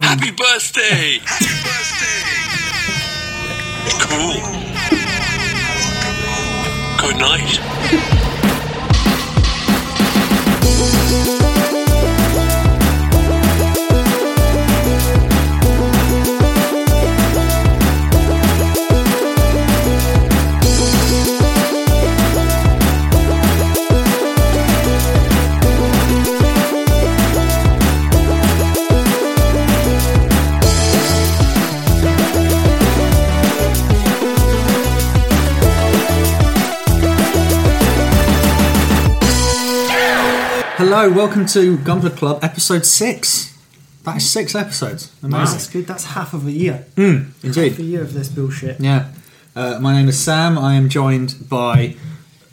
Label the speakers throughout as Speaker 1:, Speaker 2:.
Speaker 1: Happy birthday! Cool. Good night.
Speaker 2: Hello, welcome to Gunpla Club, episode six. That is six episodes. Amazing.
Speaker 3: That's good. That's half of a year. Half a
Speaker 2: Indeed.
Speaker 3: year of this bullshit.
Speaker 2: Yeah. Uh, my name is Sam. I am joined by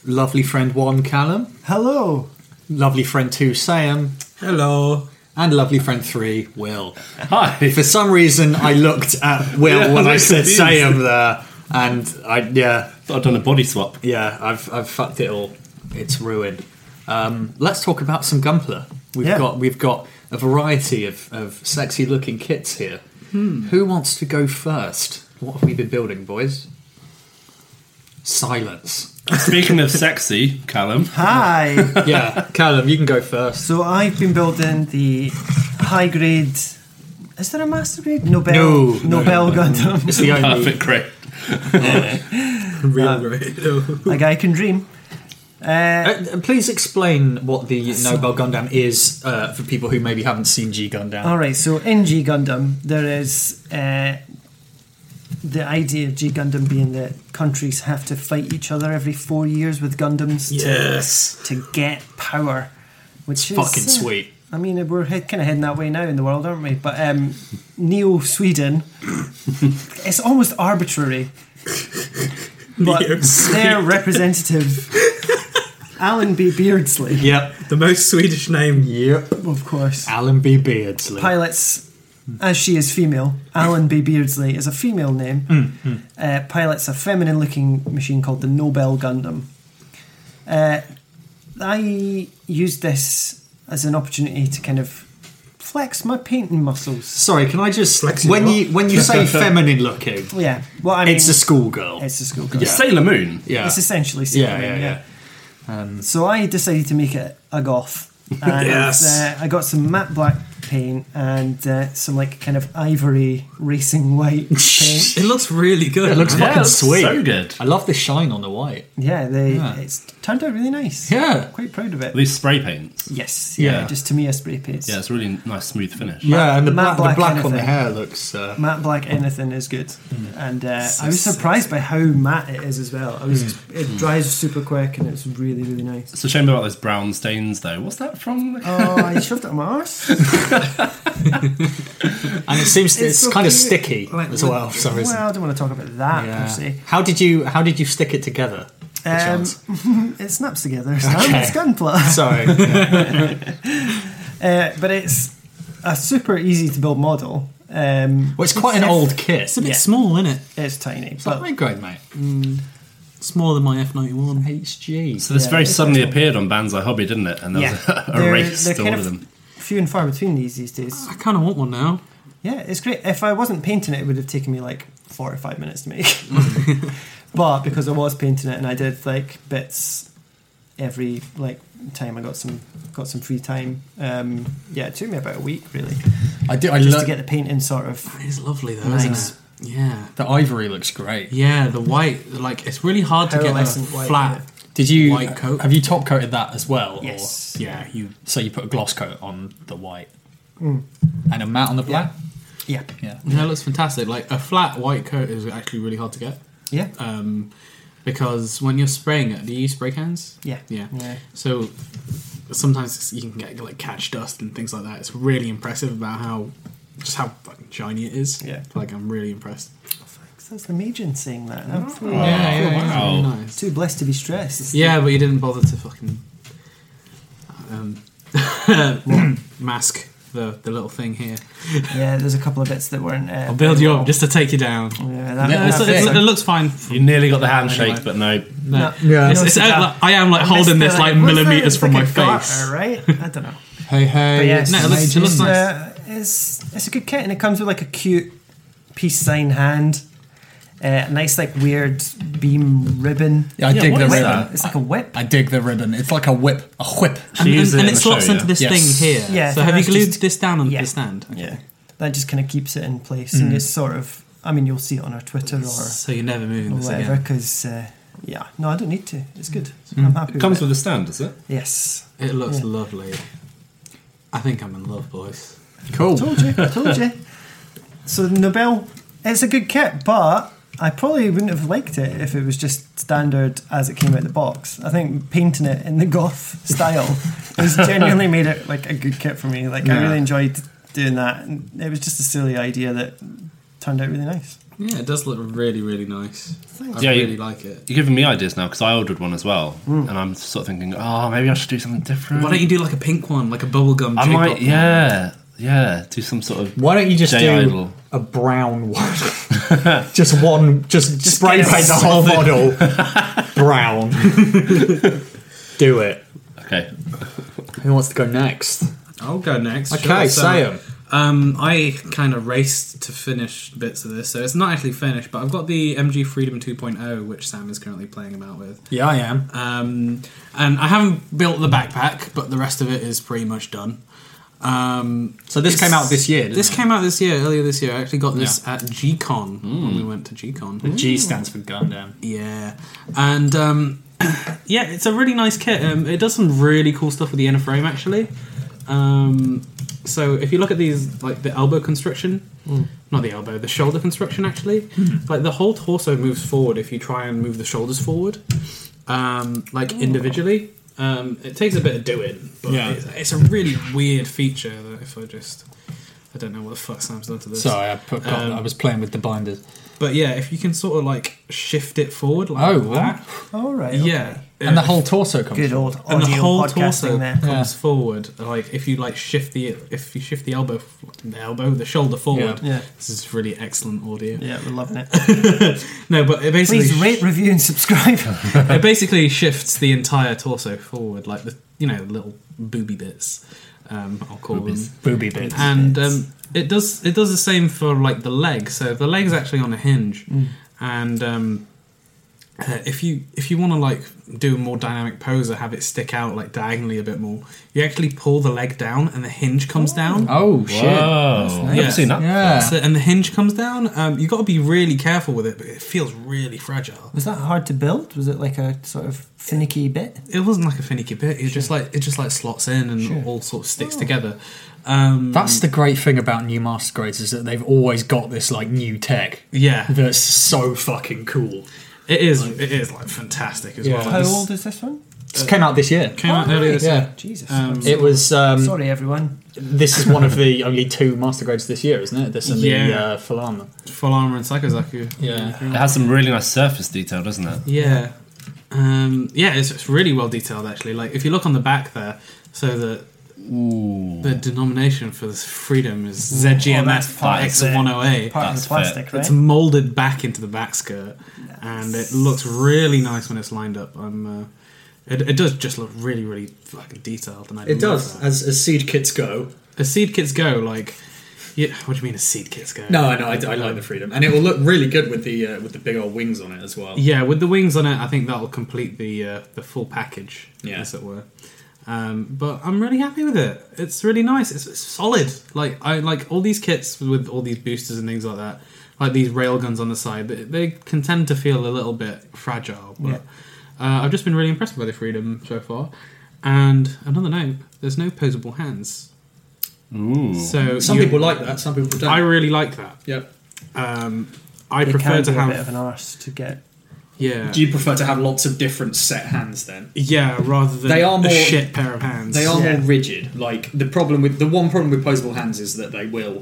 Speaker 2: lovely friend one Callum,
Speaker 3: Hello.
Speaker 2: lovely friend two Sam,
Speaker 4: Hello.
Speaker 2: and lovely friend three Will.
Speaker 4: Hi.
Speaker 2: For some reason, I looked at Will
Speaker 4: Yeah,
Speaker 2: when
Speaker 4: I
Speaker 2: I
Speaker 4: was
Speaker 2: said
Speaker 4: confused.
Speaker 2: Sam there, and I yeah
Speaker 4: I've done a body swap.
Speaker 2: yeah I've I've fucked it all. It's ruined. Um, let's talk about some Gunpla. We've
Speaker 3: Yeah.
Speaker 2: got we've got a variety of, of sexy looking kits here. Who wants to go first? What have we been building, boys? Silence.
Speaker 4: Speaking of sexy, Callum,
Speaker 3: Hi.
Speaker 2: Yeah, Callum, you can go first.
Speaker 3: so I've been building the high grade. Is there a master grade? Nobel.
Speaker 2: No, no,
Speaker 3: Nobel Gundam.
Speaker 2: It's the only
Speaker 4: perfect great.
Speaker 5: Real great.
Speaker 3: like I can dream. Uh,
Speaker 2: Uh, please explain what the Nobel Gundam is uh, for people who maybe haven't seen G Gundam.
Speaker 3: all right. So in G Gundam, there is uh, the idea of G Gundam being that countries have to fight each other every four years with Gundams
Speaker 5: Yes.
Speaker 3: to, to get power, which is
Speaker 2: Fucking
Speaker 3: uh,
Speaker 2: sweet.
Speaker 3: I mean, we're head, kind of heading that way now in the world, aren't we? But um, Neo Sweden, it's almost arbitrary. But their representative, Alan B. Beardsley,
Speaker 2: Yep.
Speaker 5: The most Swedish name.
Speaker 2: Yep.
Speaker 3: of course,
Speaker 2: Alan B. Beardsley.
Speaker 3: pilots, as she is female, Alan B. Beardsley is a female name.
Speaker 2: Hmm,
Speaker 3: Uh, pilots a feminine looking machine called the Nobel Gundam. Uh, I used this as an opportunity to kind of flex my painting muscles.
Speaker 2: Sorry, can I just
Speaker 5: Flexing
Speaker 2: when
Speaker 5: up.
Speaker 2: you when you say feminine looking,
Speaker 3: Yeah. Well, I mean,
Speaker 2: it's a schoolgirl.
Speaker 3: it's a school girl.
Speaker 2: Yeah.
Speaker 4: Sailor Moon.
Speaker 2: yeah.
Speaker 3: It's essentially Sailor
Speaker 2: yeah, yeah,
Speaker 3: Moon,
Speaker 2: yeah.
Speaker 3: So I decided to make it a goth. And,
Speaker 5: Yes.
Speaker 3: Uh, I got some matte black paint and uh, some like kind of ivory racing white paint.
Speaker 5: It looks really good.
Speaker 2: It looks
Speaker 4: Yeah,
Speaker 2: fucking
Speaker 4: that's
Speaker 2: sweet.
Speaker 4: so good.
Speaker 2: I love the shine on the white.
Speaker 3: yeah, they
Speaker 2: Yeah.
Speaker 3: it's turned out really nice.
Speaker 2: Yeah.
Speaker 3: Quite proud of it.
Speaker 4: These spray paints.
Speaker 3: Yes. Yeah.
Speaker 4: Yeah.
Speaker 3: Just to me, a spray paint.
Speaker 4: Yeah, it's really nice, smooth finish.
Speaker 2: Yeah, and the
Speaker 3: matte
Speaker 2: black,
Speaker 3: black
Speaker 2: the black
Speaker 3: anything.
Speaker 2: on the hair looks. Uh,
Speaker 3: Matte black anything is good,
Speaker 2: Mm.
Speaker 3: and uh, I was surprised by how matte it is as well. I was
Speaker 2: Mm.
Speaker 3: it dries super quick and it's really really nice.
Speaker 4: It's a shame about those brown stains, though. What's that from?
Speaker 3: Oh, I shoved it on my arse.
Speaker 2: and it seems it's,
Speaker 3: It's so
Speaker 2: kind of
Speaker 3: cute.
Speaker 2: sticky
Speaker 3: Like,
Speaker 2: as well for some reason.
Speaker 3: Well, I don't want to talk about that per
Speaker 2: yeah.
Speaker 3: se.
Speaker 2: How did you how did you stick it together?
Speaker 3: Um,
Speaker 2: perchance?
Speaker 3: it snaps together. Sam.
Speaker 2: Okay.
Speaker 3: It's gunpla.
Speaker 2: Sorry.
Speaker 3: Uh, but it's a super easy to build model. Um,
Speaker 2: Well, it's quite an
Speaker 3: It's-
Speaker 2: old kit. It's
Speaker 5: a bit
Speaker 3: Yeah.
Speaker 5: small, isn't it?
Speaker 3: it's tiny,
Speaker 2: It's like
Speaker 3: but
Speaker 2: my grade, mate.
Speaker 5: Smaller than my F91.
Speaker 2: HG.
Speaker 4: So this
Speaker 3: Yeah,
Speaker 4: very
Speaker 3: it's
Speaker 4: suddenly
Speaker 3: cool.
Speaker 4: appeared on Banzai Hobby, didn't it? And there was
Speaker 3: Yeah.
Speaker 4: a,
Speaker 3: They're-
Speaker 4: race
Speaker 3: they're
Speaker 4: to
Speaker 3: kind
Speaker 4: order
Speaker 3: of-
Speaker 4: them.
Speaker 3: few and far between these these days.
Speaker 5: I kind of want one now.
Speaker 3: Yeah, it's great. If I wasn't painting it, it would have taken me like four or five minutes to make. but because I was painting it and I did like bits every like time I got some got some free time. Um, yeah, it took me about a week really
Speaker 2: I do. I
Speaker 3: just
Speaker 2: love
Speaker 3: to get the painting sort of
Speaker 5: It is lovely though,
Speaker 3: Nice.
Speaker 5: isn't it? Yeah.
Speaker 2: the ivory. Looks great.
Speaker 5: Yeah, the white, like, it's really hard to get a
Speaker 3: Pearlescent white,
Speaker 5: flat.
Speaker 2: Did you
Speaker 5: White coat.
Speaker 2: have you top coated that as well?
Speaker 3: Yes.
Speaker 2: Or, yeah. You so you put a gloss coat on the white Mm. and a matte on the black.
Speaker 3: yeah
Speaker 2: Yeah.
Speaker 5: Yeah, it looks fantastic. Like, a flat white coat is actually really hard to get.
Speaker 3: yeah
Speaker 5: Um, because when you're spraying it, do you use spray cans?
Speaker 3: yeah
Speaker 5: Yeah. So sometimes you can get like catch dust and things like that. It's really impressive about how just how fucking shiny it is.
Speaker 3: Yeah.
Speaker 5: Like I'm really impressed.
Speaker 3: That's the Majin saying that.
Speaker 4: Oh.
Speaker 3: I'm full-
Speaker 5: yeah,
Speaker 3: Oh,
Speaker 4: yeah, yeah.
Speaker 5: Really nice.
Speaker 3: too blessed to be stressed.
Speaker 5: Yeah, but you didn't bother to fucking um, mask the the little thing here.
Speaker 3: Yeah, there's a couple of bits that weren't. Uh,
Speaker 5: I'll build you up just to take you down.
Speaker 3: Yeah, that,
Speaker 5: Yeah,
Speaker 3: that
Speaker 5: it's-
Speaker 3: bit-
Speaker 5: it's- it looks fine.
Speaker 4: You nearly got the handshake,
Speaker 5: Anyway.
Speaker 4: but no.
Speaker 5: No.
Speaker 3: no,
Speaker 2: Yeah.
Speaker 3: no,
Speaker 5: It's, it's,
Speaker 3: so
Speaker 5: out-
Speaker 3: that-
Speaker 5: like, I am like
Speaker 3: I
Speaker 5: holding
Speaker 3: missed
Speaker 5: this
Speaker 3: the-
Speaker 5: like
Speaker 3: what's that?
Speaker 5: millimeters
Speaker 3: It's
Speaker 5: from
Speaker 3: like
Speaker 5: my
Speaker 3: a garter,
Speaker 5: face.
Speaker 3: right? I don't know.
Speaker 2: Hey hey.
Speaker 3: But yes,
Speaker 5: no, it looks- it looks
Speaker 3: it's, uh, it's it's a good kit, and it comes with like a cute peace sign hand, uh, a nice like weird beam ribbon.
Speaker 6: Yeah, I dig
Speaker 4: what
Speaker 6: the
Speaker 4: is
Speaker 6: ribbon.
Speaker 4: that?
Speaker 3: It's like a whip.
Speaker 6: I dig the ribbon. It's like a whip. A whip.
Speaker 4: She
Speaker 5: and,
Speaker 4: used
Speaker 5: and-
Speaker 4: it
Speaker 5: and
Speaker 4: in
Speaker 5: it
Speaker 4: the
Speaker 5: slots
Speaker 4: show,
Speaker 5: into
Speaker 4: yeah.
Speaker 5: this
Speaker 6: Yes.
Speaker 5: thing here.
Speaker 3: Yeah,
Speaker 5: so
Speaker 3: so
Speaker 5: have you
Speaker 3: that's
Speaker 5: glued
Speaker 3: just-
Speaker 5: this down onto
Speaker 3: yeah.
Speaker 5: the stand? Okay.
Speaker 6: Yeah.
Speaker 3: That just kind of keeps it in place, and
Speaker 5: Mm.
Speaker 3: it's sort of. I mean, you'll see it on our Twitter or
Speaker 5: So you're never moving this
Speaker 3: whatever.
Speaker 5: again.
Speaker 3: Because uh, yeah, no, I don't need to. It's good.
Speaker 5: Mm.
Speaker 3: I'm happy.
Speaker 4: It comes
Speaker 3: with
Speaker 4: with a stand, does it?
Speaker 3: it. yes.
Speaker 5: It looks
Speaker 3: Yeah.
Speaker 5: lovely. I think I'm in love, boys.
Speaker 2: Cool.
Speaker 3: Told you, told you. So Nobel, it's a good kit, but I probably wouldn't have liked it if it was just standard as it came out the box. I think painting it in the goth style has genuinely made it like a good kit for me. Like I
Speaker 4: Yeah.
Speaker 3: really enjoyed doing that, and it was just a silly idea that turned out really nice.
Speaker 5: Yeah, it does look really, really nice. I
Speaker 4: Yeah, you-
Speaker 5: really like it.
Speaker 4: You're giving me ideas now because I ordered one as well,
Speaker 2: Hmm.
Speaker 4: and I'm sort of thinking, oh, maybe I should do something different.
Speaker 5: Why don't you do like a pink one, like a bubblegum?
Speaker 4: I
Speaker 5: J-pop
Speaker 4: might,
Speaker 5: one?
Speaker 4: yeah, yeah, do some sort of.
Speaker 2: Why don't you just
Speaker 4: Jay
Speaker 2: do
Speaker 4: Idol.
Speaker 2: a brown one? just one, just, spray
Speaker 3: get a
Speaker 2: paint the whole model brown. do it.
Speaker 4: Okay,
Speaker 2: Who wants to go next?
Speaker 5: I'll go next.
Speaker 2: Okay,
Speaker 5: sure. So,
Speaker 2: say 'em.
Speaker 5: Um, I kind of raced to finish bits of this, so it's not actually finished, but I've got the MG Freedom 2.0, which Sam is currently playing about with.
Speaker 2: Yeah, I am.
Speaker 5: Um, and I haven't built the backpack, but the rest of it is pretty much done. Um,
Speaker 2: So this
Speaker 5: it's-
Speaker 2: came out this year. didn't
Speaker 5: This
Speaker 2: it?
Speaker 5: came out this year, earlier this year. I actually got this at G-Con when we
Speaker 2: Hmm.
Speaker 5: went to G-Con.
Speaker 2: G stands for Gundam.
Speaker 5: Yeah, and um, yeah, it's a really nice kit. Um, it does some really cool stuff with the inner frame, actually. Um, so if you look at these, like the elbow construction,
Speaker 2: Mm.
Speaker 5: not the elbow, the shoulder construction, actually, like the whole torso moves forward if you try and move the shoulders forward, um, like individually. Um, it takes a bit of doing, but
Speaker 2: Yeah.
Speaker 5: it's, it's a really weird feature that if I just. I don't know what the fuck Sam's done to this.
Speaker 2: Sorry, I put.
Speaker 5: Um,
Speaker 2: I was playing with the binders.
Speaker 5: But yeah, if you can sort of like shift it forward like
Speaker 2: Oh, wow.
Speaker 5: that.
Speaker 3: All right.
Speaker 5: Yeah.
Speaker 2: And the
Speaker 5: Uh,
Speaker 2: whole torso comes.
Speaker 3: Good
Speaker 2: from-
Speaker 3: old
Speaker 5: and
Speaker 3: audio
Speaker 5: the whole torso
Speaker 3: podcasting there.
Speaker 5: comes forward. Like if you like shift the if you shift the elbow the elbow, the shoulder forward.
Speaker 3: Yeah. Yeah.
Speaker 5: This is really excellent audio.
Speaker 3: Yeah, we're loving it.
Speaker 5: No, but it basically
Speaker 3: Please rate, review, and subscribe.
Speaker 5: it basically shifts the entire torso forward, like the you know, little booby bits. Um, I'll call them.
Speaker 2: booby bits.
Speaker 5: and um, it does it does the same for like the leg. So the leg's actually on a hinge, and um, uh, if you if you want to like do a more dynamic pose or have it stick out like diagonally a bit more, you actually pull the leg down and the hinge comes down.
Speaker 2: Oh shit!
Speaker 4: whoa, I've never
Speaker 5: nice.
Speaker 4: seen that.
Speaker 2: Yeah.
Speaker 5: So, and the hinge comes down. Um, you got to be really careful with it, but it feels really fragile.
Speaker 3: Was that hard to build? Was it like a sort of finicky bit?
Speaker 5: It wasn't like a finicky bit. It just like it just like slots in and
Speaker 3: Sure.
Speaker 5: all sort of sticks together. Um,
Speaker 2: That's the great thing about new master grades is that they've always got this like new tech
Speaker 5: yeah,
Speaker 2: that's so fucking cool.
Speaker 5: it is. It is like fantastic as
Speaker 2: Yeah.
Speaker 5: well.
Speaker 3: How
Speaker 5: This-
Speaker 3: old is this one?
Speaker 2: This came out this year.
Speaker 5: Came out earlier this
Speaker 2: Yeah.
Speaker 5: year.
Speaker 3: Jesus.
Speaker 5: Um,
Speaker 2: It was. Um,
Speaker 3: Sorry, everyone.
Speaker 2: this is one of the only two master grades this year, isn't it? This and the
Speaker 5: Yeah.
Speaker 2: uh, full armor.
Speaker 5: Full armor and Sakozaku.
Speaker 2: Yeah.
Speaker 4: It has some really nice surface detail, doesn't it?
Speaker 5: Yeah. Um, yeah, it's, it's really well detailed actually. Like if you look on the back there, so the
Speaker 4: Ooh, Oh,
Speaker 5: the denomination for this freedom is ZGMF
Speaker 4: part of the-
Speaker 5: 108
Speaker 3: Part of
Speaker 4: That's
Speaker 3: the plastic,
Speaker 5: It's
Speaker 3: right?
Speaker 5: molded back into the back skirt, and it looks really nice when it's lined up. I'm, uh, it, it does just look really, really fucking detailed, and I love that.
Speaker 2: as, as seed kits go.
Speaker 5: As seed kits go, like, yeah, what do you mean as seed kits go?
Speaker 2: I know. I, I like the freedom, and it will look really good with the uh, with the big old wings on it as well.
Speaker 5: Yeah, with the wings on it, I think that'll complete the uh, the full package,
Speaker 2: Yeah.
Speaker 5: as it were. Um, but I'm really happy with it. It's really nice. It's, it's solid. Like I like all these kits with all these boosters and things like that. Like these railguns on the side, they, they can tend to feel a little bit fragile. But
Speaker 3: Yeah.
Speaker 5: uh, I've just been really impressed by the freedom so far. And another note: there's no posable hands.
Speaker 4: ooh.
Speaker 5: So
Speaker 2: Some
Speaker 5: you-
Speaker 2: people like that. Some people don't.
Speaker 5: I really like that.
Speaker 2: yep.
Speaker 5: Um, I
Speaker 3: It
Speaker 5: prefer
Speaker 3: can
Speaker 5: to
Speaker 3: be a bit of
Speaker 5: have
Speaker 3: an arse to get.
Speaker 5: yeah
Speaker 2: Do you prefer to have lots of different set hands then?
Speaker 5: yeah rather than
Speaker 2: They are
Speaker 5: a
Speaker 2: more-
Speaker 5: shit pair of hands.
Speaker 2: They are
Speaker 3: Yeah.
Speaker 2: more rigid. Like the problem with the one problem with posable hands is that they will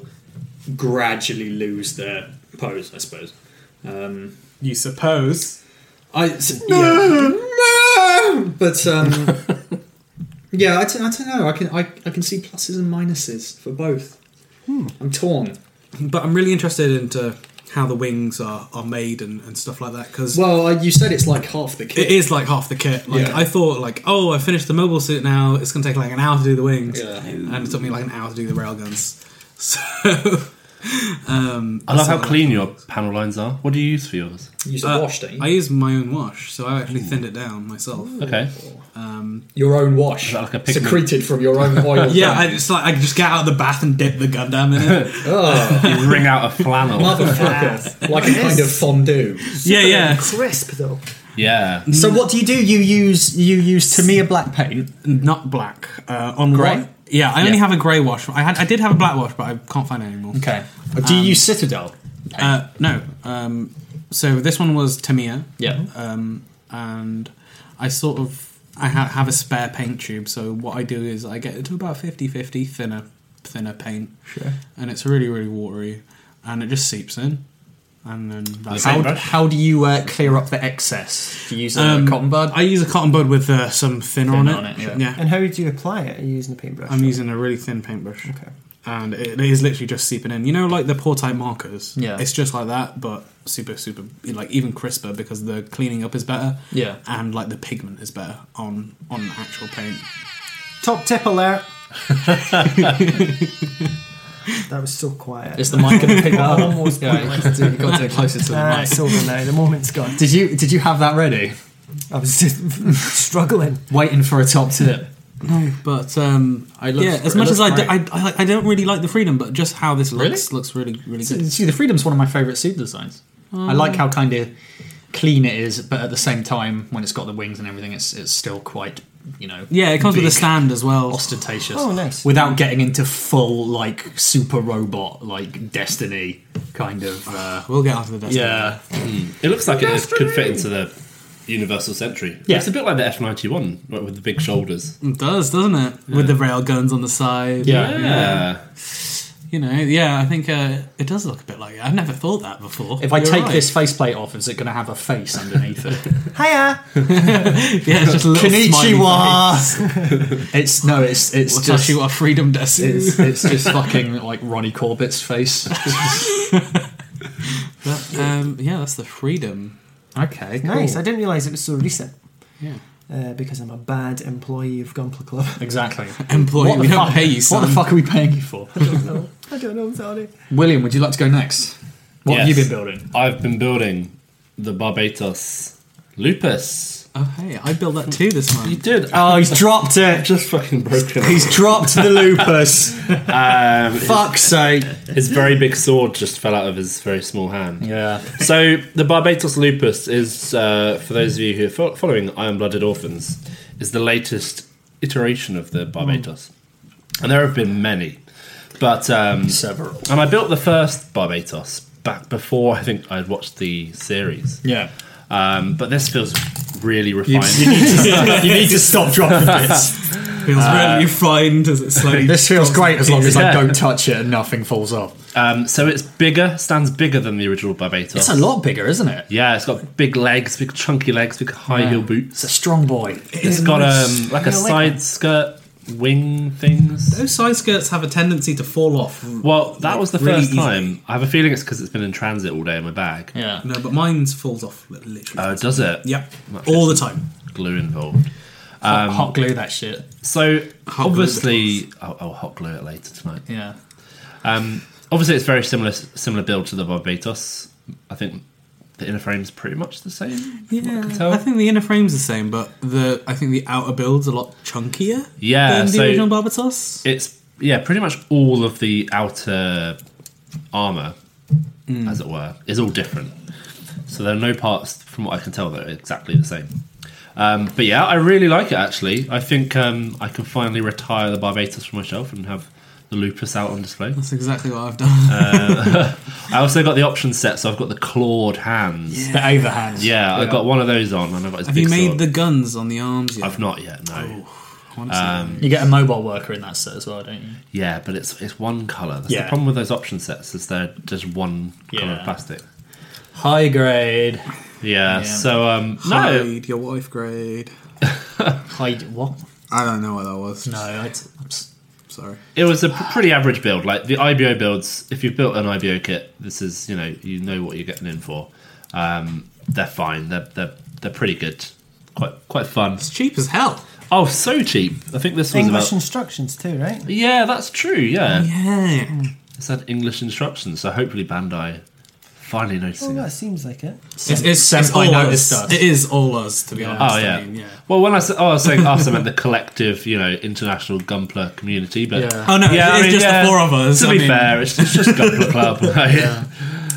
Speaker 2: gradually lose their pose. I suppose. Um,
Speaker 5: You suppose.
Speaker 2: I s- yeah. but um, yeah, I, t- I don't know. I can I, I can see pluses and minuses for both.
Speaker 4: Hmm.
Speaker 2: I'm torn.
Speaker 5: But I'm really interested into how the wings are, are made and, and stuff like that because
Speaker 2: Well, I, you said it's like half the kit.
Speaker 5: it is like half the kit. Like
Speaker 2: Yeah.
Speaker 5: I thought, like oh, I finished the mobile suit now. It's gonna take like an hour to do the wings,
Speaker 2: Yeah.
Speaker 5: and it took me like an hour to do the railguns. So, um,
Speaker 4: I love how clean your panel lines are. What do you use for yours?
Speaker 7: You used
Speaker 5: uh,
Speaker 7: to wash, don't you?
Speaker 5: I use my own wash, so I actually thinned it down myself.
Speaker 4: Okay.
Speaker 5: Um,
Speaker 7: your own wash.
Speaker 4: that like a pigment?
Speaker 7: secreted from your own oil.
Speaker 5: yeah, I, it's like I just get out of the bath and dip the Gundam in it.
Speaker 7: oh,
Speaker 4: You wring out a flannel.
Speaker 7: motherfucker. like a kind of fondue.
Speaker 5: yeah, yeah.
Speaker 3: Crisp though.
Speaker 4: yeah.
Speaker 2: So what do you do? You use you use Tamiya black paint.
Speaker 5: Not black. Uh, on
Speaker 2: Grey?
Speaker 5: one- Yeah, I only
Speaker 4: Yeah.
Speaker 5: have a grey wash. I had, I did have a black wash, but I can't find it anymore.
Speaker 2: Okay. do you
Speaker 5: Um,
Speaker 2: use Citadel?
Speaker 5: Uh, no. Um, so this one was Tamiya.
Speaker 2: Yeah.
Speaker 5: um, and I sort of I ha- have a spare paint tube. So what I do is I get it to about 50-50 thinner thinner paint,
Speaker 2: Sure.
Speaker 5: and it's really really watery, and it just seeps in, and then that's
Speaker 4: How-
Speaker 5: it.
Speaker 4: Paintbrush?
Speaker 2: How do you uh, clear up the excess? Do you use a
Speaker 5: Um,
Speaker 2: cotton bud?
Speaker 5: I use a cotton bud with uh, some thinner,
Speaker 2: Thinner on
Speaker 5: on it.
Speaker 2: it, yeah.
Speaker 5: yeah.
Speaker 3: And how do you apply it? Are you using a paintbrush?
Speaker 5: I'm using a really thin paintbrush,
Speaker 3: Okay.
Speaker 5: and it is literally just seeping in. You know, like the poor type markers.
Speaker 2: Yeah.
Speaker 5: it's just like that, but super, super, like even crisper because the cleaning up is better.
Speaker 2: Yeah.
Speaker 5: and like the pigment is better on on actual paint.
Speaker 3: Top tip alert. that was so quiet.
Speaker 2: Is the mic going to pick that up?
Speaker 3: Almost
Speaker 2: yeah, you've got to got to closer to the
Speaker 5: Uh,
Speaker 3: Ah,
Speaker 2: mic.
Speaker 3: it's over now. The moment's gone.
Speaker 2: Did you did you have that ready?
Speaker 3: I was just struggling.
Speaker 2: Waiting for a top tip.
Speaker 5: But um,
Speaker 2: I love-
Speaker 5: yeah, as
Speaker 2: I
Speaker 5: much
Speaker 2: love
Speaker 5: as I, do,
Speaker 2: great.
Speaker 5: I, I like- I don't really like the freedom, but just how this looks looks really really good.
Speaker 2: See, the Freedom's one of my favourite suit designs. I like how kind of clean it is, but at the same time, when it's got the wings and everything, it's it's still quite you know.
Speaker 5: Yeah, it comes with a
Speaker 2: big,
Speaker 5: stand as well.
Speaker 2: Ostentatious.
Speaker 3: Oh, nice.
Speaker 2: Without getting into full like super robot like Destiny kind of. Uh,
Speaker 5: We'll get onto the desk.
Speaker 2: yeah.
Speaker 4: Hmm. It looks like it is, could fit into the Universal Century.
Speaker 2: Yeah.
Speaker 4: It's a bit like the F ninety one with the big shoulders.
Speaker 5: It does, doesn't it? With the rail guns on the side.
Speaker 2: Yeah.
Speaker 4: Yeah.
Speaker 5: You know, yeah, I think uh, it does look a bit like it. I've never thought that before.
Speaker 2: If I
Speaker 5: You're
Speaker 2: take
Speaker 5: right.
Speaker 2: this faceplate off, is it going to have a face underneath it?
Speaker 3: Hiya.
Speaker 5: yeah, it's just a little Konnichiwa!
Speaker 2: it's no, it's it's just
Speaker 5: Watashi wa freedom desu.
Speaker 2: it's, it's just fucking like Ronnie Corbett's face.
Speaker 5: But, um, yeah, that's the freedom.
Speaker 2: okay, cool.
Speaker 3: Nice. I didn't realise it was so recent.
Speaker 5: Yeah.
Speaker 3: Uh, because I'm a bad employee of Gunpla Club.
Speaker 2: Exactly.
Speaker 5: Employee,
Speaker 2: What the
Speaker 5: we don't
Speaker 2: fuck-
Speaker 5: pay you,
Speaker 2: What
Speaker 5: son.
Speaker 2: the fuck are we paying you for?
Speaker 3: I don't know. I don't know. I'm sorry.
Speaker 2: William, would you like to go next? What have
Speaker 4: Yes.
Speaker 2: you been building?
Speaker 4: I've been building the Barbados Lupus.
Speaker 5: Oh, hey, I built that too this
Speaker 4: You
Speaker 5: month.
Speaker 4: did.
Speaker 2: Oh, he's dropped it.
Speaker 4: just fucking broken.
Speaker 2: He's dropped the lupus.
Speaker 4: Um,
Speaker 2: Fuck's sake.
Speaker 4: his very big sword just fell out of his very small hand.
Speaker 2: Yeah.
Speaker 4: So the Barbados Lupus is, uh, for those of you who are fo- following Iron Blooded Orphans, is the latest iteration of the Barbados, and there have been many, but um,
Speaker 2: Several.
Speaker 4: and I built the first Barbados back before I think I'd watched the series.
Speaker 2: Yeah.
Speaker 4: Um, but this feels really refined.
Speaker 2: you need to stop dropping this.
Speaker 5: Feels really refined as it slowly.
Speaker 2: This feels great as long as I
Speaker 4: Yeah.
Speaker 2: don't touch it and nothing falls off.
Speaker 4: um, so it's bigger, stands bigger than the original Barbados.
Speaker 2: It's a lot bigger, isn't it?
Speaker 4: Yeah, it's got big legs, big chunky legs, big high heel boots.
Speaker 2: It's a strong boy.
Speaker 4: It's got um like a
Speaker 3: Yeah, I like
Speaker 4: side
Speaker 3: that.
Speaker 4: skirt wing things.
Speaker 5: Those side skirts have a tendency to fall off.
Speaker 4: Well, that was the
Speaker 5: really
Speaker 4: first
Speaker 5: easy.
Speaker 4: time. I have a feeling it's because it's been in transit all day in my bag.
Speaker 2: Yeah.
Speaker 5: No, but mine falls off li- literally.
Speaker 4: Oh, does it?
Speaker 5: yep, all the time.
Speaker 4: Glue involved. um,
Speaker 2: Hot, hot glue that shit.
Speaker 4: So
Speaker 5: Hot glue
Speaker 4: obviously, I'll, I'll hot glue it later tonight.
Speaker 2: Yeah.
Speaker 4: Obviously, it's very similar similar build to the Barbados. I think the inner frame's pretty much the same. from what I
Speaker 5: Yeah,
Speaker 4: can tell.
Speaker 5: I think the inner frame's the same, but the I think the outer build's a lot chunkier.
Speaker 4: Yeah,
Speaker 5: than the
Speaker 4: so-
Speaker 5: original Barbatos.
Speaker 4: it's yeah, pretty much all of the outer armor,
Speaker 5: Hmm.
Speaker 4: as it were, is all different. So there are no parts, from what I can tell, that are exactly the same. Um, but yeah, I really like it actually. I think um, I can finally retire the Barbados from my shelf and have the Lupus out on display.
Speaker 5: That's exactly what I've
Speaker 4: Uh,
Speaker 5: done.
Speaker 4: I also got the option set, so I've got the clawed hands.
Speaker 2: The overhand.
Speaker 4: Yeah, I've got one of those on, and I've got his
Speaker 5: Have
Speaker 4: big
Speaker 5: you made
Speaker 4: sword.
Speaker 5: the Oh. guns on the arms yet?
Speaker 4: I've um, not yet, no.
Speaker 5: Honestly.
Speaker 2: You get a mobile worker in that set as well, don't you?
Speaker 4: Yeah, but it's it's one color. That's
Speaker 2: Yeah.
Speaker 4: the problem with those option sets is they're just one color
Speaker 2: Yeah.
Speaker 4: of plastic.
Speaker 2: High grade.
Speaker 4: Yeah,
Speaker 2: Yeah.
Speaker 4: so um no
Speaker 5: Hide your wife grade.
Speaker 2: High what?
Speaker 5: I don't know what that was.
Speaker 2: No, I, am
Speaker 5: sorry.
Speaker 4: it was a pr- pretty average build. Like the IBO builds, if you've built an IBO kit, this is you know, you know what you're getting in for. Um they're fine. They're they're they're pretty good. Quite quite fun.
Speaker 5: It's cheap as hell.
Speaker 4: Oh, so cheap. I think this was
Speaker 3: English
Speaker 4: about
Speaker 3: instructions too, right?
Speaker 4: Uh, Yeah, that's true, yeah.
Speaker 5: Yeah.
Speaker 4: It's It's had English instructions, so hopefully Bandai finally
Speaker 3: Oh,
Speaker 4: noticing
Speaker 3: that
Speaker 4: us.
Speaker 3: seems like it.
Speaker 5: It's, it's, it's
Speaker 2: Senpai
Speaker 5: all
Speaker 2: noticed
Speaker 5: us.
Speaker 2: us.
Speaker 5: It is all us, to be honest.
Speaker 4: Oh yeah.
Speaker 5: I mean, yeah.
Speaker 4: Well, when I said, oh, I was saying us, I meant the collective, you know, international Gunpla community. But
Speaker 2: Yeah.
Speaker 5: Oh no, it's,
Speaker 4: I mean,
Speaker 5: it's just
Speaker 4: yeah,
Speaker 5: the four of us.
Speaker 4: To
Speaker 5: I
Speaker 4: be
Speaker 5: mean,
Speaker 4: fair, it's, it's just Gunpla Club. right?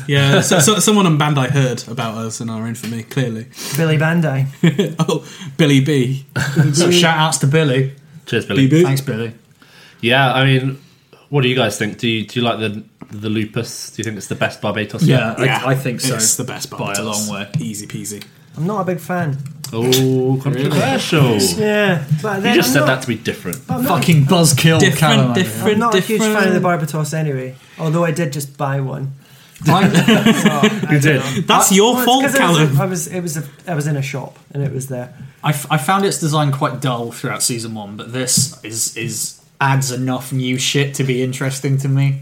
Speaker 5: Yeah, so, so, someone on Bandai heard about us and our infamy, clearly.
Speaker 3: Billy Bandai.
Speaker 5: oh, Billy B.
Speaker 2: So shout outs to Billy.
Speaker 4: Cheers, Billy.
Speaker 5: Billy.
Speaker 2: Thanks, Billy.
Speaker 4: Yeah, I mean, what do you guys think? Do you do you like the the lupus? Do you think it's the best Barbados?
Speaker 2: I- I, think so.
Speaker 5: It's the best part
Speaker 2: by a long way.
Speaker 5: Easy peasy.
Speaker 3: I'm not a big fan.
Speaker 4: Oh, controversial. You
Speaker 3: Yeah, but then
Speaker 4: just
Speaker 3: I'm
Speaker 4: said
Speaker 3: not,
Speaker 4: that to be different.
Speaker 3: but I'm not-
Speaker 2: Fucking buzzkill.
Speaker 5: Different,
Speaker 2: Callum.
Speaker 5: different.
Speaker 3: I'm not a huge fan of the
Speaker 5: different-
Speaker 3: Barbados anyway. Although I did just buy one.
Speaker 2: I'm-
Speaker 3: you did.
Speaker 5: That's your fault, Callum.
Speaker 3: I was. It was. A, I was in a shop and it was there.
Speaker 2: I, f- I found its design quite dull throughout season one, but this is is adds enough new shit to be interesting to me.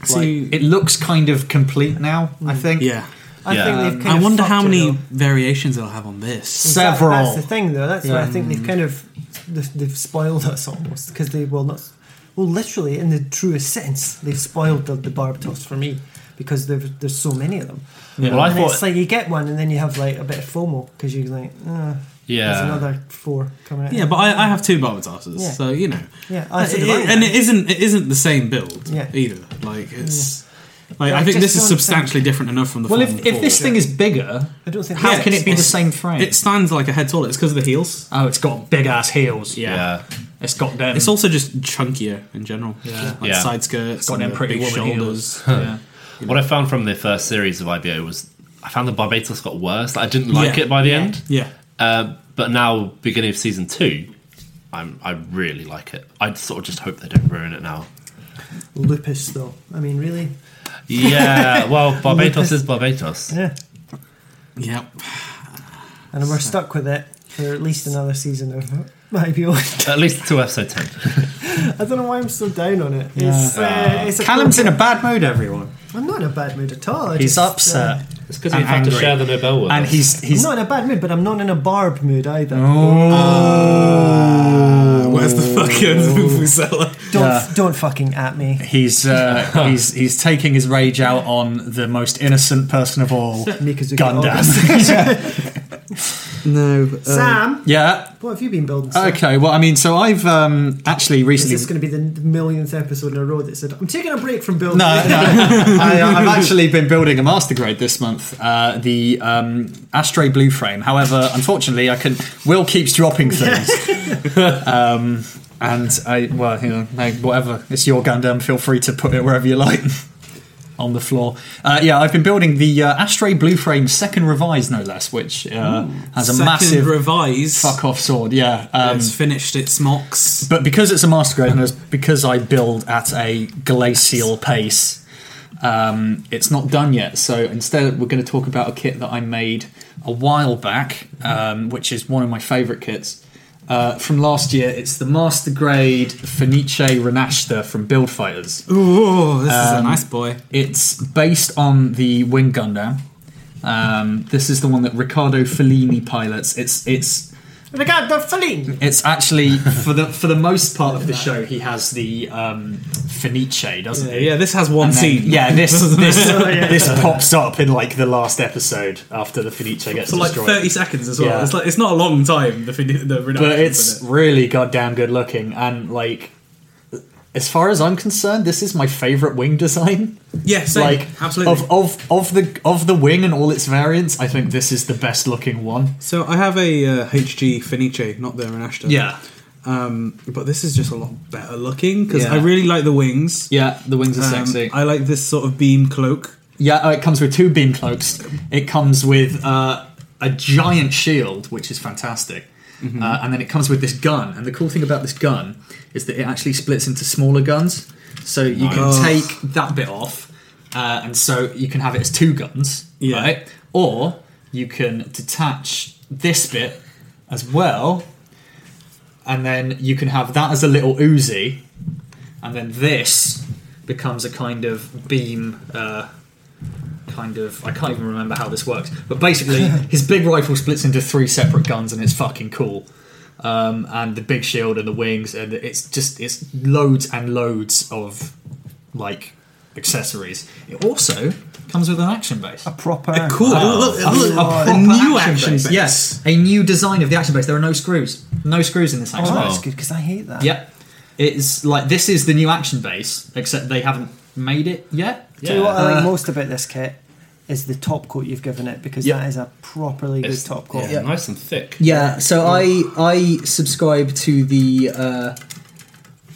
Speaker 2: Like,
Speaker 5: See- Mm.
Speaker 2: it looks kind of complete now. I think.
Speaker 5: Yeah. Um,
Speaker 3: I
Speaker 4: Yeah.
Speaker 3: think they've kind
Speaker 5: I
Speaker 3: of
Speaker 5: wonder how
Speaker 3: fucked it
Speaker 5: many
Speaker 3: up.
Speaker 5: variations it'll have on this.
Speaker 3: That-
Speaker 2: Several.
Speaker 3: that's the thing, though. That's why I think they've kind of they've, they've spoiled us almost because they will not. Well, literally, in the truest sense, they've spoiled the, the Barbados for me because there's there's so many of them.
Speaker 4: Well, I
Speaker 3: and
Speaker 4: thought,
Speaker 3: it's like you get one and then you have like a bit of FOMO because you're like, uh, there's
Speaker 4: yeah,
Speaker 3: another four coming out.
Speaker 5: Yeah, but I, I have two Barbadoses,
Speaker 3: Yeah.
Speaker 5: so you know.
Speaker 3: yeah, I
Speaker 5: It-
Speaker 3: said about
Speaker 5: it-
Speaker 3: that.
Speaker 5: and it isn't it isn't the same build
Speaker 3: Yeah.
Speaker 5: either. Like it's like
Speaker 3: Yeah,
Speaker 5: I
Speaker 3: I
Speaker 5: think
Speaker 3: just
Speaker 5: this is
Speaker 3: don't
Speaker 5: substantially different enough from the.
Speaker 2: well,
Speaker 5: form
Speaker 2: if, if
Speaker 5: before.
Speaker 2: this thing is bigger,
Speaker 3: I don't think
Speaker 2: how
Speaker 3: that's-
Speaker 2: can it be the
Speaker 5: it's-
Speaker 2: same frame?
Speaker 5: it stands like a head taller, it's because of the heels.
Speaker 2: oh, it's got big ass heels.
Speaker 4: yeah.
Speaker 2: It's got them.
Speaker 5: It's also just chunkier in general.
Speaker 2: Yeah.
Speaker 5: like
Speaker 4: Yeah.
Speaker 5: side skirts,
Speaker 2: got
Speaker 5: and
Speaker 2: them
Speaker 5: the
Speaker 2: pretty
Speaker 5: big
Speaker 2: woman heels.
Speaker 5: shoulders.
Speaker 2: yeah.
Speaker 4: What I found from the first series of IBO was I found the Barbados got worse. Like, I didn't like
Speaker 5: Yeah.
Speaker 4: it by the end.
Speaker 5: Yeah,
Speaker 4: Uh, but now, beginning of season two, I'm I really like it. I sort of just hope they don't ruin it now.
Speaker 3: lupus though? I mean, really?
Speaker 4: Yeah, well, Barbados is Barbados.
Speaker 3: Yeah,
Speaker 5: yeah.
Speaker 3: and we're stuck with it for at least another season of IPO.
Speaker 4: At least until episode ten.
Speaker 3: I don't know why I'm so down on it. It's, uh, it's a
Speaker 2: Callum's in a bad mood. Everyone.
Speaker 3: I'm not in a bad mood at all. I
Speaker 2: He's
Speaker 3: just, uh,
Speaker 2: upset,
Speaker 4: It's because
Speaker 2: I'm
Speaker 4: you have to
Speaker 2: angry.
Speaker 4: share the Nobel with
Speaker 2: and
Speaker 4: us.
Speaker 2: he's
Speaker 3: I'm
Speaker 2: he's Oh.
Speaker 3: not in a bad mood, but I'm not in a barb mood either.
Speaker 5: Where's the fucking Vuvuzela?
Speaker 3: Don't
Speaker 2: Yeah.
Speaker 3: don't fucking at me.
Speaker 2: He's uh, he's he's taking his rage out on the most innocent person of all,
Speaker 3: Mikazuki
Speaker 2: Gundam.
Speaker 5: No,
Speaker 3: Sam,
Speaker 2: yeah.
Speaker 3: what have you been building? Sam?
Speaker 2: um, Okay. Well, I mean, so I've um, actually
Speaker 3: Is
Speaker 2: recently.
Speaker 3: this going to be the millionth episode in a row that said I'm taking a break from building?
Speaker 2: No, no. I, uh, I've actually been building a master grade this month, uh, the um, Astray Blue Frame. However, unfortunately, I can. Will keeps dropping things. um, and I, well, you know, hey, whatever. It's your Gundam. Feel free to put it wherever you like on the floor. Uh, yeah, I've been building the uh, Astray Blue Frame second revise, no less, which uh, has a
Speaker 5: Second
Speaker 2: massive
Speaker 5: revise.
Speaker 2: fuck off sword. Yeah. Um,
Speaker 5: It's finished its mocks.
Speaker 2: but because it's a master grade and it's because I build at a glacial pace, um, it's not done yet. So instead, we're going to talk about a kit that I made a while back, um, which is one of my favourite kits uh, from last year. It's the master grade Fenice Renashta from Build Fighters.
Speaker 5: Ooh, this is a nice boy.
Speaker 2: It's based on the Wing Gundam. Um, this is the one that Riccardo Fellini pilots. It's it's
Speaker 3: Regard the feeling.
Speaker 2: it's actually for the for the most part of the show he has the um Fenice, doesn't he?
Speaker 5: Yeah, this has one
Speaker 2: And then-
Speaker 5: scene.
Speaker 2: yeah, this this,
Speaker 3: yeah.
Speaker 2: this pops up in like the last episode after the Fenice gets
Speaker 5: for like
Speaker 2: destroyed.
Speaker 5: thirty seconds as well.
Speaker 2: Yeah.
Speaker 5: It's like it's not a long time. The fin- the reduction,
Speaker 2: but it's really goddamn good looking and like as far as I'm concerned, this is my favorite wing design.
Speaker 5: yeah, same.
Speaker 2: like
Speaker 5: absolutely.
Speaker 2: of of of the of the wing and all its variants, I think this is the best looking one.
Speaker 5: so I have a uh, HG Fenice, not the Renashta.
Speaker 2: Yeah.
Speaker 5: um, but this is just a lot better looking because
Speaker 2: Yeah.
Speaker 5: I really like the wings.
Speaker 2: Yeah, the wings are
Speaker 5: Um, I like this sort of beam cloak.
Speaker 2: Yeah, uh, it comes with two beam cloaks. It comes with uh, a giant shield, which is fantastic.
Speaker 5: Mm-hmm.
Speaker 2: Uh, and then it comes with this gun. And the cool thing about this gun is that it actually splits into smaller guns. So you
Speaker 5: Nice.
Speaker 2: can take that bit off, uh, and so you can have it as two guns,
Speaker 5: Yeah.
Speaker 2: right? Or you can detach this bit as well, and then you can have that as a little Uzi, and then this becomes a kind of beam. Uh, kind of I can't even remember how this works, but basically his big rifle splits into three separate guns and it's fucking cool. Um, and the big shield and the wings and it's just it's loads and loads of like accessories. It also comes with an action base.
Speaker 3: Proper.
Speaker 2: Cool.
Speaker 5: look, look,
Speaker 2: a,
Speaker 3: a
Speaker 2: proper
Speaker 5: new
Speaker 2: action,
Speaker 5: action
Speaker 2: base.
Speaker 5: base.
Speaker 2: Yes, a new design of the action base. There are no screws. No screws in this action
Speaker 3: Oh,
Speaker 2: base.
Speaker 3: that's good because I hate that.
Speaker 2: Yep. It's like this is the new action base, except they haven't made it yet.
Speaker 3: Do you know what I like
Speaker 2: Uh,
Speaker 3: most about this kit is the top coat you've given it because
Speaker 2: Yeah.
Speaker 3: that is a properly good
Speaker 4: It's-
Speaker 3: top coat.
Speaker 4: yeah, nice and thick.
Speaker 2: Yeah, so I I subscribe to the uh,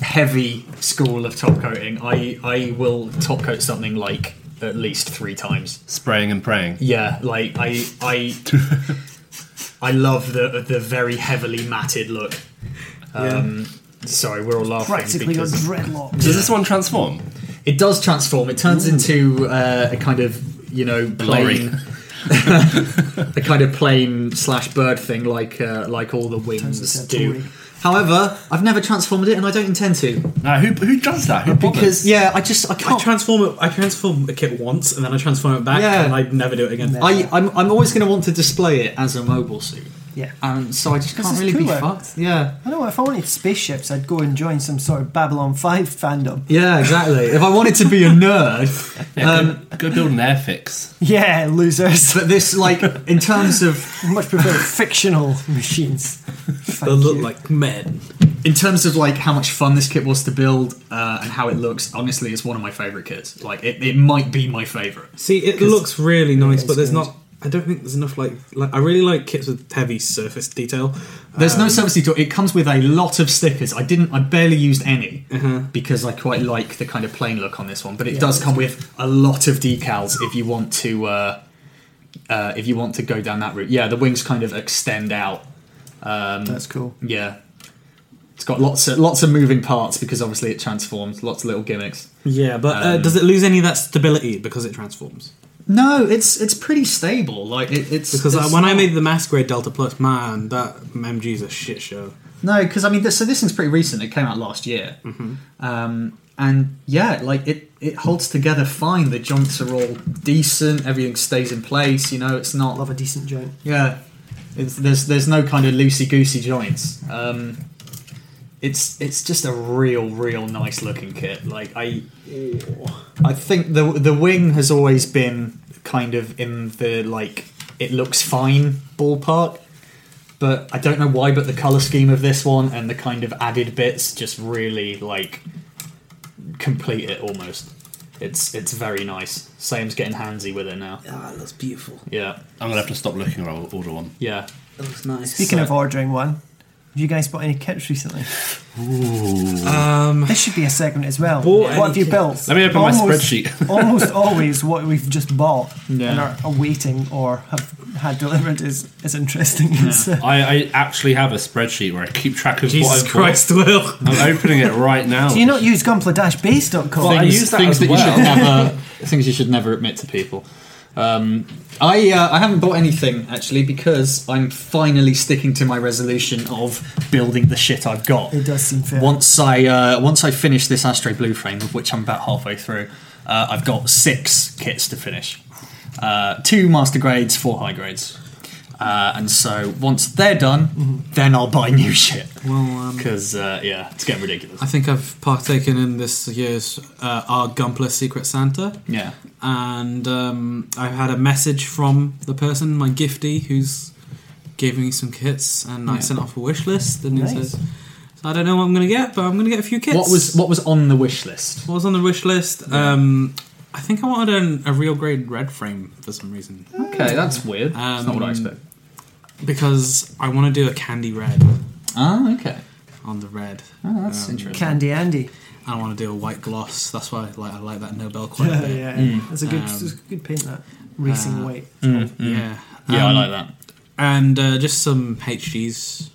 Speaker 2: heavy school of top coating. I I will top coat something like at least three times.
Speaker 4: Spraying and praying.
Speaker 2: Yeah, like I I I love the the very heavily matted look. Um, Sorry, we're all laughing
Speaker 3: Practically got
Speaker 2: because
Speaker 3: dreadlocks.
Speaker 4: Does this one transform?
Speaker 2: it does transform. It turns into uh, a kind of you know
Speaker 4: Glory.
Speaker 2: plain. a kind of plane slash bird thing, like uh, like all the wings
Speaker 3: into a
Speaker 2: do.
Speaker 3: Tory.
Speaker 2: However, I've never transformed it, and I don't intend to
Speaker 4: No, who, who does that? Who bothers?
Speaker 2: because yeah, I just I can't.
Speaker 5: I transform it. I transform a kit once, and then I transform it back,
Speaker 2: Yeah.
Speaker 5: and I never do it again.
Speaker 2: I, I'm, I'm always going to want to display it as a mobile suit,
Speaker 3: Yeah.
Speaker 2: and so I just
Speaker 3: This
Speaker 2: can't
Speaker 3: is
Speaker 2: really be
Speaker 3: cooler.
Speaker 2: fucked. Yeah,
Speaker 3: I know, if I wanted spaceships, I'd go and join some sort of Babylon 5 fandom.
Speaker 2: yeah, exactly. if I wanted to be a nerd,
Speaker 4: Yeah, go, go build an airfix.
Speaker 3: Yeah, losers.
Speaker 2: but this like in terms of
Speaker 3: Much prefer fictional machines.
Speaker 5: they look like men.
Speaker 2: in terms of like how much fun this kit was to build uh, and how it looks, honestly, it's one of my favorite kits. Like it, it might be my favorite.
Speaker 5: See, it looks really nice,
Speaker 3: it's
Speaker 5: but there's
Speaker 3: good.
Speaker 5: not. I don't think there's enough like, like. I really like kits with heavy surface detail.
Speaker 2: There's
Speaker 5: Um,
Speaker 2: no service detail. It comes with a lot of stickers. I didn't. I barely used any
Speaker 5: Uh-huh.
Speaker 2: because I quite like the kind of plain look on this one. But it does come with a lot of decals if you want to. Uh, uh, if you want to go down that route, yeah, the wings kind of extend out.
Speaker 3: That's cool.
Speaker 2: Yeah, it's got lots of lots of moving parts because obviously it transforms. Lots of little gimmicks.
Speaker 5: Yeah, but uh,
Speaker 2: Um,
Speaker 5: does it lose any of that stability because it transforms?
Speaker 2: No, it's it's pretty stable. Like it, it's
Speaker 5: Because uh,
Speaker 2: it's
Speaker 5: when I
Speaker 2: not-
Speaker 5: made the Masquerade Delta Plus, man, that MG's a shit show.
Speaker 2: No, because I mean, this, so this thing's pretty recent. It came out last year, um, and yeah, like it it holds together fine. The joints are all decent. Everything stays in place. You know, it's not
Speaker 3: Love a decent joint.
Speaker 2: yeah. It's, there's there's no kind of loosey goosey joints. Um, it's it's just a real real nice looking kit. Like I I think the the wing has always been kind of in the like it looks fine ballpark, but I don't know why. But the color scheme of this one and the kind of added bits just really like complete it almost. It's it's very nice. Sam's getting handsy with it now.
Speaker 5: Ah, it looks beautiful.
Speaker 2: Yeah,
Speaker 4: I'm gonna have to stop looking or I'll order one.
Speaker 2: yeah.
Speaker 5: It looks nice.
Speaker 3: Speaking of ordering one, have you guys bought any kits recently?
Speaker 5: um,
Speaker 3: This should be a segment as well.
Speaker 5: Bought
Speaker 3: what
Speaker 5: any
Speaker 3: have you
Speaker 5: kits?
Speaker 3: built?
Speaker 4: Let me open my spreadsheet.
Speaker 3: almost always what we've just bought
Speaker 2: Yeah.
Speaker 3: and are awaiting or have had delivered is, is interesting. It's, uh,
Speaker 4: I, I actually have a spreadsheet where I keep track of what
Speaker 5: Jesus
Speaker 4: I've bought.
Speaker 5: Christ, Will.
Speaker 4: I'm opening it right now.
Speaker 3: do you not use gumpler-base.com?
Speaker 4: Well, I
Speaker 2: things,
Speaker 4: use that as
Speaker 2: things that
Speaker 4: well.
Speaker 2: you should never things you should never admit to people. Um, I uh, I haven't bought anything actually because I'm finally sticking to my resolution of building the shit I've got.
Speaker 3: It does seem fair.
Speaker 2: Once I uh, once I finish this Astro Blue frame, of which I'm about halfway through, uh, I've got six kits to finish. Uh, two master grades, four high grades. Uh, and so once they're done,
Speaker 3: Mm-hmm.
Speaker 2: then I'll buy new shit.
Speaker 5: Well, um,
Speaker 2: Because, uh, yeah, it's getting ridiculous.
Speaker 5: I think I've partaken in this year's uh, our Gumpler Secret Santa,
Speaker 2: Yeah.
Speaker 5: and um, I've had a message from the person, my giftie, who's gave me some kits, and I
Speaker 2: Yeah.
Speaker 5: sent off a wish list, and he
Speaker 3: Nice.
Speaker 5: says, "I don't know what I'm going to get, but I'm going to get a few kits."
Speaker 2: What was what was on the wish list?
Speaker 5: What was on the wish list? Um, I think I wanted an, a real grade red frame for some reason
Speaker 2: Okay, that's weird.
Speaker 5: Um,
Speaker 2: that's not what I expect.
Speaker 5: because I want to do a candy red
Speaker 2: Ah, okay.
Speaker 5: on the red.
Speaker 2: Oh, that's interesting.
Speaker 3: Candy Andy.
Speaker 5: I want to do a white gloss. That's why I like I like that Nobel quite
Speaker 3: Yeah,
Speaker 5: a
Speaker 3: yeah,
Speaker 5: bit.
Speaker 3: yeah. That's a good,
Speaker 5: Um,
Speaker 3: that's a good paint. That racing
Speaker 5: uh,
Speaker 3: white.
Speaker 5: Yeah.
Speaker 2: Mm-hmm. Yeah,
Speaker 5: Um,
Speaker 2: I like that.
Speaker 5: And uh, just some HGs.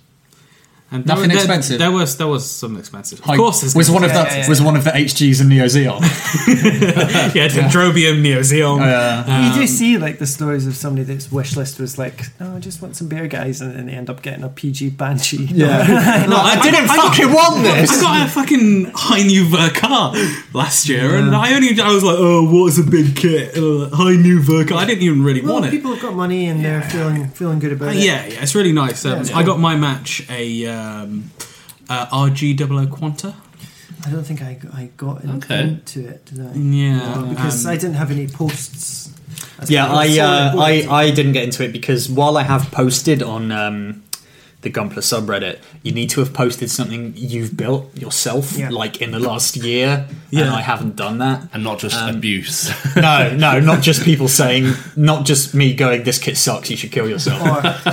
Speaker 5: And
Speaker 2: Nothing
Speaker 5: there,
Speaker 2: expensive.
Speaker 5: There, there was there was some expensive. Of course, there's
Speaker 2: was
Speaker 5: gonna
Speaker 2: one of
Speaker 5: be-
Speaker 2: the
Speaker 3: yeah, yeah,
Speaker 2: was one of the HGs in Neo Zeon.
Speaker 5: yeah, Dendrobium, Neo
Speaker 2: Oh,
Speaker 5: Zeon.
Speaker 2: yeah.
Speaker 3: you do see like the stories of somebody that's wish list was like, oh, I just want some beer guys, and then they end up getting a PG Banshee.
Speaker 2: yeah.
Speaker 5: No, I didn't
Speaker 2: fucking want
Speaker 5: I got a fucking high Nuver car last year, and I only I was like, oh, what is a big kit? And I was like, high Nuver car. I didn't even really
Speaker 3: Well,
Speaker 5: want it.
Speaker 3: people have got money and they're feeling feeling good
Speaker 5: Uh,
Speaker 2: Oh,
Speaker 3: about it.
Speaker 5: yeah, yeah, it's really nice. Um,
Speaker 3: Yeah.
Speaker 5: I got my match a um, uh, RG00 Quanta.
Speaker 3: I don't think I, I got in-
Speaker 4: Okay.
Speaker 3: into it, did I?
Speaker 5: Yeah,
Speaker 3: No, because
Speaker 5: um,
Speaker 3: I didn't have any posts. as
Speaker 2: Yeah,
Speaker 3: part of
Speaker 2: I,
Speaker 3: the
Speaker 2: uh,
Speaker 3: solid
Speaker 2: I
Speaker 3: bullet.
Speaker 2: I didn't get into it because while I have posted on um, the Gunpla subreddit, you need to have posted something you've built yourself,
Speaker 3: Yeah.
Speaker 2: like in the last year, and I haven't done that.
Speaker 4: and not just
Speaker 2: Um,
Speaker 4: abuse.
Speaker 2: No, no, not just people saying, not just me going, "This kit sucks, you should kill yourself."
Speaker 3: Or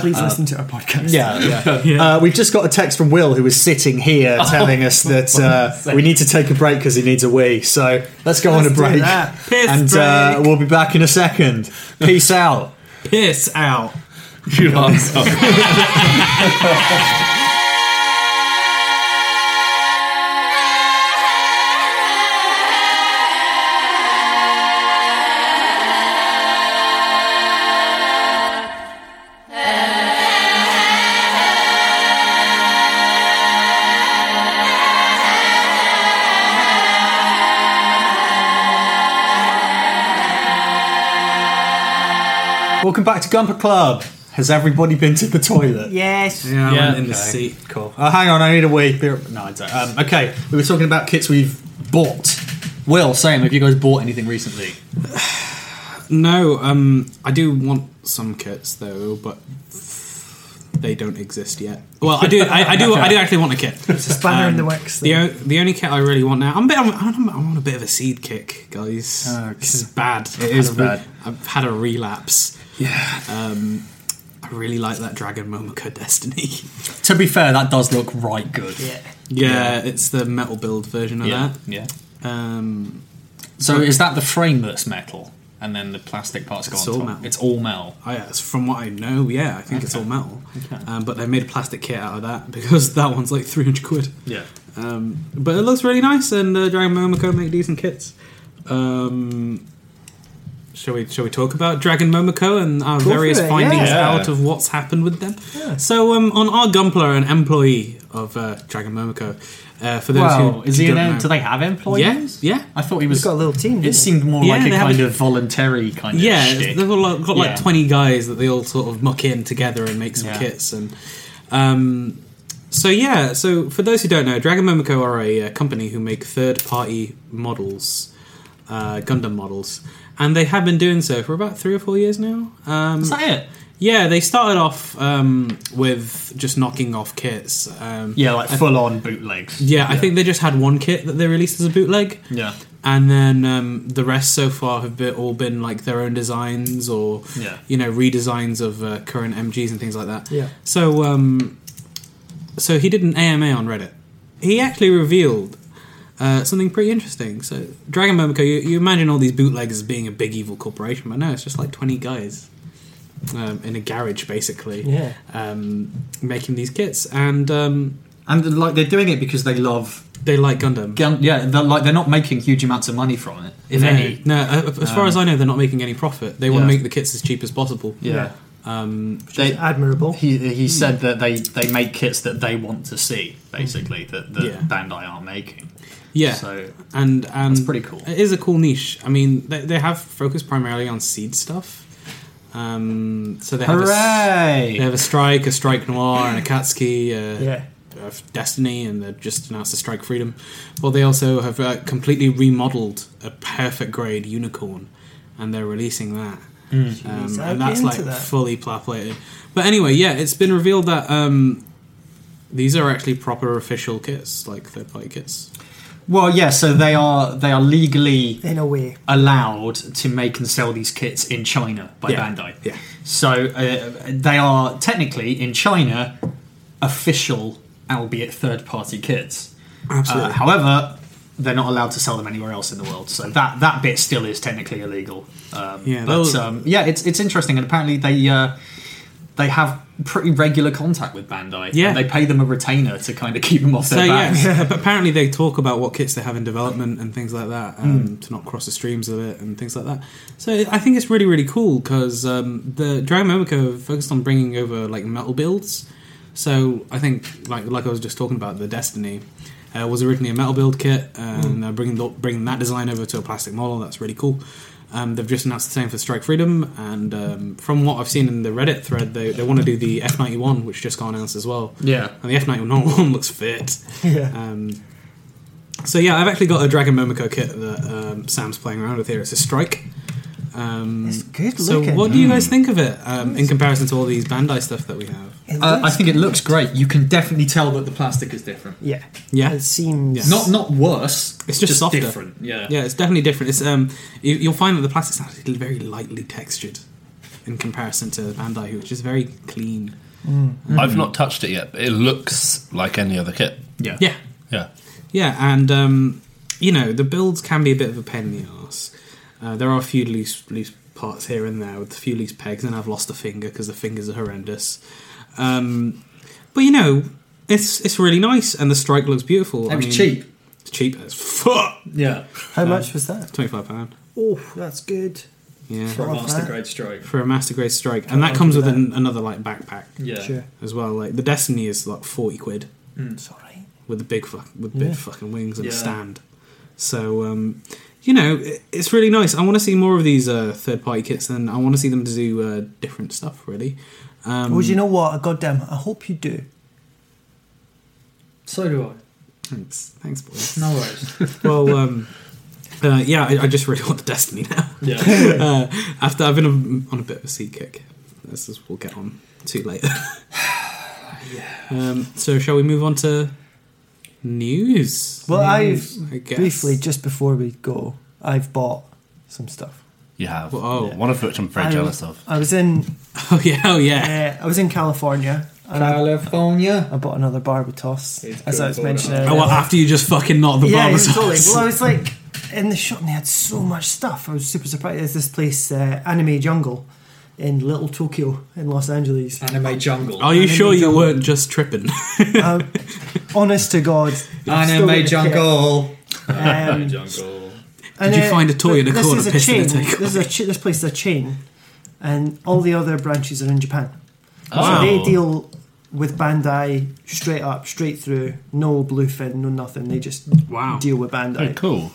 Speaker 3: please listen to our podcast.
Speaker 2: Uh, Yeah, yeah. Uh, we've just got a text from Will, who is sitting here telling us that uh, we need to take a break because he needs a wee. So let's go on
Speaker 3: Let's
Speaker 2: a
Speaker 3: do
Speaker 2: break,
Speaker 3: that.
Speaker 5: Piss
Speaker 2: and Uh,
Speaker 5: break.
Speaker 2: we'll be back in a second. Peace out.
Speaker 5: piss out.
Speaker 4: you answer.
Speaker 2: Welcome back to Gumper Club. Has everybody been to the toilet?
Speaker 3: Yes.
Speaker 5: Yeah, I
Speaker 4: Yeah,
Speaker 5: went in the
Speaker 2: okay.
Speaker 5: seat.
Speaker 2: Cool. Uh, hang on, I need a wee. Be- No, I don't. Um, okay, we were talking about kits we've bought. Will, same. Have you guys bought anything recently?
Speaker 5: No, um, I do want some kits though, but they don't exist yet. Well, I do, I, I do, I do actually want a kit.
Speaker 3: It's a spanner in the
Speaker 5: Um,
Speaker 3: works.
Speaker 5: The,
Speaker 3: thing.
Speaker 5: o- the only kit I really want now, I'm a bit, I'm, I'm, I'm on a bit of a seed kick, guys.
Speaker 2: Okay.
Speaker 5: This is bad. It
Speaker 2: is bad.
Speaker 5: I've had a relapse. Yeah.
Speaker 2: Uh,
Speaker 5: Um, I really like that Dragon Momoko Destiny.
Speaker 2: To be fair, that does look right good.
Speaker 3: yeah.
Speaker 5: yeah, it's the metal build version of
Speaker 2: Yeah. yeah.
Speaker 5: that. Um,
Speaker 2: So is that the frame that's metal, and then the plastic parts go
Speaker 5: It's
Speaker 2: on
Speaker 5: all
Speaker 2: top?
Speaker 5: metal.
Speaker 2: It's all metal.
Speaker 5: I, as from what I know, yeah, I think it's all
Speaker 2: Okay.
Speaker 5: metal.
Speaker 2: Okay.
Speaker 5: Um, but they made a plastic kit out of that because that one's like 300 quid.
Speaker 2: Yeah.
Speaker 5: Um, but it looks really nice, and uh, Dragon Momoko make decent kits. Um, shall we shall we talk about Dragon Momoko and our various
Speaker 3: it, yeah.
Speaker 5: findings
Speaker 2: Yeah.
Speaker 5: out of what's happened with them? So um, on our Gunpla, an employee of uh, Dragon Momoko, uh, for those
Speaker 2: Wow.
Speaker 5: who
Speaker 2: Is he
Speaker 5: don't
Speaker 2: an, em-
Speaker 5: know-
Speaker 2: do they have
Speaker 5: yeah,
Speaker 2: employees?
Speaker 5: yeah,
Speaker 2: I thought he
Speaker 3: He's
Speaker 2: was.
Speaker 3: got a little team.
Speaker 2: It
Speaker 3: didn't he?
Speaker 2: seemed more
Speaker 5: Yeah,
Speaker 2: like a
Speaker 5: they have
Speaker 2: kind
Speaker 5: a-
Speaker 2: of voluntary kind of.
Speaker 5: yeah,
Speaker 2: shtick.
Speaker 5: they've got like, got like
Speaker 2: Yeah.
Speaker 5: 20 guys that they all sort of muck in together and make some
Speaker 2: Yeah.
Speaker 5: kits. And um, so, yeah, so for those who don't know, Dragon Momoko are a uh, company who make third party models, uh, Gundam models. And they have been doing so for about three or four years now. Um,
Speaker 2: Is that it?
Speaker 5: yeah, they started off um, with just knocking off kits. Um,
Speaker 2: Yeah, like full on bootlegs.
Speaker 5: yeah, I think they just had one kit that they released as a bootleg
Speaker 2: Yeah.
Speaker 5: and then um, the rest so far have been, all been like their own designs or
Speaker 2: Yeah.
Speaker 5: you know redesigns of uh, current MGs and things like that.
Speaker 3: Yeah.
Speaker 5: So um, so he did an AMA on Reddit. He actually revealed uh, something pretty interesting. So Dragon Momoko, you, you imagine all these bootlegs as being a big evil corporation, but no, it's just like twenty guys um, in a garage basically,
Speaker 3: Yeah.
Speaker 5: um, making these kits, and um,
Speaker 2: And like they're doing it because they love.
Speaker 5: they like Gundam.
Speaker 2: Gun- yeah, they're like they're not making huge amounts of money from it, if
Speaker 5: no,
Speaker 2: any. Um,
Speaker 5: no, uh, as far as I know, they're not making any profit. They want
Speaker 2: Yeah.
Speaker 5: to make the kits as cheap as possible.
Speaker 3: Yeah.
Speaker 5: Um,
Speaker 2: They,
Speaker 3: Admirable.
Speaker 2: he he said that they they make kits that they want to see, basically that that
Speaker 5: Yeah.
Speaker 2: Bandai aren't making.
Speaker 5: yeah,
Speaker 2: So
Speaker 5: and and
Speaker 2: That's pretty cool.
Speaker 5: It is a cool niche. I mean, they, they have focused primarily on seed stuff. Um, so they have a, s-
Speaker 2: hooray!
Speaker 5: they have a strike, a strike noir, and a Katsuki. Uh,
Speaker 3: Yeah.
Speaker 5: Of Destiny, and they've just announced a Strike Freedom. Well, they also have uh, completely remodeled a perfect grade unicorn, and they're releasing that. Um,
Speaker 3: Jeez, I'd
Speaker 5: and
Speaker 3: be
Speaker 5: that's
Speaker 3: into
Speaker 5: like
Speaker 3: that.
Speaker 5: fully plaplated. But anyway, yeah, it's been revealed that um, these are actually proper official kits, like third party kits.
Speaker 2: Well, yeah. So they are they are legally
Speaker 3: In a way.
Speaker 2: Mm. allowed to make and sell these kits in China by
Speaker 5: Yeah,
Speaker 2: Bandai.
Speaker 5: yeah.
Speaker 2: So uh, they are technically in China official, albeit third party kits. Uh,
Speaker 5: Absolutely.
Speaker 2: however, they're not allowed to sell them anywhere else in the world. So that that bit still is technically illegal. Um,
Speaker 5: Yeah,
Speaker 2: but
Speaker 5: they'll-
Speaker 2: um, yeah, it's it's interesting, and apparently they. Uh, they have pretty regular contact with Bandai. and
Speaker 5: Yeah.
Speaker 2: they pay them a retainer to kind of keep them off
Speaker 5: so
Speaker 2: their backs.
Speaker 5: yeah, but apparently they talk about what kits they have in development and things like that, um, to not cross the streams of it and things like that. So I think it's really really cool because um, the Dragon Momoko focused on bringing over like metal builds. So I think like like I was just talking about the Destiny. Uh, was originally a metal build kit, and uh, bringing the, bringing that design over to a plastic model. That's really cool. Um, they've just announced the same for Strike Freedom, and um, from what I've seen in the Reddit thread, they, they want to do the F ninety one, which just got announced as well.
Speaker 2: Yeah.
Speaker 5: and the F ninety one looks fit.
Speaker 3: Yeah.
Speaker 5: Um, So yeah, I've actually got a Dragon Momoko kit that um, Sam's playing around with here. It's a strike. Um,
Speaker 3: It's good
Speaker 5: so
Speaker 3: looking.
Speaker 5: what do you
Speaker 2: Hmm.
Speaker 5: guys think of it um, in comparison to all these Bandai stuff that we have?
Speaker 2: Uh, I think it looks great. You can definitely tell that the plastic is different.
Speaker 3: yeah.
Speaker 5: Yeah.
Speaker 3: It seems.
Speaker 5: Yeah.
Speaker 2: Not not worse.
Speaker 5: It's just softer.
Speaker 2: different. Yeah.
Speaker 5: Yeah, it's definitely different. It's um, you, you'll find that the plastic's actually very lightly textured in comparison to Bandai, which is very clean.
Speaker 4: I've not touched it yet, but it looks like any other kit.
Speaker 2: Yeah.
Speaker 5: Yeah,
Speaker 4: Yeah.
Speaker 5: Yeah, and um, you know the builds can be a bit of a pain in the ass. Uh, there are a few loose loose parts here and there with a few loose pegs, and I've lost a finger because the fingers are horrendous. Um, but you know, it's it's really nice, and the strike looks beautiful.
Speaker 2: It was
Speaker 5: mean,
Speaker 2: cheap.
Speaker 5: It's cheap as fuck.
Speaker 2: Yeah.
Speaker 3: How much was that?
Speaker 5: Twenty five pound.
Speaker 3: Oh, that's good.
Speaker 5: Yeah,
Speaker 3: Sure. Love
Speaker 2: Master
Speaker 3: that.
Speaker 2: grade stroke.
Speaker 5: for a master grade strike, and that
Speaker 3: argue
Speaker 5: comes
Speaker 3: with
Speaker 5: with an, another like backpack
Speaker 2: Yeah.
Speaker 3: Sure.
Speaker 5: as well. Like the Destiny is like forty quid.
Speaker 3: It's alright.
Speaker 5: with the big fuck, with big
Speaker 3: Yeah.
Speaker 5: fucking wings and a
Speaker 2: Yeah.
Speaker 5: stand. So um, you know, it, it's really nice. I want to see more of these uh, third party kits, and I want to see them to do uh, different stuff. Really, um,
Speaker 3: Well, you know what? Goddamn, I hope you do.
Speaker 7: So do I.
Speaker 5: thanks, thanks, boys.
Speaker 7: No worries.
Speaker 5: well, um, uh, yeah, I, I just really want the Destiny now.
Speaker 2: Yeah.
Speaker 5: uh, after I've been on, on a bit of a sea kick, this is we'll get on to later. Um, so shall we move on to news?
Speaker 3: Well,
Speaker 5: News,
Speaker 3: I've
Speaker 5: I guess.
Speaker 3: briefly just before we go, I've bought some stuff.
Speaker 4: You have.
Speaker 5: Well, oh.
Speaker 4: One of which I'm very
Speaker 3: I-
Speaker 4: jealous of.
Speaker 3: I was in.
Speaker 5: Oh yeah, oh yeah.
Speaker 3: Uh, I was in California. And I,
Speaker 7: California.
Speaker 3: I bought another Barbatos,
Speaker 2: It's
Speaker 3: as I was
Speaker 2: good,
Speaker 3: mentioning.
Speaker 5: Oh, well,
Speaker 3: earlier.
Speaker 5: after you just fucking knocked the
Speaker 3: yeah,
Speaker 5: barber
Speaker 3: yeah, totally.
Speaker 5: sauce.
Speaker 3: Well, I was like in the shop and they had so much stuff. I was super surprised. There's this place, uh, Anime Jungle, in Little Tokyo in Los Angeles.
Speaker 7: Anime jungle.
Speaker 5: Are you
Speaker 3: Anime
Speaker 5: sure you
Speaker 3: jungle.
Speaker 5: weren't just tripping?
Speaker 3: Um, honest to God, I'm still with
Speaker 7: Anime
Speaker 3: the
Speaker 7: jungle.
Speaker 3: kit. Um,
Speaker 2: Jungle.
Speaker 3: and,
Speaker 5: you
Speaker 3: uh,
Speaker 5: find a toy
Speaker 3: but
Speaker 5: in a
Speaker 3: this
Speaker 5: corner
Speaker 3: is
Speaker 5: pissed in
Speaker 3: chain.
Speaker 5: a takeaway?
Speaker 3: This is a cha- this place is a chain, and all the other branches are in Japan.
Speaker 4: Wow.
Speaker 7: Oh.
Speaker 3: So they deal with Bandai straight up, straight through. No bluefin, no nothing. They just
Speaker 5: Wow.
Speaker 3: deal with Bandai.
Speaker 4: Oh, cool.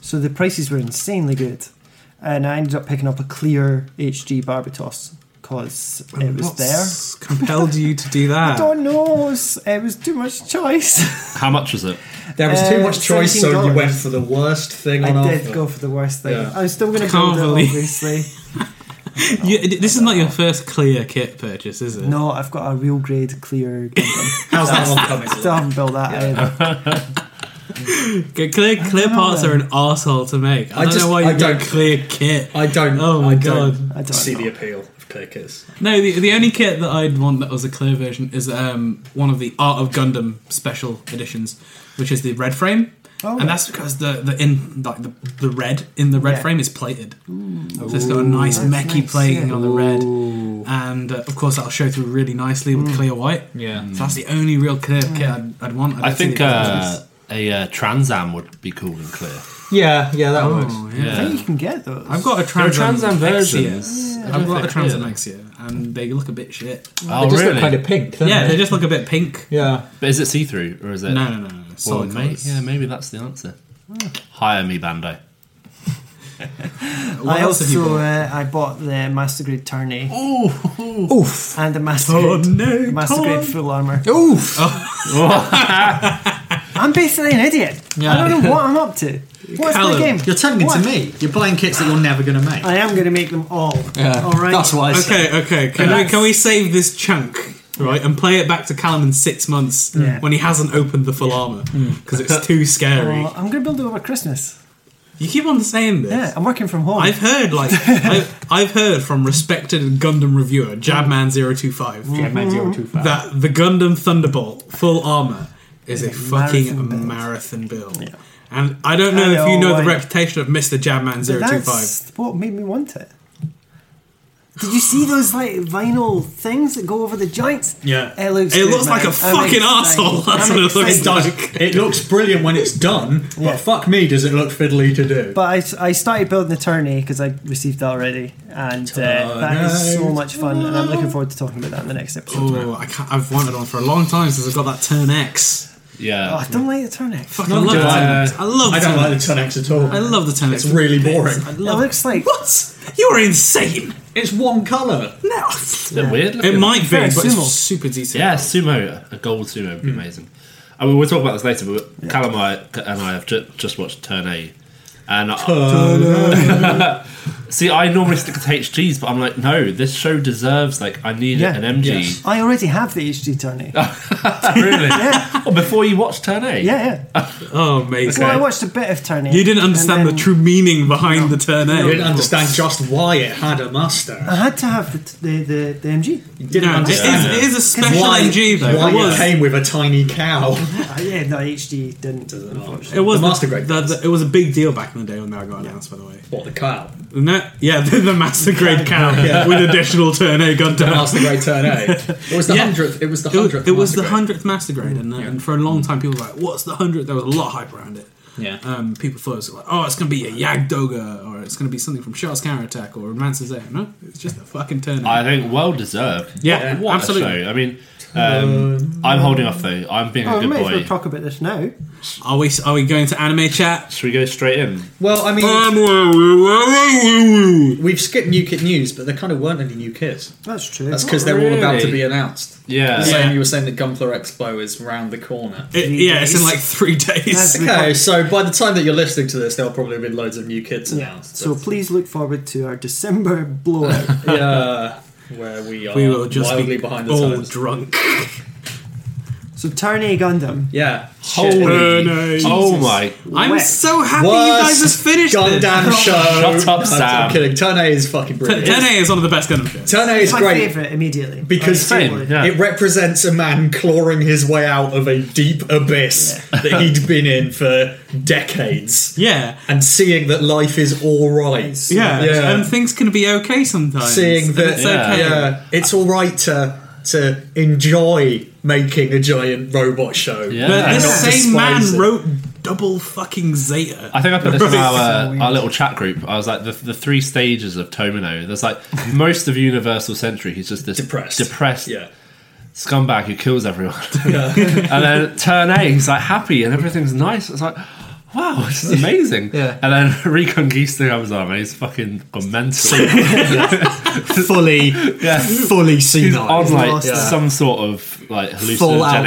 Speaker 3: So the prices were insanely good, and I ended up picking up a clear HG Barbatos because it was there.
Speaker 5: What's compelled you to do that?
Speaker 3: Don't know, it was- it was too much choice.
Speaker 4: How much was it?
Speaker 7: There was too
Speaker 3: Uh,
Speaker 7: much choice, so you
Speaker 3: $17.
Speaker 7: went for the worst thing on
Speaker 3: I
Speaker 7: offer.
Speaker 3: did go for the worst thing.
Speaker 7: Yeah.
Speaker 3: I'm still going to
Speaker 5: Can't
Speaker 3: build it,
Speaker 5: believe-
Speaker 3: obviously.
Speaker 5: You- this is not your first clear kit purchase, is it?
Speaker 3: No, I've got a real grade clear. Gundam.
Speaker 7: How's that one coming?
Speaker 3: still haven't built that um, either.
Speaker 5: G- Clear, clear
Speaker 3: know
Speaker 5: parts
Speaker 3: then.
Speaker 5: are an arsehole to make. I,
Speaker 7: I
Speaker 5: don't
Speaker 7: just-
Speaker 5: know why
Speaker 7: I
Speaker 5: you got
Speaker 7: don't-
Speaker 5: clear kit.
Speaker 7: I don't.
Speaker 5: Oh my
Speaker 7: I don't
Speaker 3: I don't
Speaker 7: see
Speaker 3: know.
Speaker 7: the appeal of Kirkus.
Speaker 5: No, the, the only kit that I'd want that was a clear version is um, one of the Art of Gundam special editions, which is the red frame.
Speaker 3: Oh,
Speaker 5: and that's because the, the in like the, the red in the red
Speaker 3: Yeah.
Speaker 5: frame is plated. So it's got a nice
Speaker 3: That's
Speaker 5: mechie
Speaker 3: nice,
Speaker 5: plating
Speaker 3: yeah.
Speaker 5: on the red, and uh, of course that'll show through really nicely
Speaker 3: Mm.
Speaker 5: with clear white.
Speaker 2: Yeah.
Speaker 5: So that's the only real clear kit I'd, I'd want.
Speaker 4: I
Speaker 5: don't see
Speaker 4: think
Speaker 5: the other
Speaker 4: uh,
Speaker 5: ones.
Speaker 4: a uh, Trans Am would be cool and clear.
Speaker 2: Yeah. Yeah. That works.
Speaker 5: Oh,
Speaker 3: I
Speaker 5: yeah.
Speaker 3: think you can get those.
Speaker 5: I've got a
Speaker 4: There are
Speaker 5: Trans,
Speaker 4: Trans Am
Speaker 5: version.
Speaker 4: versions. I don't
Speaker 5: I've got a
Speaker 4: think
Speaker 5: Trans Am
Speaker 4: clear.
Speaker 5: Exia, and they look a bit shit.
Speaker 4: Oh,
Speaker 2: They just
Speaker 4: really?
Speaker 2: look kind of pink. Don't
Speaker 5: Yeah,
Speaker 2: They?
Speaker 5: they just look a bit pink.
Speaker 2: yeah.
Speaker 4: But is it see through or is it?
Speaker 5: No, no, no, no.
Speaker 4: Well,
Speaker 5: Solid
Speaker 4: may-
Speaker 5: colours.
Speaker 4: yeah, maybe that's the answer. Hire me, Bandai.
Speaker 5: What
Speaker 3: I
Speaker 5: else have you
Speaker 3: also
Speaker 5: bought?
Speaker 3: uh, I bought the Master Grade Tourney
Speaker 5: Oh,
Speaker 2: Oof.
Speaker 3: and the Master
Speaker 5: Oh,
Speaker 3: Grade,
Speaker 5: no,
Speaker 3: Master
Speaker 5: Tom.
Speaker 3: Grade Full Armor.
Speaker 2: Oof.
Speaker 3: I'm basically an idiot. I don't know what I'm up to. What's
Speaker 5: Callum,
Speaker 3: the game?
Speaker 2: You're telling it
Speaker 3: What?
Speaker 2: to me. You're playing kits that you're never going to make.
Speaker 3: I am going to make them all. All right.
Speaker 2: That's why. I said.
Speaker 5: Okay, okay. Can we can we save this chunk right and play it back to Callum in six months
Speaker 3: Yeah.
Speaker 5: when he hasn't opened the full armor because it's too scary.
Speaker 3: Well, I'm going to build it over Christmas.
Speaker 5: You keep on saying this.
Speaker 3: Yeah, I'm working from home.
Speaker 5: I've heard like I've, I've heard from respected Gundam reviewer Jabman025
Speaker 2: Yeah, man, you're too fast.
Speaker 5: that the Gundam Thunderbolt full armor is a fucking
Speaker 3: marathon build.
Speaker 5: marathon build. And I don't know, if you
Speaker 3: know,
Speaker 5: know
Speaker 3: like-
Speaker 5: the reputation of Mr.
Speaker 3: But
Speaker 5: Jabman025.
Speaker 3: that's what made me want it. Did you see those like vinyl things that go over the joints?
Speaker 5: Yeah.
Speaker 3: It looks.
Speaker 5: It
Speaker 3: good,
Speaker 5: looks like
Speaker 3: man.
Speaker 5: a
Speaker 3: I'm
Speaker 5: fucking
Speaker 3: excited.
Speaker 5: asshole. That's
Speaker 3: I'm
Speaker 5: what it looks
Speaker 3: excited.
Speaker 5: like.
Speaker 2: It looks brilliant when it's done,
Speaker 3: Yeah.
Speaker 2: but fuck me, does it look fiddly to do?
Speaker 3: But I, I started building the tourney because I received that already, and uh, that is so
Speaker 2: Tourney.
Speaker 3: much fun, and I'm looking forward to talking about that in the next episode.
Speaker 5: Oh, I can't, I've wanted one for a long time since I've got that Turn X.
Speaker 4: Yeah.
Speaker 3: Oh, I don't like the tourney. Fuck,
Speaker 5: Fucking love
Speaker 2: do
Speaker 5: the
Speaker 2: I.
Speaker 5: Turn X. I love
Speaker 2: I
Speaker 5: the
Speaker 2: don't
Speaker 5: Turn
Speaker 2: like
Speaker 5: X.
Speaker 2: the 10x at all.
Speaker 5: I love the Turn X.
Speaker 2: It's really boring.
Speaker 5: I
Speaker 3: it
Speaker 5: love
Speaker 3: looks like
Speaker 5: What? You're insane.
Speaker 2: It's one colour.
Speaker 5: No.
Speaker 4: Is it weird?
Speaker 5: It
Speaker 4: looking?
Speaker 5: might be,
Speaker 3: Very
Speaker 5: but it's
Speaker 3: sumo.
Speaker 5: super detailed. Hmm.
Speaker 4: Yeah, sumo. A gold sumo would be amazing. I mean, we'll talk about this later, but Callum and I, and I have ju- just watched Turn A. And I, see, I normally stick to HGs, but I'm like, no, this show deserves like I need
Speaker 3: Yeah.
Speaker 4: an MG.
Speaker 2: Yes.
Speaker 3: I already have the HD tourney.
Speaker 5: Ah,
Speaker 3: yeah,
Speaker 4: really? Well, before you watch Turn A,
Speaker 3: yeah.
Speaker 5: Oh, mate.
Speaker 3: Well, I watched a bit of tourney.
Speaker 5: You didn't understand the true meaning behind the turn A.
Speaker 7: I didn't understand just why it had a mustache.
Speaker 3: I had to have the the, the, the MG.
Speaker 7: You didn't
Speaker 5: No, it is,
Speaker 7: understand
Speaker 5: it is a special
Speaker 7: why,
Speaker 5: MG though.
Speaker 7: why
Speaker 5: it was.
Speaker 7: it came with a tiny cow.
Speaker 3: Uh, yeah, no, HD didn't. Unfortunately.
Speaker 5: It was
Speaker 7: The Master Grade
Speaker 5: the- the- it was a big deal back in the day when that got announced. By the way,
Speaker 7: what the cow?
Speaker 5: no, yeah, the, the master grade cow
Speaker 7: Yeah.
Speaker 5: with additional turn A gun down.
Speaker 7: Master Grade Turn A. It was the
Speaker 5: Yeah.
Speaker 7: hundredth. It was the
Speaker 5: It was,
Speaker 7: hundredth.
Speaker 5: it was the
Speaker 7: Master Grade.
Speaker 5: hundredth master grade, and, uh, and for a long time people were like, "What's the hundredth? There was a lot of hype around it.
Speaker 2: Yeah.
Speaker 5: Um, people thought it was like, "Oh, it's going to be a Yag Doga, or it's going to be something from Charles Counter Attack, or Romance's Air." No, it's just a fucking turn. A.
Speaker 4: I think well deserved.
Speaker 5: Yeah,
Speaker 4: What- what a
Speaker 5: absolutely.
Speaker 4: show. I mean, um, I'm holding off though. I'm being a
Speaker 3: Oh,
Speaker 4: good
Speaker 3: might as well
Speaker 4: boy.
Speaker 3: talk about this now.
Speaker 5: Are we are we going to anime chat?
Speaker 4: Should we go straight in?
Speaker 7: Well, I mean,
Speaker 5: Um, Anime
Speaker 7: we've skipped New Kid news, but there kind of weren't any new kids.
Speaker 3: That's true.
Speaker 7: That's because they're all about to
Speaker 4: really.
Speaker 7: be announced.
Speaker 4: Yeah.
Speaker 7: So
Speaker 5: Yeah.
Speaker 7: you were saying that Gunpla Expo is round the corner.
Speaker 5: It- yeah, it's in like three days.
Speaker 3: That's-
Speaker 7: Okay, so by the time that you're listening to this, there'll probably be loads of new kids
Speaker 3: Yeah.
Speaker 7: announced.
Speaker 3: So please look forward to our December blowout.
Speaker 7: yeah, where we are
Speaker 5: We will just
Speaker 7: wildly
Speaker 5: be
Speaker 7: behind the
Speaker 5: all
Speaker 7: times.
Speaker 5: drunk.
Speaker 3: so Tourney Gundam.
Speaker 7: yeah,
Speaker 4: Holy. Oh my.
Speaker 5: I'm
Speaker 3: Wet.
Speaker 5: so happy you guys
Speaker 7: Worst
Speaker 5: have finished
Speaker 7: Gundam
Speaker 5: this.
Speaker 7: show.
Speaker 4: Shut up,
Speaker 7: No,
Speaker 4: Sam.
Speaker 7: I'm kidding. Turn A is fucking brilliant.
Speaker 5: Turn A is one of the best Gundam shows.
Speaker 7: Turn A is
Speaker 3: It's my
Speaker 7: great
Speaker 3: favourite immediately. Oh,
Speaker 7: because
Speaker 3: Like,
Speaker 4: Same,
Speaker 3: totally.
Speaker 4: yeah.
Speaker 7: it represents a man clawing his way out of a deep abyss that he'd been in for decades.
Speaker 5: Yeah.
Speaker 7: and seeing that life is all right.
Speaker 5: Yeah.
Speaker 7: yeah.
Speaker 5: and things can be okay sometimes.
Speaker 7: seeing
Speaker 5: and
Speaker 7: that
Speaker 5: it's
Speaker 7: yeah.
Speaker 5: okay.
Speaker 7: it's all right to to enjoy making a giant robot show.
Speaker 4: Yeah.
Speaker 5: But this
Speaker 7: Not
Speaker 5: same man
Speaker 7: despise it.
Speaker 5: wrote double fucking Zeta.
Speaker 4: I think I put this in our,
Speaker 3: weird.
Speaker 4: our little chat group. I was like, the, the three stages of Tomino. There's like most of Universal Century. He's just this
Speaker 7: Depressed.
Speaker 4: depressed
Speaker 7: Yeah.
Speaker 4: scumbag who kills everyone. and then turn A, he's like happy and everything's nice. It's like, wow, this is amazing.
Speaker 7: Yeah.
Speaker 4: And then Reconquista comes on and he's fucking gone mental.
Speaker 2: fully,
Speaker 4: yeah.
Speaker 2: fully
Speaker 4: He's
Speaker 2: senile.
Speaker 4: on like
Speaker 3: lost it.
Speaker 4: some sort of like hallucinogenic
Speaker 2: full out,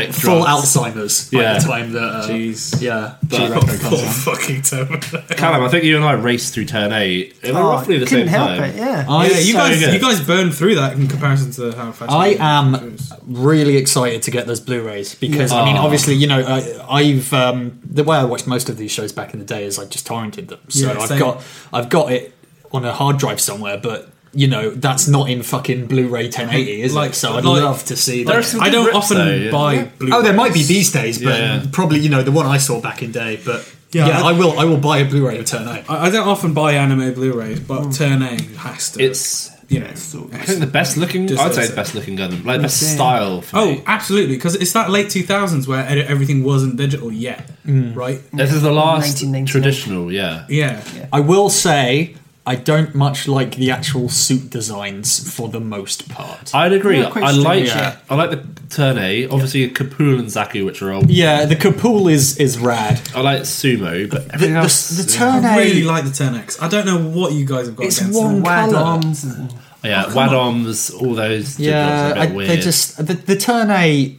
Speaker 4: drugs.
Speaker 2: full Alzheimer's by
Speaker 4: Yeah.
Speaker 2: the time that uh,
Speaker 5: Jeez.
Speaker 2: yeah,
Speaker 4: But-
Speaker 2: G-Rock comes on.
Speaker 5: fucking Terminator.
Speaker 4: Callum, I think you and I raced through turn A at
Speaker 3: Oh,
Speaker 4: roughly the same
Speaker 3: couldn't help
Speaker 4: time.
Speaker 3: it. Yeah.
Speaker 2: I,
Speaker 5: Yeah, you
Speaker 4: so
Speaker 5: guys,
Speaker 4: good.
Speaker 5: you guys burned through that in comparison to how fast.
Speaker 2: I
Speaker 5: you-
Speaker 2: am really excited to get those Blu-rays because I mean,
Speaker 4: Yeah.
Speaker 2: obviously, you know, I, I've um, the way I watched most of these shows back in the day is I just torrented them, so
Speaker 5: Yeah,
Speaker 2: I've
Speaker 5: same.
Speaker 2: got I've got it on a hard drive somewhere, but you know, that's not in fucking Blu-ray 1080, is
Speaker 5: Like-
Speaker 2: it? So I'd
Speaker 5: like-
Speaker 2: love to see
Speaker 4: There are
Speaker 2: that.
Speaker 4: some
Speaker 5: I
Speaker 4: good
Speaker 5: don't
Speaker 4: rips,
Speaker 5: often
Speaker 4: though, yeah.
Speaker 5: buy. Blu-rays.
Speaker 2: Oh, there might be these days, but
Speaker 4: Yeah.
Speaker 2: probably you know the one I saw back in day. But
Speaker 5: Yeah,
Speaker 2: yeah,
Speaker 5: I-
Speaker 2: I, will. I will buy a Blu-ray of Turn Eight.
Speaker 5: I I don't often buy anime Blu-rays, but Turn A has to.
Speaker 4: Mm. It's
Speaker 5: you know.
Speaker 4: I think the best looking.
Speaker 5: Just
Speaker 4: I'd say
Speaker 5: that's
Speaker 4: the
Speaker 5: it.
Speaker 4: best looking Gundam, like best
Speaker 3: Okay.
Speaker 4: style. For
Speaker 5: Oh,
Speaker 4: me.
Speaker 5: absolutely, because it's that late 2000s where ed- everything wasn't digital yet, right?
Speaker 4: this is the last
Speaker 3: 1999.
Speaker 4: traditional. Yeah,
Speaker 5: Yeah.
Speaker 2: I will say. I don't much like the actual suit designs for the most part.
Speaker 4: I'd agree.
Speaker 3: Yeah, quite
Speaker 4: I like.
Speaker 2: yeah.
Speaker 4: I like the turn A. Obviously, Kapul and Zaku, which are old.
Speaker 2: Yeah, the Kapool is is rad.
Speaker 4: I like Sumo, but
Speaker 2: The,
Speaker 4: everything else.
Speaker 2: the, the turn
Speaker 5: I
Speaker 2: A,
Speaker 5: really like the 10X. I don't know what you guys have got
Speaker 2: It's
Speaker 5: against
Speaker 2: one-
Speaker 5: them.
Speaker 3: Wide
Speaker 2: colour.
Speaker 3: arms. and-
Speaker 2: Oh,
Speaker 4: yeah, Wadoms, all those.
Speaker 2: yeah,
Speaker 4: are a
Speaker 2: I,
Speaker 4: bit weird.
Speaker 2: they just the, the turn A.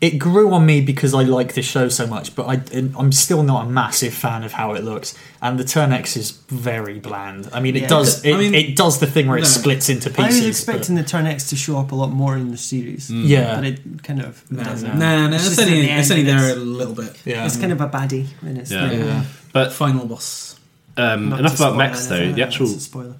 Speaker 2: It grew on me because I like the show so much, but I, I'm still not a massive fan of how it looks. And the Turn X is very bland. I mean, it
Speaker 3: Yeah.
Speaker 2: does
Speaker 5: I
Speaker 2: it,
Speaker 5: mean-
Speaker 2: it does the thing where it
Speaker 5: No.
Speaker 2: splits into pieces.
Speaker 3: I was
Speaker 2: but-
Speaker 3: expecting the Turn X to show up a lot more in the series,
Speaker 4: Mm.
Speaker 2: yeah,
Speaker 3: but it kind of
Speaker 5: Nah,
Speaker 3: doesn't.
Speaker 5: nah, nah,
Speaker 3: It's
Speaker 5: it's
Speaker 3: just at
Speaker 5: only,
Speaker 3: the
Speaker 5: it's
Speaker 3: end
Speaker 5: only
Speaker 3: and
Speaker 5: there a
Speaker 3: it's-
Speaker 5: little bit.
Speaker 2: yeah.
Speaker 3: It's kind of a baddie when it's
Speaker 4: Yeah.
Speaker 3: there.
Speaker 5: Yeah.
Speaker 4: But
Speaker 5: Final boss.
Speaker 4: um,
Speaker 3: Not
Speaker 4: enough
Speaker 3: to
Speaker 4: about
Speaker 3: spoil
Speaker 4: mechs though.
Speaker 3: anything,
Speaker 4: The
Speaker 3: that's
Speaker 4: actual
Speaker 3: a spoiler.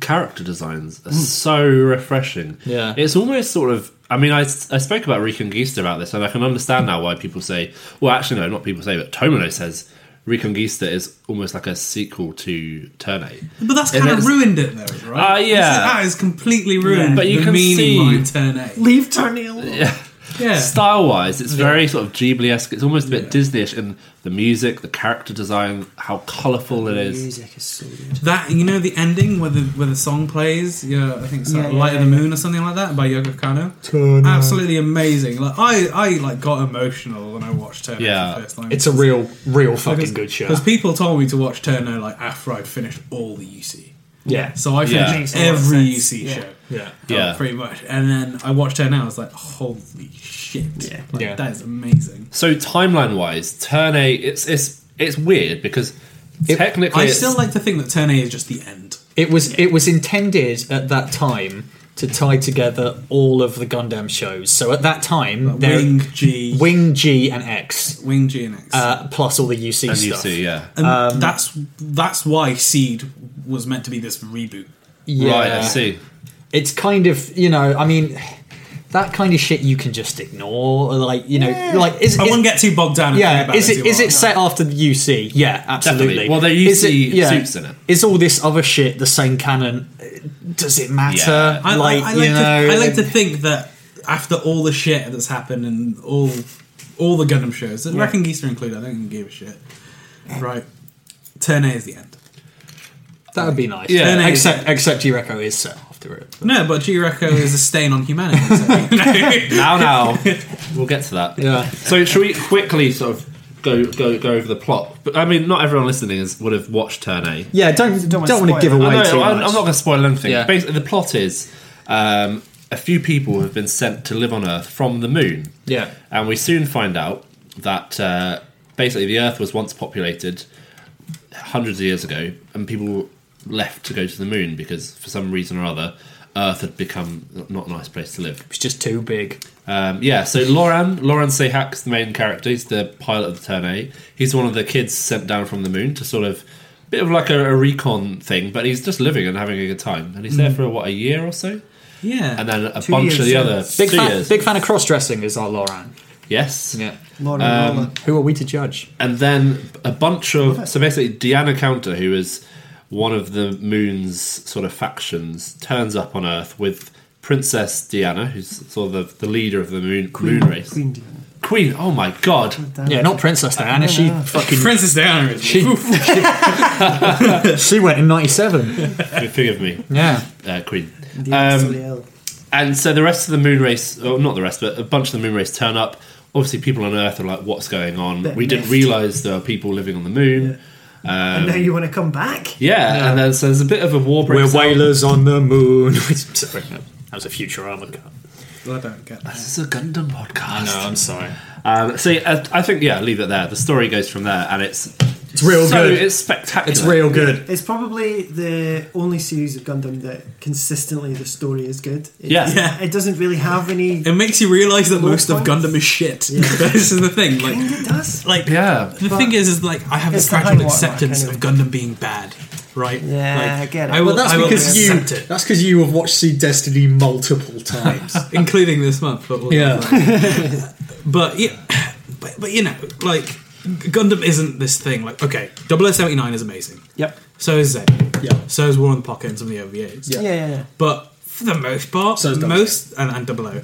Speaker 4: character designs
Speaker 5: Hmm.
Speaker 4: are so refreshing.
Speaker 2: Yeah.
Speaker 4: It's almost sort of. I mean, I, I spoke about Reconquista about this, and I can understand now why people say. Well, actually, no, not people say, but Tomino says Reconquista is almost like a sequel to Turn Eight.
Speaker 5: But that's
Speaker 4: And
Speaker 5: kind of
Speaker 4: it's-
Speaker 5: ruined it, though, right?
Speaker 4: Ah, yeah.
Speaker 5: That has completely ruined
Speaker 3: Yeah.
Speaker 4: But you
Speaker 5: the
Speaker 4: can
Speaker 5: meaning
Speaker 4: see-
Speaker 5: behind Turn A.
Speaker 3: Leave Tourney alone.
Speaker 5: Yeah.
Speaker 4: Style wise, it's very sort of Ghibli esque. It's almost a bit Disney ish in the music, the character design, how colourful it is.
Speaker 3: Music is so good.
Speaker 5: That you know the ending where the where the song plays, yeah, I think so,
Speaker 3: Yeah, yeah,
Speaker 5: "Light of the
Speaker 3: yeah,
Speaker 5: Moon" or something like that by Yoko Kano. Absolutely amazing. Like I, I like got emotional when I watched Turner
Speaker 4: Yeah.
Speaker 5: for the first time.
Speaker 2: it's a real, real fucking good show.
Speaker 5: because people told me to watch Turner like after I'd finished all the UC.
Speaker 2: Yeah.
Speaker 5: So I
Speaker 4: Yeah.
Speaker 3: Makes
Speaker 5: finished
Speaker 3: a lot of
Speaker 5: every
Speaker 3: sense.
Speaker 5: UC
Speaker 3: Yeah.
Speaker 5: show. Yeah.
Speaker 4: Yeah.
Speaker 5: Pretty much. And then I watched her now. I was like, holy shit.
Speaker 3: Yeah.
Speaker 5: Like,
Speaker 2: Yeah.
Speaker 5: That is amazing.
Speaker 4: So timeline wise, turn A, it's it's it's weird because technically
Speaker 5: I
Speaker 4: it's,
Speaker 5: still like to think that Turn A is just the end.
Speaker 2: It was it was intended at that time to tie together all of the Gundam shows. So at that time, there
Speaker 5: Wing G.
Speaker 2: Wing G and X,
Speaker 5: Wing G and X.
Speaker 2: uh, um, plus all the UC
Speaker 4: and you
Speaker 2: stuff.
Speaker 4: see, yeah.
Speaker 5: and that's that's why Seed was meant to be this reboot.
Speaker 2: Yeah.
Speaker 4: Right, I see.
Speaker 2: It's kind of you know, I mean, that kind of shit you can just ignore. Like you know, like is,
Speaker 5: I
Speaker 2: is-
Speaker 5: wouldn't get too bogged down. in thinking
Speaker 2: Yeah,
Speaker 5: about
Speaker 2: is
Speaker 5: too
Speaker 2: it is
Speaker 5: hard.
Speaker 2: it set after the UC? Yeah, absolutely.
Speaker 4: Definitely. Well, the
Speaker 2: Is
Speaker 4: UC suits in it.
Speaker 2: Is all this other shit the same canon? Does it matter?
Speaker 4: Yeah.
Speaker 5: I
Speaker 2: like,
Speaker 5: like, I,
Speaker 2: you
Speaker 5: like
Speaker 2: know,
Speaker 5: to, I like to think that after all the shit that's happened and all all the Gundam shows, and Reckon Geese are included, I don't give a shit. Right. Turn A is the end.
Speaker 2: that would be nice.
Speaker 4: Yeah.
Speaker 5: Then it-
Speaker 2: except except Yureko is set after it.
Speaker 5: No, but Jireko is a stain on humanity. So,
Speaker 4: Now, now, we'll get to that.
Speaker 2: Yeah.
Speaker 4: So, should we quickly sort of go go go over the plot? But I mean, not everyone listening is would have watched Turn A.
Speaker 2: Yeah, don't
Speaker 3: Don't
Speaker 2: don't,
Speaker 3: wanna
Speaker 2: want
Speaker 3: spoil
Speaker 2: to give
Speaker 3: it.
Speaker 2: away
Speaker 4: I know,
Speaker 2: too
Speaker 4: I'm,
Speaker 2: much.
Speaker 4: I'm not going to spoil anything.
Speaker 2: Yeah.
Speaker 4: Basically, the plot is um, a few people have been sent to live on Earth from the moon.
Speaker 2: yeah,
Speaker 4: And we soon find out that uh, basically the Earth was once populated hundreds of years ago, and people left to go to the moon because for some reason or other, Earth had become not a nice place to live.
Speaker 2: it's just too big.
Speaker 4: Um, yeah, so Loran, Loran Sehak's the main character. He's the pilot of the Turn A. He's one of the kids sent down from the moon to sort of bit of like a, a recon thing, but he's just living and having a good time. And he's there for what a year or so,
Speaker 5: yeah.
Speaker 4: and then a
Speaker 3: Hmm. Two
Speaker 4: bunch of the
Speaker 3: years,
Speaker 4: other
Speaker 3: yeah.
Speaker 2: Big
Speaker 4: two
Speaker 2: fan,
Speaker 4: years.
Speaker 2: big fan of cross dressing is our Loran.
Speaker 4: yes,
Speaker 3: Laura
Speaker 4: Um,
Speaker 3: Roller.
Speaker 2: Who are we to judge?
Speaker 4: and then a bunch of so basically Deanna Counter, who is one of the moon's sort of factions, turns up on Earth with Princess Deanna, who's sort of the, the leader of the moon moon race.
Speaker 3: Queen Diana.
Speaker 4: Queen, oh my god!
Speaker 3: Damn.
Speaker 2: Yeah, not Princess Diana.
Speaker 3: don't
Speaker 2: She
Speaker 3: know.
Speaker 2: fucking
Speaker 5: Princess Diana is.
Speaker 2: she, she went in '97.
Speaker 4: Forgive me,
Speaker 2: Yeah,
Speaker 4: uh, Queen.
Speaker 3: Diana
Speaker 4: Um,
Speaker 3: Soliel.
Speaker 4: and so the rest of the moon race, or not the rest, but a bunch of the moon race turn up. Obviously, people on Earth are like, "What's going on?"
Speaker 3: Bit
Speaker 4: we didn't
Speaker 3: miffed.
Speaker 4: realize there are people living on the moon.
Speaker 3: and now you want to come back?
Speaker 4: Yeah, and then so there's a bit of a war.
Speaker 2: we're
Speaker 4: breaks out.
Speaker 2: whalers on the moon. Sorry, no, that was a Futurama cut.
Speaker 5: Well, I don't get that.
Speaker 4: This is a Gundam podcast.
Speaker 2: No, I'm sorry.
Speaker 4: Um, so yeah, I I think yeah, leave it there. The story goes from there, and it's
Speaker 2: It's real
Speaker 4: so
Speaker 2: good.
Speaker 4: It's spectacular.
Speaker 2: It's real good.
Speaker 3: It's probably the only series of Gundam that consistently the story is good. It,
Speaker 4: Yeah.
Speaker 5: Yeah.
Speaker 3: It doesn't really have any.
Speaker 5: It makes you realise that most of
Speaker 3: points.
Speaker 5: Gundam is shit. this is the thing. Like,
Speaker 3: It does.
Speaker 5: like
Speaker 4: Yeah.
Speaker 5: The thing is, is like I have
Speaker 3: It's
Speaker 5: this
Speaker 3: the
Speaker 5: gradual
Speaker 3: high watermark,
Speaker 5: acceptance of
Speaker 3: anyway.
Speaker 5: Gundam being bad, right?
Speaker 3: Yeah, I
Speaker 5: like,
Speaker 3: get it.
Speaker 5: I will,
Speaker 3: Well,
Speaker 5: I will
Speaker 3: because you-
Speaker 5: accept it,
Speaker 7: That's because you have watched Seed Destiny multiple times.
Speaker 5: including this month. But we'll-
Speaker 7: yeah.
Speaker 5: but yeah, but, but you know, like Gundam isn't this thing. Like, okay, 0079 is amazing.
Speaker 3: Yep.
Speaker 5: So is Z.
Speaker 7: Yeah.
Speaker 5: So is War on the Pocket and some of the OVAs.
Speaker 3: Yeah, yeah, yeah.
Speaker 5: But for the most part,
Speaker 7: So is Double
Speaker 5: most and, and Double O, um,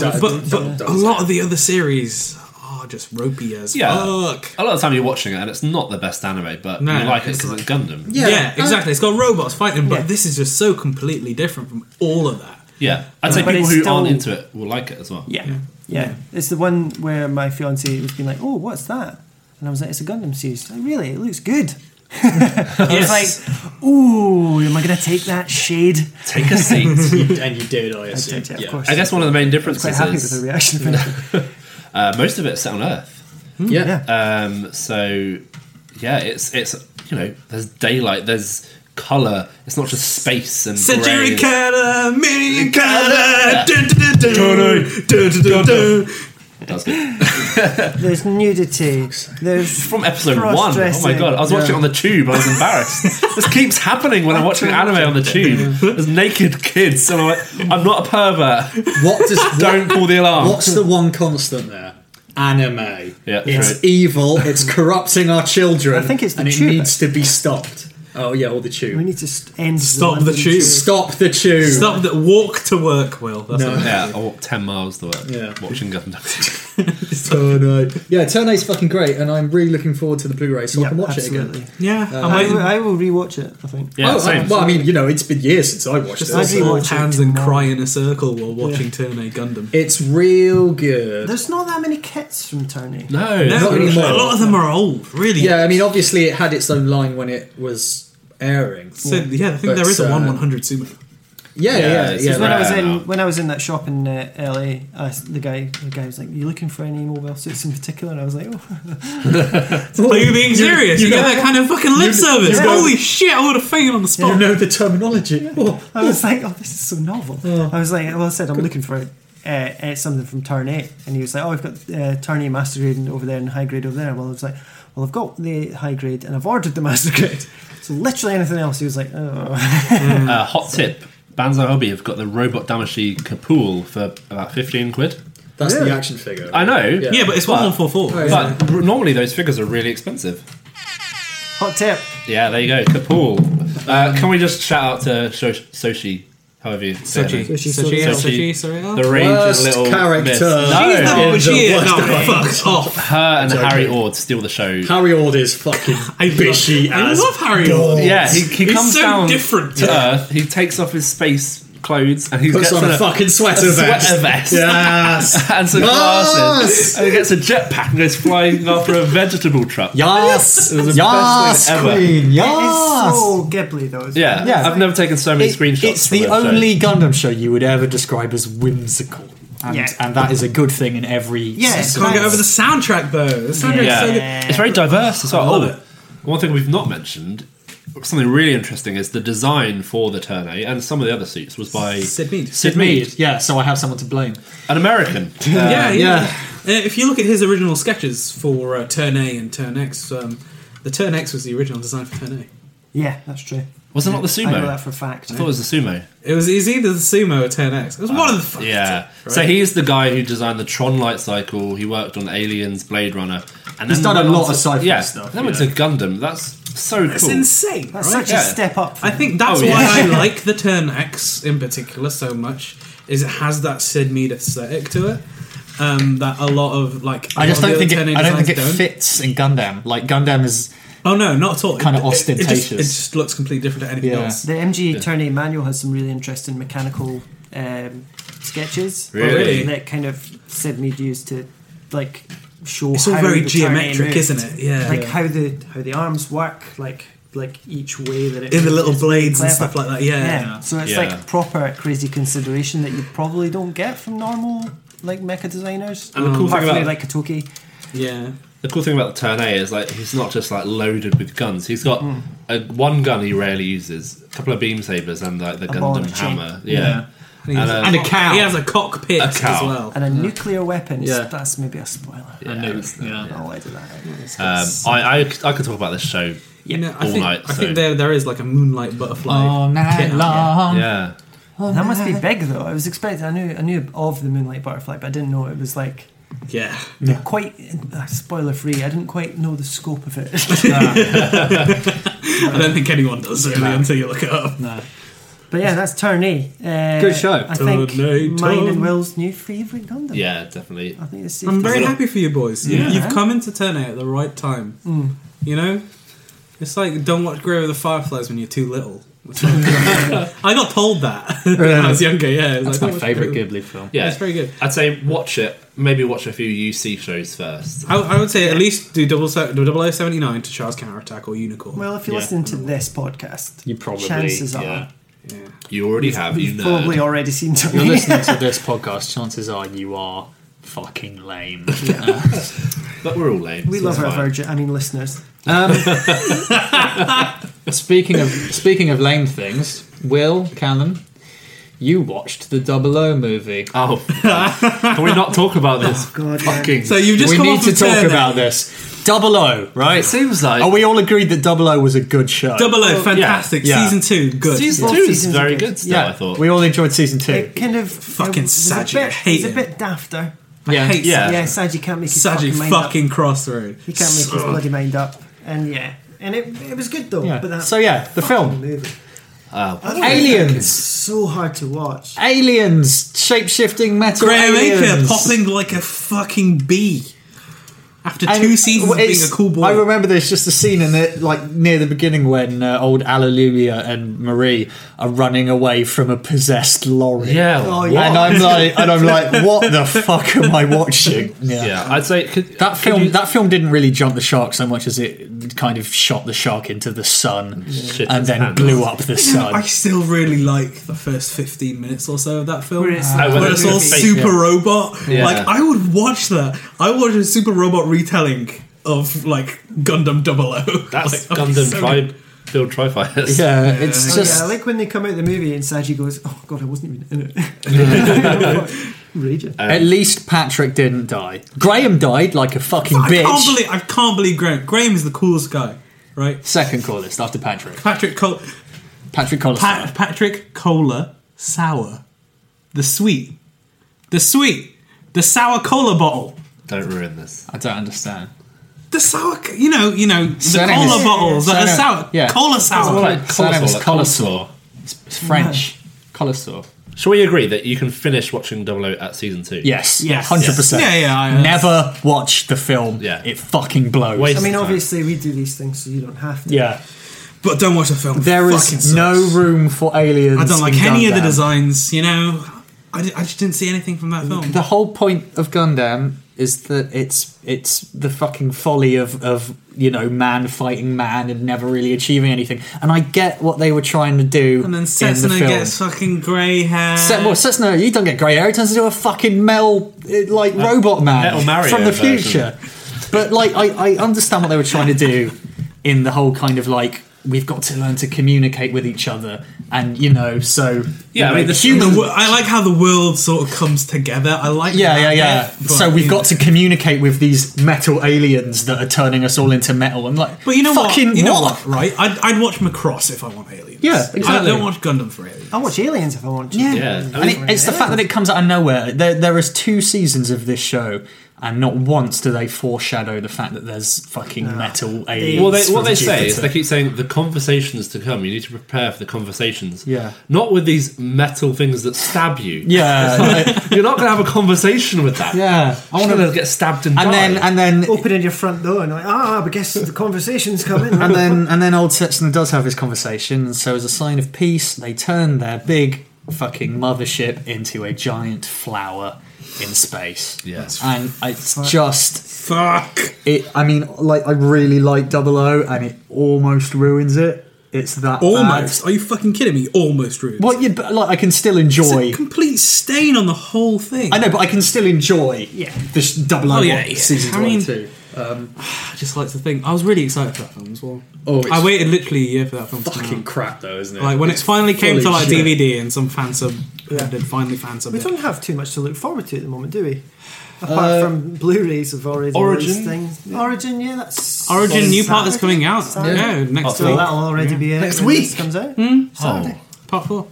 Speaker 7: Double-
Speaker 5: but, but,
Speaker 7: Double-
Speaker 5: a
Speaker 7: Double
Speaker 5: lot of the other series are just ropey as
Speaker 4: Yeah.
Speaker 5: fuck.
Speaker 4: A lot of time you're watching it, and it's not the best anime, but
Speaker 5: No,
Speaker 4: you like it
Speaker 5: it's
Speaker 4: because
Speaker 5: like-
Speaker 4: it's Gundam.
Speaker 5: Yeah, exactly. It's got robots fighting, but
Speaker 3: Yeah.
Speaker 5: this is just so completely different from all of that.
Speaker 4: Yeah, I'd say
Speaker 3: But
Speaker 4: people
Speaker 3: it's
Speaker 4: who
Speaker 3: still-
Speaker 4: aren't into it will like it as well.
Speaker 3: Yeah. yeah. It's the one where my fiance was being like, oh, what's that? And I was like, it's a Gundam series. She's Like, really? It looks good.
Speaker 5: Yes.
Speaker 3: It's like, ooh, am I going to take that shade?
Speaker 4: Take a seat.
Speaker 2: and you did, I assume.
Speaker 3: Take it, of course.
Speaker 4: I guess one of the main
Speaker 3: I was quite
Speaker 4: differences
Speaker 3: happy with
Speaker 4: is
Speaker 3: her reaction. from it.
Speaker 4: uh, most of it's set on Earth.
Speaker 2: Hmm.
Speaker 3: yeah.
Speaker 4: Um, so yeah, it's it's you know there's daylight, there's color. It's not just space and grey.
Speaker 5: Century Kata, Million
Speaker 4: Yeah.
Speaker 5: Kata, dun dun dun dun, dun dun dun dun.
Speaker 4: That's good.
Speaker 3: There's nudity. There's
Speaker 4: From episode one. Oh my
Speaker 3: Cross-dressing.
Speaker 4: god, I was watching it on the tube. I was embarrassed. this keeps happening when I'm watching anime on the tube. There's naked kids, and I'm like, I'm not a pervert.
Speaker 7: What does
Speaker 4: Don't pull the alarm.
Speaker 7: What's the one constant there? Anime.
Speaker 4: Oh. Yeah,
Speaker 7: it's
Speaker 4: right.
Speaker 7: evil. It's corrupting our children.
Speaker 3: I think it's the
Speaker 7: and
Speaker 3: tube.
Speaker 7: it needs to be stopped. Oh yeah, all the
Speaker 3: we
Speaker 7: tube.
Speaker 3: need to st- end
Speaker 5: Stop the
Speaker 3: London
Speaker 5: tube.
Speaker 7: Stop the tube.
Speaker 5: Stop that. Walk to work, Will. That's
Speaker 7: No.
Speaker 5: what it
Speaker 4: Yeah, I walked ten miles to work.
Speaker 7: Yeah.
Speaker 4: watching Gundam.
Speaker 5: is.
Speaker 7: Turn eight. Yeah, Turn Eight's fucking great, and I'm really looking forward to the Blu-ray so I
Speaker 3: Yeah,
Speaker 7: can watch
Speaker 3: absolutely.
Speaker 7: it again.
Speaker 5: Yeah, I'm
Speaker 3: I will,
Speaker 5: waiting.
Speaker 3: I will rewatch it. I think.
Speaker 4: Um, Yeah,
Speaker 7: oh,
Speaker 4: same.
Speaker 7: I, well, I mean, you know, it's been years since I watched
Speaker 5: Just
Speaker 7: it.
Speaker 3: I
Speaker 5: like
Speaker 3: do
Speaker 7: so-
Speaker 3: watch
Speaker 5: hold
Speaker 3: it
Speaker 5: hands and
Speaker 3: tomorrow.
Speaker 5: cry in a circle while watching Turn A Gundam.
Speaker 7: It's real good.
Speaker 3: There's not that many kits from Tony.
Speaker 4: no,
Speaker 5: No,
Speaker 7: not
Speaker 5: a
Speaker 7: anymore.
Speaker 5: lot of them are old. Really.
Speaker 7: Yeah, I mean, obviously it had its own line when it was airing.
Speaker 5: So yeah, I think
Speaker 7: But,
Speaker 5: there is a
Speaker 7: uh,
Speaker 5: one one hundred super.
Speaker 7: Yeah,
Speaker 4: Yeah,
Speaker 7: yeah, yeah.
Speaker 4: it's
Speaker 7: yeah,
Speaker 4: just
Speaker 3: when I was
Speaker 4: Rare now.
Speaker 3: in when I was in that shop in uh, LA, I s the guy the guy was like, "You looking for any mobile suits in particular?" And I was like, "Oh,
Speaker 5: Are you being serious? You, get that kind of fucking lip service.
Speaker 3: know-
Speaker 5: Holy shit! I would have fainted on the spot.
Speaker 7: You know the terminology. Oh,
Speaker 3: I was like, oh, this is so novel."
Speaker 7: Oh.
Speaker 3: I was like, "Well, I said I'm looking for uh, uh, something from Turn Eight, and he was like, "Oh, I've got uh, Turn Eight Master Grade over there and High Grade over there." Well, I was like, "Well, I've got the High Grade and I've ordered the Master Grade." So literally anything else, he was like, "Oh,
Speaker 4: Uh, hot tip. Banzai Hobby have got the robot Damashi Kapool for about 15 quid.
Speaker 7: that's
Speaker 3: Really?
Speaker 7: the action figure.
Speaker 4: I know.
Speaker 5: yeah, but it's one one four four.
Speaker 4: But r- normally those figures are really expensive.
Speaker 3: hot tip."
Speaker 4: Yeah, there you go. Kapool. Uh, can we just shout out to Sho- Soshi, however you say her
Speaker 5: Sochi,
Speaker 4: name?
Speaker 3: Sochi,
Speaker 5: Sochi, yeah,
Speaker 4: Sochi.
Speaker 5: Sochi, sorry.
Speaker 4: The range
Speaker 7: Worst
Speaker 4: of little
Speaker 7: character.
Speaker 4: miss.
Speaker 7: She's
Speaker 4: No.
Speaker 7: the-
Speaker 5: Oh,
Speaker 7: in
Speaker 5: she is.
Speaker 7: worst
Speaker 5: No,
Speaker 7: of ways.
Speaker 5: fuck off.
Speaker 4: Her and
Speaker 7: Joking.
Speaker 4: Harry Ord steal the show.
Speaker 7: Harry Ord is fucking
Speaker 5: I love-
Speaker 7: bitchy
Speaker 5: I
Speaker 7: as
Speaker 5: love Harry
Speaker 7: God.
Speaker 5: Ord.
Speaker 4: Yeah, he, he
Speaker 5: He's
Speaker 4: comes
Speaker 5: so
Speaker 4: down
Speaker 5: different.
Speaker 4: to Earth. He takes off his space clothes and he
Speaker 7: Puts
Speaker 4: gets
Speaker 7: on
Speaker 4: in
Speaker 7: a, fucking sweater
Speaker 4: a
Speaker 7: vest.
Speaker 4: sweater vest.
Speaker 7: Yes.
Speaker 4: and some glasses. And he gets a jetpack and goes flying after a vegetable truck.
Speaker 2: Yes,
Speaker 4: was the best
Speaker 2: yes,
Speaker 4: thing ever.
Speaker 2: Queen.
Speaker 3: It
Speaker 2: Yes.
Speaker 3: is so Ghibli though. isn't
Speaker 4: Ah. Yeah,
Speaker 3: it?
Speaker 2: Yeah.
Speaker 4: I've never taken so many
Speaker 2: It-
Speaker 4: screenshots.
Speaker 2: It's
Speaker 4: from
Speaker 2: the
Speaker 4: those shows.
Speaker 2: only Gundam show you would ever describe as whimsical, and,
Speaker 3: Yeah.
Speaker 2: and that is a good thing in every.
Speaker 3: Yeah,
Speaker 2: sense.
Speaker 5: Can't
Speaker 3: Nice.
Speaker 5: get over the soundtrack though. The soundtrack's
Speaker 4: Yeah.
Speaker 5: so good.
Speaker 4: It's very diverse as well.
Speaker 5: I love
Speaker 4: Oh,
Speaker 5: it.
Speaker 4: One thing we've not mentioned, something really interesting, is the design for the Turn A and some of the other suits was by
Speaker 5: Sid Mead.
Speaker 4: Sid
Speaker 2: Mead.
Speaker 4: Mead,
Speaker 2: Yeah, so I have someone to blame.
Speaker 4: an American. Uh,
Speaker 5: yeah,
Speaker 2: yeah.
Speaker 5: yeah. Uh, if you look at his original sketches for uh, Turn A and Turn X, um, the Turn X was the original design for Turn A.
Speaker 3: yeah, that's true.
Speaker 4: Was it not the
Speaker 3: I know that
Speaker 4: sumo?
Speaker 3: for a fact.
Speaker 4: I thought it was the sumo.
Speaker 5: It was it's either the Sumo or Turn X. It was one of the fucking
Speaker 4: Yeah.
Speaker 5: two, right?
Speaker 4: So he's the guy who designed the Tron light cycle. He worked on Aliens, Blade Runner, and
Speaker 2: He's
Speaker 4: then
Speaker 2: done a
Speaker 4: went
Speaker 2: lot
Speaker 4: on to-
Speaker 2: of sci-fi
Speaker 4: yeah,
Speaker 2: stuff,
Speaker 4: Then went
Speaker 2: yeah.
Speaker 4: to Gundam. That's so
Speaker 5: it's
Speaker 4: cool.
Speaker 5: insane.
Speaker 3: That's
Speaker 5: right?
Speaker 3: such
Speaker 4: yeah.
Speaker 3: a step up. For
Speaker 5: I
Speaker 3: him.
Speaker 5: think that's
Speaker 4: Oh, yeah.
Speaker 5: why I like the Turn X in particular so much. Is it has that Sid Mead aesthetic to it um, that a lot of like
Speaker 2: I just
Speaker 5: a lot
Speaker 2: don't
Speaker 5: of the
Speaker 2: think it.
Speaker 5: other Turn A
Speaker 2: I don't think it
Speaker 5: designs
Speaker 2: fits in Gundam. Like Gundam is.
Speaker 5: Oh no, not at all.
Speaker 2: Kinda
Speaker 5: It- it- It, just, it
Speaker 2: ostentatious.
Speaker 5: just looks completely different to anything
Speaker 2: Yeah.
Speaker 5: else.
Speaker 3: The MG Tourney manual has some really interesting mechanical um, sketches.
Speaker 4: Really?
Speaker 3: That kind of Sid Mead used to like show
Speaker 5: It's all
Speaker 3: how
Speaker 5: very
Speaker 3: the tourney
Speaker 5: geometric,
Speaker 3: moved.
Speaker 5: isn't it? Yeah.
Speaker 3: Like
Speaker 5: Yeah.
Speaker 3: how the how the arms work, like like each way that it
Speaker 5: In the little
Speaker 3: moves. It's really
Speaker 5: blades and
Speaker 3: clever.
Speaker 5: stuff like that, yeah.
Speaker 3: So it's
Speaker 4: Yeah.
Speaker 3: like proper crazy consideration that you probably don't get from normal like mecha designers.
Speaker 4: And the cool thing
Speaker 3: Particularly,
Speaker 4: about-
Speaker 3: like Katoki.
Speaker 5: Yeah.
Speaker 4: The cool thing about the Turn A is like he's not just like loaded with guns. He's got a, one gun he rarely uses, a couple of beam sabers, and like the
Speaker 3: A ball
Speaker 4: Gundam
Speaker 3: and a chain.
Speaker 4: hammer. Yeah,
Speaker 5: And, he has
Speaker 4: And, uh,
Speaker 2: And a cow.
Speaker 5: He has a cockpit
Speaker 4: A
Speaker 5: as
Speaker 4: cow.
Speaker 5: well.
Speaker 3: And a nuclear weapon.
Speaker 2: Yeah.
Speaker 3: That's maybe a spoiler.
Speaker 4: Yeah, that's-
Speaker 2: yeah.
Speaker 3: I'll edit that out.
Speaker 4: Um, I, I I could talk about this show.
Speaker 5: You know, I
Speaker 4: all
Speaker 5: think,
Speaker 4: night,
Speaker 5: I
Speaker 4: so-
Speaker 5: think there there is like a moonlight butterfly.
Speaker 2: All night
Speaker 5: kit out.
Speaker 2: long.
Speaker 4: Yeah,
Speaker 3: That must be big though. I was expecting. I knew. I knew of the Moonlight Butterfly, but I didn't know it was like
Speaker 5: Yeah.
Speaker 3: quite uh, spoiler free. I didn't quite know the scope of it.
Speaker 5: I don't think anyone does really until you look it up.
Speaker 3: but yeah, that's Turn A. Uh,
Speaker 2: Good show.
Speaker 3: I think
Speaker 5: Turn A,
Speaker 3: mine and
Speaker 5: turn.
Speaker 3: Will's new favorite Gundam.
Speaker 4: yeah, definitely.
Speaker 3: I think it's.
Speaker 5: I'm very happy for you boys. You-
Speaker 4: Yeah.
Speaker 5: You've come into Turn at the right time.
Speaker 3: Mm.
Speaker 5: You know? It's like don't watch Grey with the Fireflies when you're too little. That's what I'm saying. I got told that when I was younger, yeah. it was
Speaker 2: That's
Speaker 5: like,
Speaker 2: my
Speaker 5: oh, "Don't watch
Speaker 2: favorite
Speaker 5: Grey with-"
Speaker 2: Ghibli film.
Speaker 4: Yeah,
Speaker 5: It's very good.
Speaker 4: I'd say watch it. Maybe watch a few UC shows first.
Speaker 5: I, I would say at least do double se- do 0079 to Charles Counter Attack or Unicorn.
Speaker 3: Well, if you're
Speaker 2: Yeah.
Speaker 3: listening to this podcast,
Speaker 2: You probably.
Speaker 3: chances are
Speaker 2: yeah.
Speaker 5: yeah.
Speaker 4: You already have. You
Speaker 3: you've
Speaker 4: nerd.
Speaker 3: probably already seen Turn
Speaker 2: You're
Speaker 3: A.
Speaker 2: listening to this podcast. Chances are you are fucking lame.
Speaker 4: but we're all lame.
Speaker 3: We
Speaker 4: so
Speaker 3: love
Speaker 4: it's
Speaker 3: our
Speaker 4: fine.
Speaker 3: virgin. I mean, listeners.
Speaker 2: Speaking of speaking of lame things, Will Callum, you watched the Double O movie.
Speaker 4: Oh, can we not talk about this?
Speaker 3: God, man.
Speaker 4: fucking.
Speaker 5: So you've just
Speaker 2: we
Speaker 5: come
Speaker 2: need
Speaker 5: off
Speaker 2: to
Speaker 5: of
Speaker 2: talk
Speaker 5: Turn
Speaker 2: about this. Double O, right?
Speaker 4: it seems like
Speaker 2: Are we all agreed that Double O was a good show?
Speaker 5: Double O, fantastic.
Speaker 2: yeah.
Speaker 5: Season two, good.
Speaker 4: season
Speaker 3: Well,
Speaker 4: two is
Speaker 3: seasons are
Speaker 4: very
Speaker 3: good.
Speaker 4: good. Still, I thought.
Speaker 2: we all enjoyed season two.
Speaker 3: It kind of it
Speaker 5: Fucking
Speaker 3: was a
Speaker 5: Saji,
Speaker 3: bit-
Speaker 5: I hate
Speaker 3: It's a
Speaker 5: him.
Speaker 3: bit dafter.
Speaker 5: I hate
Speaker 4: Yeah.
Speaker 3: Yeah, Saji can't make his
Speaker 5: Saji
Speaker 3: fucking mind up.
Speaker 5: fucking crossroad.
Speaker 3: He can't make his bloody mind up. And yeah, and it, it was good though.
Speaker 2: Yeah.
Speaker 3: But that
Speaker 2: So yeah, the
Speaker 3: fucking
Speaker 2: film
Speaker 3: movie.
Speaker 4: Oh.
Speaker 2: Aliens,
Speaker 3: so hard to watch.
Speaker 2: aliens, shape shifting metal
Speaker 5: Graham Aker
Speaker 2: aliens.
Speaker 5: popping like a fucking bee. After two seasons of
Speaker 2: well,
Speaker 5: being
Speaker 2: it's-
Speaker 5: a cool boy.
Speaker 2: I remember there's just a scene in it, like near the beginning, when uh, old Alleluia and Marie are running away from a possessed lorry.
Speaker 4: Yeah.
Speaker 3: Oh,
Speaker 4: what?
Speaker 2: and I'm like, and I'm like, what the fuck am I watching?
Speaker 4: Yeah, I'd say could,
Speaker 2: That
Speaker 4: could
Speaker 2: film,
Speaker 4: you-
Speaker 2: that film didn't really jump the shark so much as it kind of shot the shark into the sun
Speaker 4: Shit
Speaker 2: and
Speaker 4: his
Speaker 2: then
Speaker 4: hand.
Speaker 2: blew up the
Speaker 5: I
Speaker 2: sun.
Speaker 5: still really like the first 15 minutes or so of that film.
Speaker 3: Where
Speaker 5: Where
Speaker 3: it's-
Speaker 5: it's,
Speaker 3: Ah,
Speaker 4: when it's
Speaker 5: all
Speaker 4: fake,
Speaker 5: Super Robot.
Speaker 4: Yeah.
Speaker 5: Like, I would watch that. I watch a Super Robot retelling of, like, Gundam 00.
Speaker 4: that's
Speaker 5: Like, I'd be
Speaker 4: Gundam
Speaker 5: so
Speaker 4: tri- build trifighters.
Speaker 2: Yeah, it's
Speaker 3: Oh, yeah,
Speaker 2: just
Speaker 3: I like when they come out of the movie and Saji goes, "Oh God, I wasn't even in it." Raging.
Speaker 2: at least Patrick didn't die. Graham died like a fucking
Speaker 5: I can't
Speaker 2: bitch.
Speaker 5: believe I can't believe Graham. Graham is the coolest guy, right?
Speaker 2: Second coolest after Patrick.
Speaker 5: Patrick Col-
Speaker 2: Patrick Collis.
Speaker 5: pa- Patrick Cola Sour, the sweet, the sweet, the sour cola bottle,
Speaker 4: Don't ruin this.
Speaker 2: I don't understand.
Speaker 5: the sour. c- You know, you know, the
Speaker 2: Surname
Speaker 5: cola
Speaker 2: is-
Speaker 5: bottles that are
Speaker 2: surname-
Speaker 5: sour.
Speaker 2: yeah.
Speaker 5: Cola sour.
Speaker 2: like surname is
Speaker 4: coleslaw.
Speaker 2: It's, it's French. Coleslaw.
Speaker 4: Shall we agree that you can finish watching Double O at season two?
Speaker 2: Yes.
Speaker 5: Yes.
Speaker 2: Hundred percent.
Speaker 5: Yeah, yeah, I- uh,
Speaker 2: Never watch the film.
Speaker 4: Yeah.
Speaker 2: It fucking blows.
Speaker 4: Waste
Speaker 3: I mean,
Speaker 4: of time.
Speaker 3: obviously, we do these things, so you don't have to.
Speaker 2: Yeah.
Speaker 5: But don't watch the film.
Speaker 2: There
Speaker 5: It fucking
Speaker 2: is
Speaker 5: sucks.
Speaker 2: no room for aliens.
Speaker 5: I don't like
Speaker 2: in
Speaker 5: any of the
Speaker 2: Gundam.
Speaker 5: designs. You know, I, di- I just didn't see anything from that film.
Speaker 2: The whole point of Gundam is that it's it's the fucking folly of of you know man fighting man and never really achieving anything. And I get what they were trying to do.
Speaker 5: And then
Speaker 2: in the
Speaker 5: Setsuna
Speaker 2: film.
Speaker 5: gets fucking grey hair.
Speaker 2: Set, well, Setsuna, you don't get grey hair. It turns into a fucking Mel uh, like robot man
Speaker 4: Metal Mario
Speaker 2: from the
Speaker 4: version.
Speaker 2: future. but like, I, I understand what they were trying to do in the whole kind of like we've got to learn to communicate with each other, and you know, so
Speaker 4: Yeah,
Speaker 2: you
Speaker 4: I
Speaker 2: know,
Speaker 4: mean, the
Speaker 5: The
Speaker 2: human.
Speaker 5: wo- I like how the world sort of comes together. I like
Speaker 2: yeah,
Speaker 5: that
Speaker 2: yeah, yeah.
Speaker 5: bit, but,
Speaker 2: So we've
Speaker 5: you
Speaker 2: got to communicate with these metal aliens that are turning us all into metal. I'm like,
Speaker 5: But you know
Speaker 2: fucking
Speaker 5: what? You know what? Right? I'd, I'd watch Macross if I want aliens.
Speaker 2: Yeah,
Speaker 5: I
Speaker 2: exactly.
Speaker 5: don't watch Gundam for aliens.
Speaker 3: I watch Aliens if I want to.
Speaker 4: Yeah. I
Speaker 2: And
Speaker 4: mean,
Speaker 2: it, it's the fact that it comes out of nowhere. There, there is two seasons of this show, and not once do they foreshadow the fact that there's fucking metal aliens.
Speaker 4: well, they, what
Speaker 2: from
Speaker 4: they say is
Speaker 2: Jupiter.
Speaker 4: they keep saying the conversations to come. You need to prepare for the conversations.
Speaker 2: Yeah.
Speaker 4: Not with these metal things that stab you.
Speaker 2: yeah, like-
Speaker 4: You're not going to have a conversation with that.
Speaker 2: yeah.
Speaker 4: I want to get stabbed and,
Speaker 2: And then, and then,
Speaker 3: Opening your front door and like, ah, but guess the conversation's coming.
Speaker 2: and then, and then, old Setsuna does have his conversation. So, as a sign of peace, they turn their big fucking mothership into a giant flower in space.
Speaker 4: Yes.
Speaker 2: and it's just
Speaker 5: Fuck.
Speaker 2: It, I mean, like I really like Double O, and it almost ruins it. It's that bad.
Speaker 5: Almost. Are you fucking kidding me? Almost ruined.
Speaker 2: Well, yeah, but like I can still
Speaker 5: It's
Speaker 2: enjoy.
Speaker 5: a complete stain on the whole thing.
Speaker 2: I know, but I can still enjoy.
Speaker 3: Yeah.
Speaker 2: This Double O
Speaker 5: Oh, yeah, yeah.
Speaker 2: season
Speaker 5: I
Speaker 2: one
Speaker 5: mean-
Speaker 2: too.
Speaker 5: I just like the thing. I was really excited for that film as well.
Speaker 2: Oh, it's
Speaker 5: I waited literally a year for that film. to come
Speaker 2: Fucking
Speaker 5: out.
Speaker 2: crap though, isn't it?
Speaker 5: Like when it finally came
Speaker 2: fully
Speaker 5: to like
Speaker 2: shit.
Speaker 5: DVD and some fan sub did finally fan sub.
Speaker 3: We
Speaker 5: it.
Speaker 3: don't have too much to look forward to at the moment, do we? Apart from Blu-rays of already
Speaker 4: Origin?
Speaker 3: released things. Origin, yeah, that's
Speaker 5: Origin new part is
Speaker 3: Saturday.
Speaker 5: coming out.
Speaker 3: Saturday.
Speaker 5: Yeah, next
Speaker 3: So
Speaker 5: week. Hmm?
Speaker 3: that'll already be it
Speaker 2: Next
Speaker 3: when this
Speaker 2: week.
Speaker 3: comes out.
Speaker 4: oh,
Speaker 5: Part four.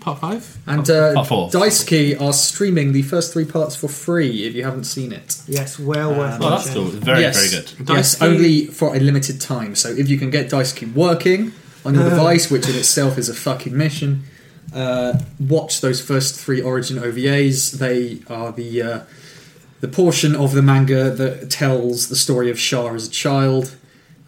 Speaker 5: Part five.
Speaker 2: and uh,
Speaker 4: Part four.
Speaker 2: Daisuke are streaming the first three parts for free if you haven't seen it.
Speaker 3: Yes, well worth
Speaker 4: oh, that's
Speaker 3: watching.
Speaker 4: cool. Very,
Speaker 2: yes.
Speaker 4: very good.
Speaker 2: Yes,
Speaker 5: Daisuke-
Speaker 2: only for a limited time. So if you can get Daisuke working on
Speaker 3: Uh.
Speaker 2: your device, which in itself is a fucking mission, uh, watch those first three Origin OVAs. They are the uh, the portion of the manga that tells the story of Shah as a child.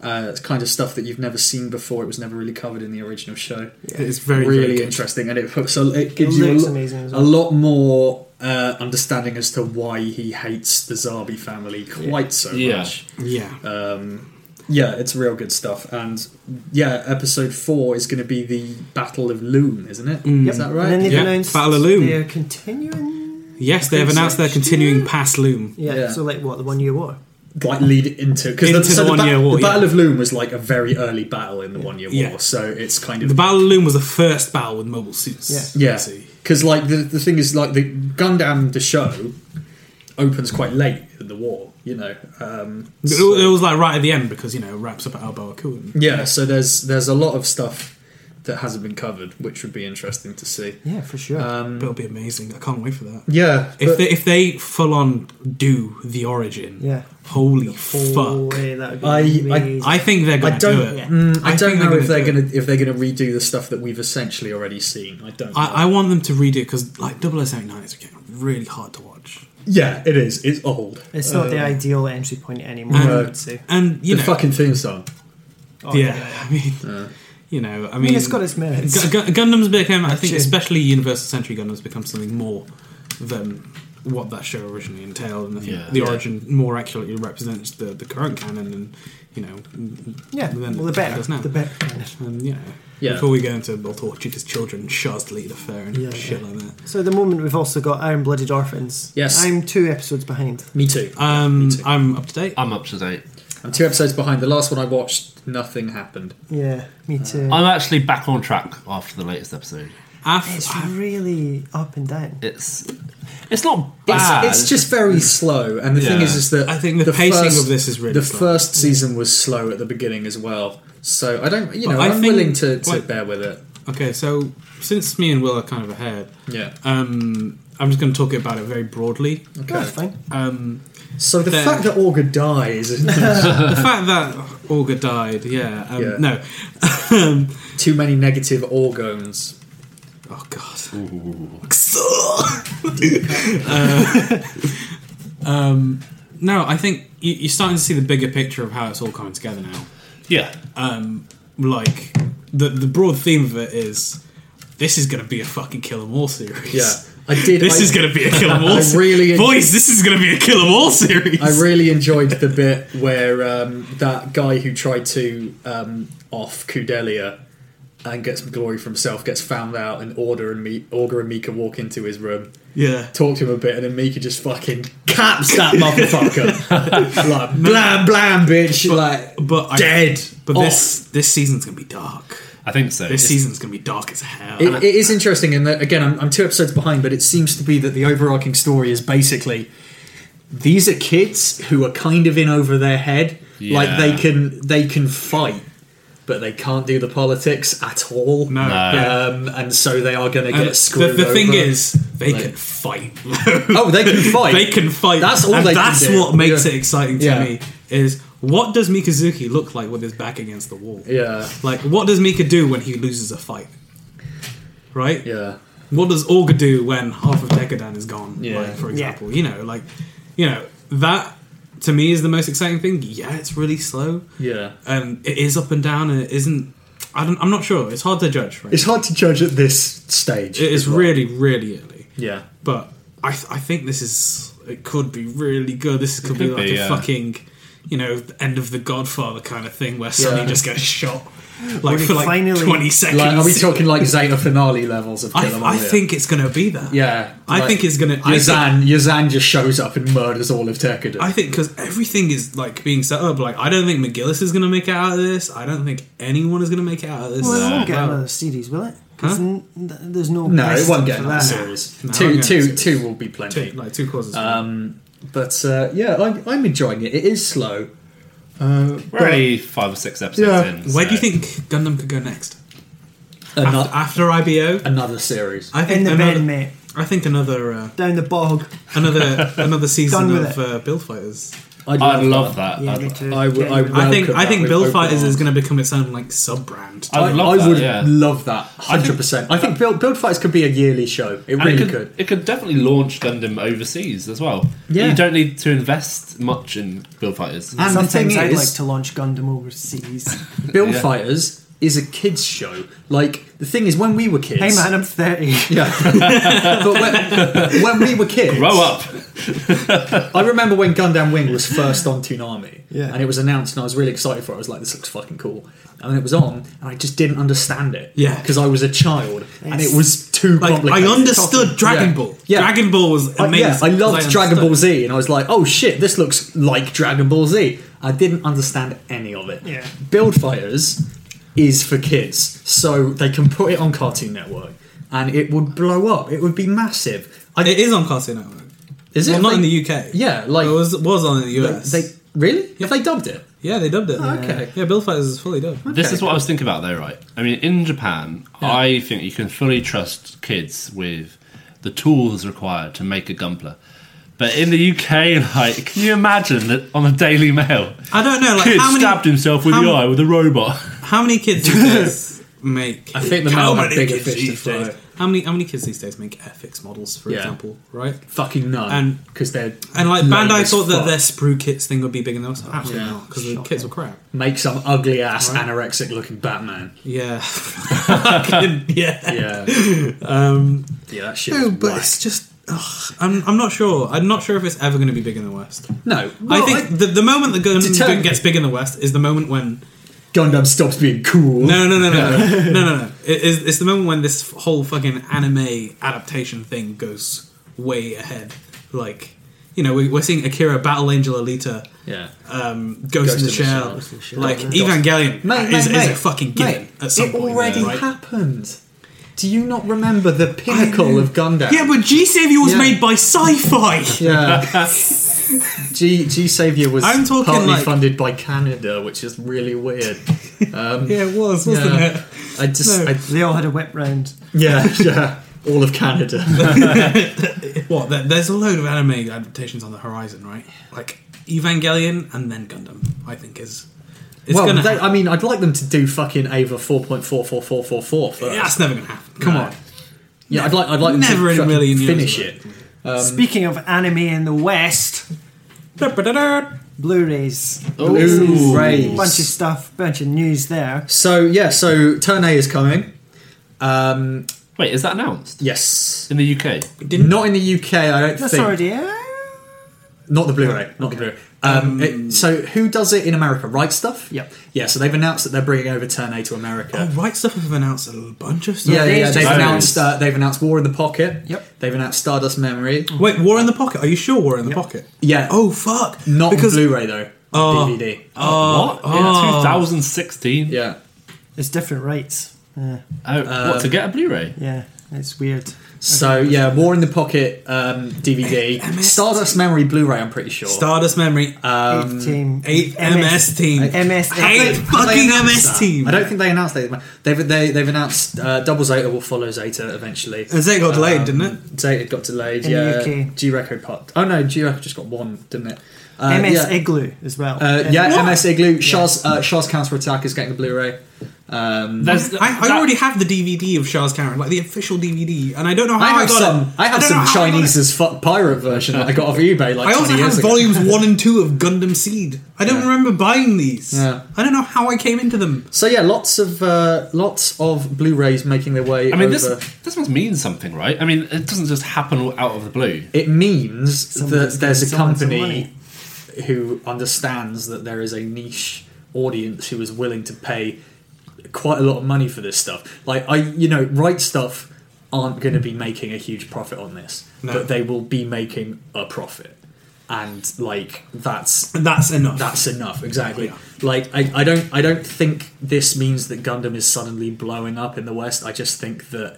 Speaker 2: Uh, it's kind of stuff that you've never seen before. It was never really covered in the original show
Speaker 5: It's very
Speaker 2: really
Speaker 5: very good.
Speaker 2: interesting, and it puts a, it gives you a,
Speaker 3: looks
Speaker 2: lo-
Speaker 3: amazing as
Speaker 2: a
Speaker 3: well.
Speaker 2: lot more uh, understanding as to why he hates the Zabi family quite so
Speaker 4: Yeah.
Speaker 2: much.
Speaker 5: Yeah.
Speaker 2: Uh, Yeah, it's real good stuff, and yeah, episode four is going to be the Battle of Loom, isn't it? Is
Speaker 5: Mm.
Speaker 2: that
Speaker 3: And then
Speaker 2: right?
Speaker 3: they've
Speaker 5: Yeah,
Speaker 3: announced
Speaker 5: Battle of Loom.
Speaker 3: they're continuing.
Speaker 5: yes, they have announced they're continuing past Loom.
Speaker 3: Yeah,
Speaker 2: Yeah.
Speaker 3: so like what the one year war.
Speaker 2: Like lead into because the,
Speaker 5: Into
Speaker 2: so
Speaker 5: the
Speaker 2: the,
Speaker 5: One
Speaker 2: ba-
Speaker 5: Year War,
Speaker 2: the Battle
Speaker 5: yeah.
Speaker 2: of Loom was like a very early battle in the One Year War,
Speaker 5: Yeah.
Speaker 2: so it's kind of
Speaker 5: The Battle of Loom was the first battle with mobile suits.
Speaker 3: Yeah.
Speaker 2: Yeah,
Speaker 5: See.
Speaker 2: because like the, the thing is like the Gundam the show opens quite late in the war, you know. Um,
Speaker 5: It,
Speaker 2: so-
Speaker 5: it was like right at the end because you know it wraps up at Alboa Coon.
Speaker 2: yeah, so there's there's a lot of stuff that hasn't been covered, which would be interesting to see.
Speaker 3: Yeah, for sure.
Speaker 5: It'll be amazing. I can't wait for that.
Speaker 2: Yeah,
Speaker 5: If
Speaker 2: but-
Speaker 5: they if they full on do the origin,
Speaker 3: Yeah.
Speaker 5: holy
Speaker 3: Oh,
Speaker 5: fuck!
Speaker 3: way, that would be
Speaker 2: I- I-
Speaker 3: amazing.
Speaker 5: I think they're gonna
Speaker 2: I don't.
Speaker 5: do it.
Speaker 2: mm, I,
Speaker 5: I
Speaker 2: don't
Speaker 5: think
Speaker 2: know if they're
Speaker 5: they're gonna
Speaker 2: gonna if they're gonna redo the stuff that we've essentially already seen. I don't.
Speaker 5: I, I
Speaker 2: know.
Speaker 5: want them to read it because like 0079 is getting really hard to watch.
Speaker 2: Yeah, it is. It's old.
Speaker 3: It's not the ideal entry point anymore, I
Speaker 5: No.
Speaker 3: would say.
Speaker 5: And you
Speaker 2: the
Speaker 5: know,
Speaker 2: fucking theme song.
Speaker 3: Oh,
Speaker 5: uh, yeah, I mean, you know, I
Speaker 3: I
Speaker 5: mean,
Speaker 3: mean, it's got its merits.
Speaker 5: Gu- Gu- Gundams became, I think,
Speaker 3: Actually-
Speaker 5: especially Universal Century Gundams become something more than what that show originally entailed, and I think
Speaker 4: Yeah.
Speaker 5: the
Speaker 4: Yeah.
Speaker 5: origin more accurately represents the, the current canon, and you know,
Speaker 3: Yeah,
Speaker 5: than
Speaker 3: well, the
Speaker 5: it
Speaker 3: better.
Speaker 5: does now.
Speaker 3: The better.
Speaker 5: and you know,
Speaker 2: Yeah.
Speaker 5: before we go into well, Tortuga's children, Shaz the Leader Fair, and
Speaker 3: Yeah,
Speaker 5: shit
Speaker 3: yeah.
Speaker 5: like that.
Speaker 3: So at the moment, we've also got Iron Blooded Orphans.
Speaker 2: Yes.
Speaker 3: I'm two episodes behind.
Speaker 2: Me too.
Speaker 5: Um,
Speaker 2: me too.
Speaker 5: I'm up to date.
Speaker 4: I'm up to date.
Speaker 2: I'm two episodes behind. The last one I watched, nothing happened.
Speaker 3: Yeah, me too.
Speaker 4: I'm actually back on track after the latest episode.
Speaker 5: Af-
Speaker 3: it's really up and down.
Speaker 4: It's it's not bad.
Speaker 2: It's, it's just very slow, and the thing
Speaker 4: Yeah.
Speaker 2: is, is that
Speaker 5: I think the pacing
Speaker 2: first-
Speaker 5: of this is really
Speaker 2: the
Speaker 5: slow.
Speaker 2: first season was slow at the beginning as well. So I don't, you
Speaker 5: But
Speaker 2: know,
Speaker 5: I
Speaker 2: I'm
Speaker 5: think-
Speaker 2: willing to, to
Speaker 5: Wait.
Speaker 2: bear with it.
Speaker 5: okay, so since me and Will are kind of ahead,
Speaker 2: Yeah.
Speaker 5: um, I'm just going to talk about it very broadly.
Speaker 3: That's fine.
Speaker 5: Um,
Speaker 2: So the
Speaker 5: Then-
Speaker 2: fact that Orga dies is
Speaker 5: the fact that Olga died, yeah, um,
Speaker 2: Yeah.
Speaker 5: no, Um,
Speaker 2: too many negative orgons.
Speaker 5: oh god, Uh, um, no, I think you, you're starting to see the bigger picture of how it's all coming together now.
Speaker 4: yeah.
Speaker 5: um, like the the broad theme of it is this is going to be a fucking Kill 'Em All series.
Speaker 2: Yeah, I did.
Speaker 5: This
Speaker 2: I,
Speaker 5: is going to be a Kill 'Em All.
Speaker 2: I
Speaker 5: se-
Speaker 2: really-
Speaker 5: boys, this is going to be a Kill 'Em All series.
Speaker 2: I really enjoyed the bit where um, that guy who tried to um, off Kudelia and get some glory for himself gets found out, and Order and Me- Orga and Mika walk into his room,
Speaker 5: yeah.
Speaker 2: talk to him a bit, and then Mika just fucking caps that motherfucker, like blam blam, bitch, like
Speaker 5: But I,
Speaker 2: dead.
Speaker 5: But
Speaker 2: off.
Speaker 5: this this season's going to be dark.
Speaker 4: I think so.
Speaker 5: This
Speaker 4: It's-
Speaker 5: season's going to be dark as hell.
Speaker 2: It, it is interesting, and that, again, I'm, I'm two episodes behind, but it seems to be that the overarching story is basically these are kids who are kind of in over their head, like they
Speaker 4: Yeah.
Speaker 2: can they can fight, but they can't do the politics at all.
Speaker 5: no.
Speaker 4: No.
Speaker 2: um, and so they are going to
Speaker 5: And
Speaker 2: get
Speaker 5: the,
Speaker 2: screwed.
Speaker 5: the thing
Speaker 2: over.
Speaker 5: is, they
Speaker 2: Like-
Speaker 5: can fight.
Speaker 2: oh, they can fight.
Speaker 5: they can fight.
Speaker 2: That's all
Speaker 5: and
Speaker 2: they can
Speaker 5: That's
Speaker 2: do.
Speaker 5: what makes
Speaker 2: Yeah.
Speaker 5: it exciting to
Speaker 2: Yeah.
Speaker 5: me. Is what does Mikazuki look like with his back against the wall?
Speaker 2: Yeah,
Speaker 5: Like, what does Mika do when he loses a fight? Right?
Speaker 2: yeah.
Speaker 5: What does Olga do when half of Dekadan is gone?
Speaker 2: Yeah.
Speaker 5: Like, for example, you know, like, you know, that to me is the most exciting thing. Yeah, it's really slow.
Speaker 2: Yeah,
Speaker 5: Um, it is up and down, and it isn't. I don't, I'm not sure. It's hard to judge. Right?
Speaker 2: it's hard to judge at this stage.
Speaker 5: It is
Speaker 2: as well.
Speaker 5: really, really early.
Speaker 2: Yeah,
Speaker 5: But I, th- I think this is. It could be really good. This could, be
Speaker 4: could
Speaker 5: like
Speaker 4: be, yeah.
Speaker 5: a fucking, you know, the end of the Godfather kind of thing where Sonny
Speaker 2: Yeah.
Speaker 5: just gets shot. Like
Speaker 3: we
Speaker 5: for like
Speaker 3: finally-
Speaker 5: twenty seconds.
Speaker 2: like are we talking like Zeta finale levels of Kill 'Em
Speaker 5: I, I
Speaker 2: All here?
Speaker 5: think it's going to be that.
Speaker 2: Yeah,
Speaker 5: I
Speaker 2: like-
Speaker 5: think it's going to. I think,
Speaker 2: Yazan, Yazan just shows up and murders all of Tekadon.
Speaker 5: I think because everything is like being set up. Like I don't think McGillis is going to make it out of this. I don't think anyone is going to make it out of this.
Speaker 3: Well, it won't get
Speaker 5: Wow.
Speaker 3: another series, will it? 'Cause
Speaker 5: Huh?
Speaker 3: n- th- there's no.
Speaker 2: no, it won't
Speaker 3: precedent
Speaker 2: get
Speaker 3: for
Speaker 2: another
Speaker 3: that.
Speaker 2: series.
Speaker 5: No, I'm
Speaker 2: two,
Speaker 5: getting
Speaker 2: two,
Speaker 5: series.
Speaker 2: two will be plenty.
Speaker 5: Two, like two causes.
Speaker 2: Um, but uh, yeah, I'm, I'm enjoying it. It is slow.
Speaker 4: we're only five or six episodes
Speaker 2: Yeah.
Speaker 4: in.
Speaker 5: Where do you
Speaker 4: so-
Speaker 5: think Gundam could go next?
Speaker 2: Ano-
Speaker 5: After, after IBO,
Speaker 2: another series.
Speaker 5: I think
Speaker 3: In the
Speaker 5: another.
Speaker 3: bed, mate.
Speaker 5: I think another uh,
Speaker 3: Down the bog.
Speaker 5: another another season
Speaker 3: Done with
Speaker 5: of
Speaker 3: it.
Speaker 5: uh, Build Fighters.
Speaker 2: I'd
Speaker 4: I'd love that.
Speaker 3: Yeah,
Speaker 4: I'd,
Speaker 3: me too.
Speaker 2: I would-
Speaker 3: Get
Speaker 2: I
Speaker 3: rid of
Speaker 2: would-
Speaker 5: I think
Speaker 2: could
Speaker 5: I
Speaker 2: that
Speaker 5: think
Speaker 2: with
Speaker 5: Build
Speaker 2: open
Speaker 5: Fighters
Speaker 2: arms.
Speaker 5: is going to become its own like sub brand.
Speaker 4: I would love
Speaker 2: I
Speaker 4: that.
Speaker 2: would
Speaker 4: yeah.
Speaker 2: love that. Hundred percent. I think build build fights could be a yearly show. It
Speaker 4: And
Speaker 2: really
Speaker 4: it
Speaker 2: could.
Speaker 4: It could definitely launch Gundam overseas as well.
Speaker 2: Yeah.
Speaker 4: You don't need to invest much in Build Fighters.
Speaker 5: Ah.
Speaker 2: And the
Speaker 3: Sometimes
Speaker 2: thing
Speaker 3: I'd
Speaker 2: is-
Speaker 3: like to launch Gundam overseas.
Speaker 2: Build
Speaker 4: Yeah.
Speaker 2: fighters is a kids show. Like the thing is, when we were kids,
Speaker 3: hey man, I'm 30.
Speaker 2: Yeah. but when, when we were kids,
Speaker 4: Grow up.
Speaker 2: I remember when Gundam Wing was first on Toonami,
Speaker 3: Yeah.
Speaker 2: and it was announced, and I was really excited for it. I was like, "This looks fucking cool," and then it was on, and I just didn't understand it,
Speaker 5: Yeah.
Speaker 2: because I was a child, and
Speaker 3: Yes.
Speaker 2: it was too
Speaker 5: Like I
Speaker 2: complicated.
Speaker 5: understood Dragon
Speaker 2: Yeah.
Speaker 5: Ball.
Speaker 2: Yeah.
Speaker 5: Dragon Ball was
Speaker 2: I,
Speaker 5: amazing.
Speaker 2: yeah, I loved
Speaker 5: I
Speaker 2: Dragon Ball
Speaker 5: understood.
Speaker 2: Z, and I was like, "Oh shit, this looks like Dragon Ball Z." I didn't understand any of it.
Speaker 3: Yeah.
Speaker 2: Build Fighters is for kids, so they can put it on Cartoon Network, and it would blow up. It would be massive. I,
Speaker 5: It is on Cartoon Network.
Speaker 2: is
Speaker 5: Well, not
Speaker 2: Like-
Speaker 5: in the Oh, UK.
Speaker 2: Yeah, like
Speaker 5: it was was on in the US.
Speaker 2: they really? Have they dubbed it?
Speaker 5: yeah, they dubbed it.
Speaker 2: okay.
Speaker 5: Yeah, Bill Fighters is fully dubbed.
Speaker 4: This is what I was thinking about, though, right? I mean, in Japan, I think you can fully trust kids with the tools required to make a Gunpla. But in the UK, like, can you imagine that on a Daily Mail,
Speaker 5: I don't know. Like
Speaker 4: kid
Speaker 5: how many
Speaker 4: stabbed himself with
Speaker 5: how
Speaker 4: the
Speaker 5: many-
Speaker 4: eye with a robot?
Speaker 5: how many kids these days make?
Speaker 2: I think the
Speaker 5: how
Speaker 2: male had
Speaker 5: many
Speaker 2: bigger
Speaker 5: kids
Speaker 2: fish to
Speaker 5: these days
Speaker 2: fry.
Speaker 5: How many how many kids these days make FX models, for
Speaker 2: Yeah.
Speaker 5: example, right?
Speaker 2: Fucking none.
Speaker 5: And-
Speaker 2: Because they're
Speaker 5: And like
Speaker 2: lame
Speaker 5: Bandai
Speaker 2: as
Speaker 5: thought that
Speaker 2: fuck.
Speaker 5: their sprue kits thing would be big, and they were like, absolutely
Speaker 2: Yeah.
Speaker 5: not, because the kits were crap.
Speaker 2: make some ugly ass
Speaker 5: Right.
Speaker 2: anorexic looking Batman.
Speaker 5: Yeah, Fucking- yeah.
Speaker 2: Yeah,
Speaker 5: Um,
Speaker 2: yeah, that shit.
Speaker 5: no,
Speaker 2: is
Speaker 5: but
Speaker 2: whack.
Speaker 5: it's just. ugh, I'm, I'm not sure. I'm not sure if it's ever going to be big in the West.
Speaker 2: no.
Speaker 5: I think the, the moment the gun,
Speaker 2: Deter-
Speaker 5: gun gets big in the West is the moment when
Speaker 2: Gundam stops being cool.
Speaker 5: no no no no no no no. no. It, it's, it's the moment when this whole fucking anime adaptation thing goes way ahead. Like you know we, we're seeing Akira, Battle Angel, Alita,
Speaker 2: Yeah.
Speaker 5: um, Ghost, in the Shell. Like
Speaker 2: Yeah.
Speaker 5: Evangelion is, is a fucking given
Speaker 2: mate,
Speaker 5: at some
Speaker 2: it
Speaker 5: point.
Speaker 2: already
Speaker 5: right?
Speaker 2: happened. Do you not remember the pinnacle of Gundam?
Speaker 5: Yeah, but G Savior was
Speaker 2: Yeah.
Speaker 5: made by Sci-Fi.
Speaker 2: Yeah. G G Savior was
Speaker 5: I'm talking
Speaker 2: partly
Speaker 5: like-
Speaker 2: funded by Canada, which is really weird. Um,
Speaker 5: yeah, it was, wasn't
Speaker 2: yeah. I just
Speaker 5: No.
Speaker 2: I,
Speaker 3: They all had a whip round.
Speaker 2: yeah yeah all of Canada.
Speaker 5: it? What? There, there's a load of anime adaptations on the horizon, right? Like Evangelion and then Gundam. I think is it's
Speaker 2: well,
Speaker 5: gonna.
Speaker 2: they, I mean, I'd like them to do fucking Ava four point four four four four four first.
Speaker 5: that's never gonna happen. Come
Speaker 2: No.
Speaker 5: on.
Speaker 2: Yeah, I'd like I'd like them
Speaker 5: Never
Speaker 2: to
Speaker 5: in a
Speaker 2: fucking
Speaker 5: million years
Speaker 2: finish
Speaker 5: would
Speaker 2: it.
Speaker 3: Speaking of anime in the West,
Speaker 5: Da-ba-da-da.
Speaker 3: Blu-rays,
Speaker 2: Oh, Ooh. Blu-rays.
Speaker 3: bunch of stuff, bunch of news there.
Speaker 2: So yeah, so turn A is coming. Um,
Speaker 4: Wait, is that announced
Speaker 2: yes,
Speaker 4: in the UK?
Speaker 2: not in the UK. I don't
Speaker 3: That's
Speaker 2: think.
Speaker 3: already out.
Speaker 2: Not the Blu-ray. Not the Blu-ray. Um, it- so who does it in America? Right stuff.
Speaker 3: Yep.
Speaker 2: Yeah. So they've announced that they're bringing over Turn A to America.
Speaker 5: Oh, right stuff have announced a bunch of stuff.
Speaker 2: yeah, yeah, yeah.
Speaker 3: They've
Speaker 2: They've
Speaker 4: just-
Speaker 2: announced uh, they've announced War in the Pocket.
Speaker 3: Yep.
Speaker 2: They've announced Stardust Memory.
Speaker 5: Wait, War in the Pocket. Are you sure War in the Pocket?
Speaker 2: Yeah.
Speaker 5: Oh fuck.
Speaker 2: not
Speaker 5: because
Speaker 2: on Blu-ray though.
Speaker 5: Oh.
Speaker 2: DVD.
Speaker 4: what?
Speaker 5: oh.
Speaker 4: 2016.
Speaker 2: Yeah.
Speaker 3: It's different rights. Yeah,
Speaker 4: Oh, what
Speaker 5: uh,
Speaker 4: to get a Blu-ray?
Speaker 3: yeah, it's weird.
Speaker 2: So yeah, War in the Pocket um, DVD, Stardust Memory Blu-ray. I'm pretty sure.
Speaker 5: Stardust Memory. uh,
Speaker 2: Um,
Speaker 3: Eighth team,
Speaker 5: Eighth MS team.
Speaker 3: MS.
Speaker 5: Hey,
Speaker 2: Have
Speaker 5: fucking
Speaker 2: they announced
Speaker 5: MS
Speaker 2: that?
Speaker 5: team.
Speaker 2: I don't think they announced they they've they, they've announced uh, Double Zeta will follow Zeta eventually.
Speaker 5: Zeta got delayed, didn't it?
Speaker 2: Zeta got delayed.
Speaker 3: In the
Speaker 2: yeah,
Speaker 3: UK.
Speaker 2: G Record part. Oh no, G Record just got one, didn't it? Uh,
Speaker 3: MS
Speaker 2: yeah.
Speaker 3: Igloo as well.
Speaker 2: Uh, yeah,
Speaker 5: What?
Speaker 2: MS Igloo. Shaw's, uh, Shaw's Counter Attack is getting a Blu-ray. Um,
Speaker 4: There's,
Speaker 5: mm. I,
Speaker 4: that-
Speaker 5: I already have the DVD of Shah's Karen, like the official DVD, and I don't know how
Speaker 2: I
Speaker 5: I,
Speaker 2: have
Speaker 5: got
Speaker 2: some.
Speaker 5: it.
Speaker 2: I have
Speaker 5: don't know
Speaker 2: some
Speaker 5: how Oh I got
Speaker 2: Chinese
Speaker 5: it.
Speaker 2: as fuck pirate version that I got off eBay like
Speaker 5: I also
Speaker 2: 20 years
Speaker 5: have
Speaker 2: ago.
Speaker 5: volumes one and two of Gundam Seed. I don't
Speaker 2: Yeah.
Speaker 5: remember buying these.
Speaker 2: Yeah.
Speaker 5: I don't know how I came into them.
Speaker 2: So yeah, lots of uh, lots of Blu-rays making their way.
Speaker 4: I mean,
Speaker 2: over.
Speaker 4: this this must mean something, right? I mean, it doesn't just happen out of the blue.
Speaker 2: It means
Speaker 3: Somebody's
Speaker 2: that there's a
Speaker 3: giving someone some
Speaker 2: company who understands that there is a niche audience who is willing to pay quite a lot of money for this stuff. Like I, you know, right stuff aren't going to be making a huge profit on this,
Speaker 5: No.
Speaker 2: but they will be making a profit, and like that's
Speaker 5: And that's enough.
Speaker 2: that's enough exactly
Speaker 5: Yeah.
Speaker 2: like I, I don't i don't think this means that gundam is suddenly blowing up in the west i just think that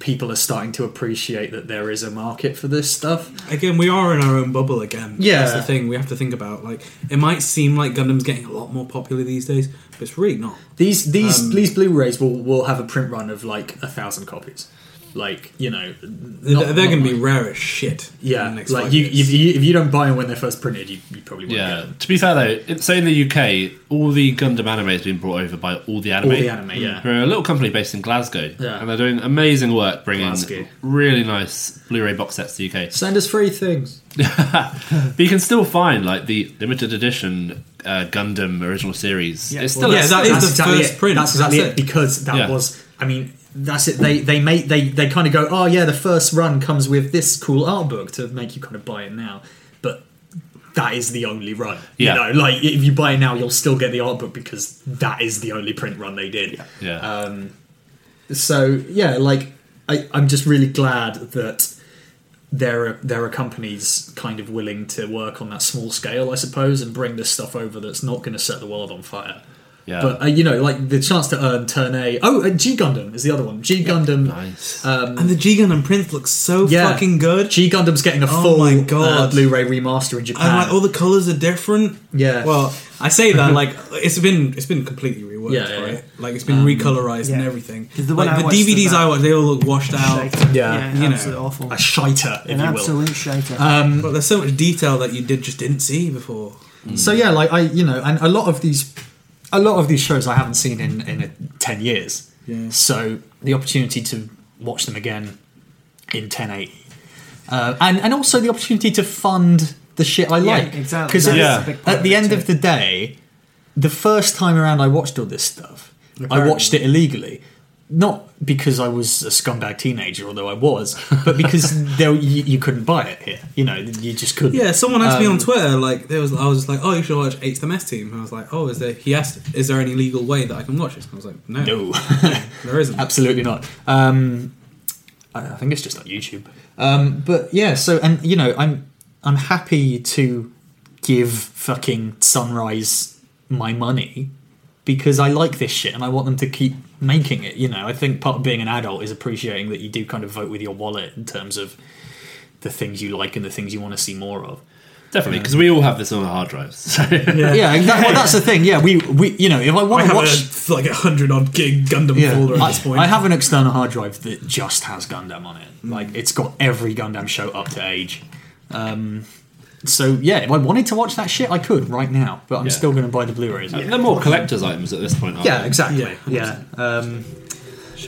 Speaker 2: people are starting to appreciate that there is a market for this stuff
Speaker 5: again, we are in our own bubble again.
Speaker 2: Yeah.
Speaker 5: That's the thing we have to think about. Like, it might seem like Gundam's getting a lot more popular these days, but it's really not.
Speaker 2: these these
Speaker 5: Um,
Speaker 2: these blu-rays will will have a print run of like a thousand copies like you know
Speaker 5: They're,
Speaker 2: not-
Speaker 5: they're
Speaker 2: not
Speaker 5: going to be
Speaker 2: like-
Speaker 5: rare as shit. in the
Speaker 2: yeah
Speaker 5: next
Speaker 2: like
Speaker 5: five
Speaker 2: you,
Speaker 5: years.
Speaker 2: if you if you don't buy them when they're first printed you, you probably won't get
Speaker 4: Yeah.
Speaker 2: them
Speaker 4: To be fair though, it, so in the UK, all the Gundam anime has been brought over by all the anime.
Speaker 2: all the anime yeah
Speaker 4: They're a little company based in Glasgow,
Speaker 2: Yeah.
Speaker 4: and they're doing amazing work bringing
Speaker 2: Glasgow.
Speaker 4: really nice Blu-ray box sets to the UK.
Speaker 2: send us free things
Speaker 4: But you can still find like the limited edition uh, Gundam original series. it's still
Speaker 5: well,
Speaker 4: a-
Speaker 5: yeah, that is the first
Speaker 2: it.
Speaker 5: print.
Speaker 2: That's exactly
Speaker 5: That's
Speaker 2: it.
Speaker 5: it.
Speaker 2: because that
Speaker 4: Yeah.
Speaker 2: was. I mean, that's it. They they make they they kind of go, oh yeah, the first run comes with this cool art book to make you kind of buy it now, but that is the only run.
Speaker 4: Yeah.
Speaker 2: You know, like if you buy it now, you'll still get the art book because that is the only print run they did.
Speaker 4: yeah.
Speaker 2: uh, So yeah, like I, I'm just really glad that there are there are companies kind of willing to work on that small scale, I suppose, and bring this stuff over that's not going to set the world on fire.
Speaker 4: Yeah.
Speaker 2: But uh, you know, like the chance to earn turn A. Oh, and G Gundam is the other one. G Gundam.
Speaker 4: nice.
Speaker 2: uh,
Speaker 5: And the G Gundam print looks so
Speaker 2: Yeah.
Speaker 5: fucking good.
Speaker 2: G Gundam's getting a
Speaker 5: Oh
Speaker 2: full
Speaker 5: my
Speaker 2: Uh,
Speaker 5: God.
Speaker 2: Blu-ray remaster in Japan.
Speaker 5: and like all the colors are different.
Speaker 2: Yeah.
Speaker 5: Well, I say that like it's been it's been completely reworked,
Speaker 2: Yeah, yeah, Um,
Speaker 5: right?
Speaker 2: yeah.
Speaker 5: Like it's been recolorized and
Speaker 3: yeah.
Speaker 5: everything.
Speaker 3: 'Cause the one
Speaker 5: like
Speaker 3: I
Speaker 5: the
Speaker 3: watched
Speaker 5: DVDs
Speaker 3: was
Speaker 5: I
Speaker 3: that-
Speaker 5: watched, they all look washed out.
Speaker 3: Shite.
Speaker 2: Yeah,
Speaker 5: you know,
Speaker 3: absolutely awful.
Speaker 2: a shiter, if
Speaker 3: An
Speaker 2: you will.
Speaker 3: absolute shiter.
Speaker 2: Um, Mm-hmm.
Speaker 5: But there's so much detail that you did just didn't see before.
Speaker 2: So yeah, like I, you know, and a lot of these, a lot of these shows I haven't seen in in uh, ten years.
Speaker 5: Yeah.
Speaker 2: So the opportunity to watch them again in 1080. Uh, and and also the opportunity to fund the shit I
Speaker 3: Yeah,
Speaker 2: like.
Speaker 3: exactly.
Speaker 2: Because
Speaker 3: That's
Speaker 4: a
Speaker 3: big part
Speaker 2: at the
Speaker 3: of
Speaker 2: end
Speaker 3: it too.
Speaker 2: of the day, the first time around I watched all this stuff, I watched it illegally. Not because I was a scumbag teenager, although I was, but because there you, you couldn't buy it here. You know, you just couldn't.
Speaker 5: Yeah, someone asked me
Speaker 2: Um,
Speaker 5: on Twitter, like, there was, I was just like, oh, you should watch Eight's the Mess Team. And I was like, oh, is there, he asked, is there any legal way that I can watch this? And I was like, no,
Speaker 2: No.
Speaker 5: there isn't.
Speaker 2: Absolutely not. Um, I I think it's just on YouTube. Um, but yeah, so and you know, I'm I'm happy to give fucking Sunrise my money because I like this shit and I want them to keep making it. You know, I think part of being an adult is appreciating that you do kind of vote with your wallet in terms of the things you like and the things you want to see more of.
Speaker 4: Definitely, because we all have this on our hard drives. So.
Speaker 2: Yeah, and that, well, that's the thing. Yeah, we we you know, if I
Speaker 5: I
Speaker 2: want to
Speaker 5: have
Speaker 2: watch
Speaker 5: a, like a hundred odd gig Gundam folder at
Speaker 2: I,
Speaker 5: this point. Hmm.
Speaker 2: I have an external hard drive that just has Gundam on it. Like it's got every Gundam show up to age. Um, so yeah, if I wanted to watch that shit, I could right now, but I'm
Speaker 4: Yeah.
Speaker 2: still going to buy the Blu-rays.
Speaker 4: They're more collector's items at this point, aren't
Speaker 2: Yeah,
Speaker 4: they?
Speaker 2: exactly.
Speaker 5: Yeah,
Speaker 2: Yeah. Um,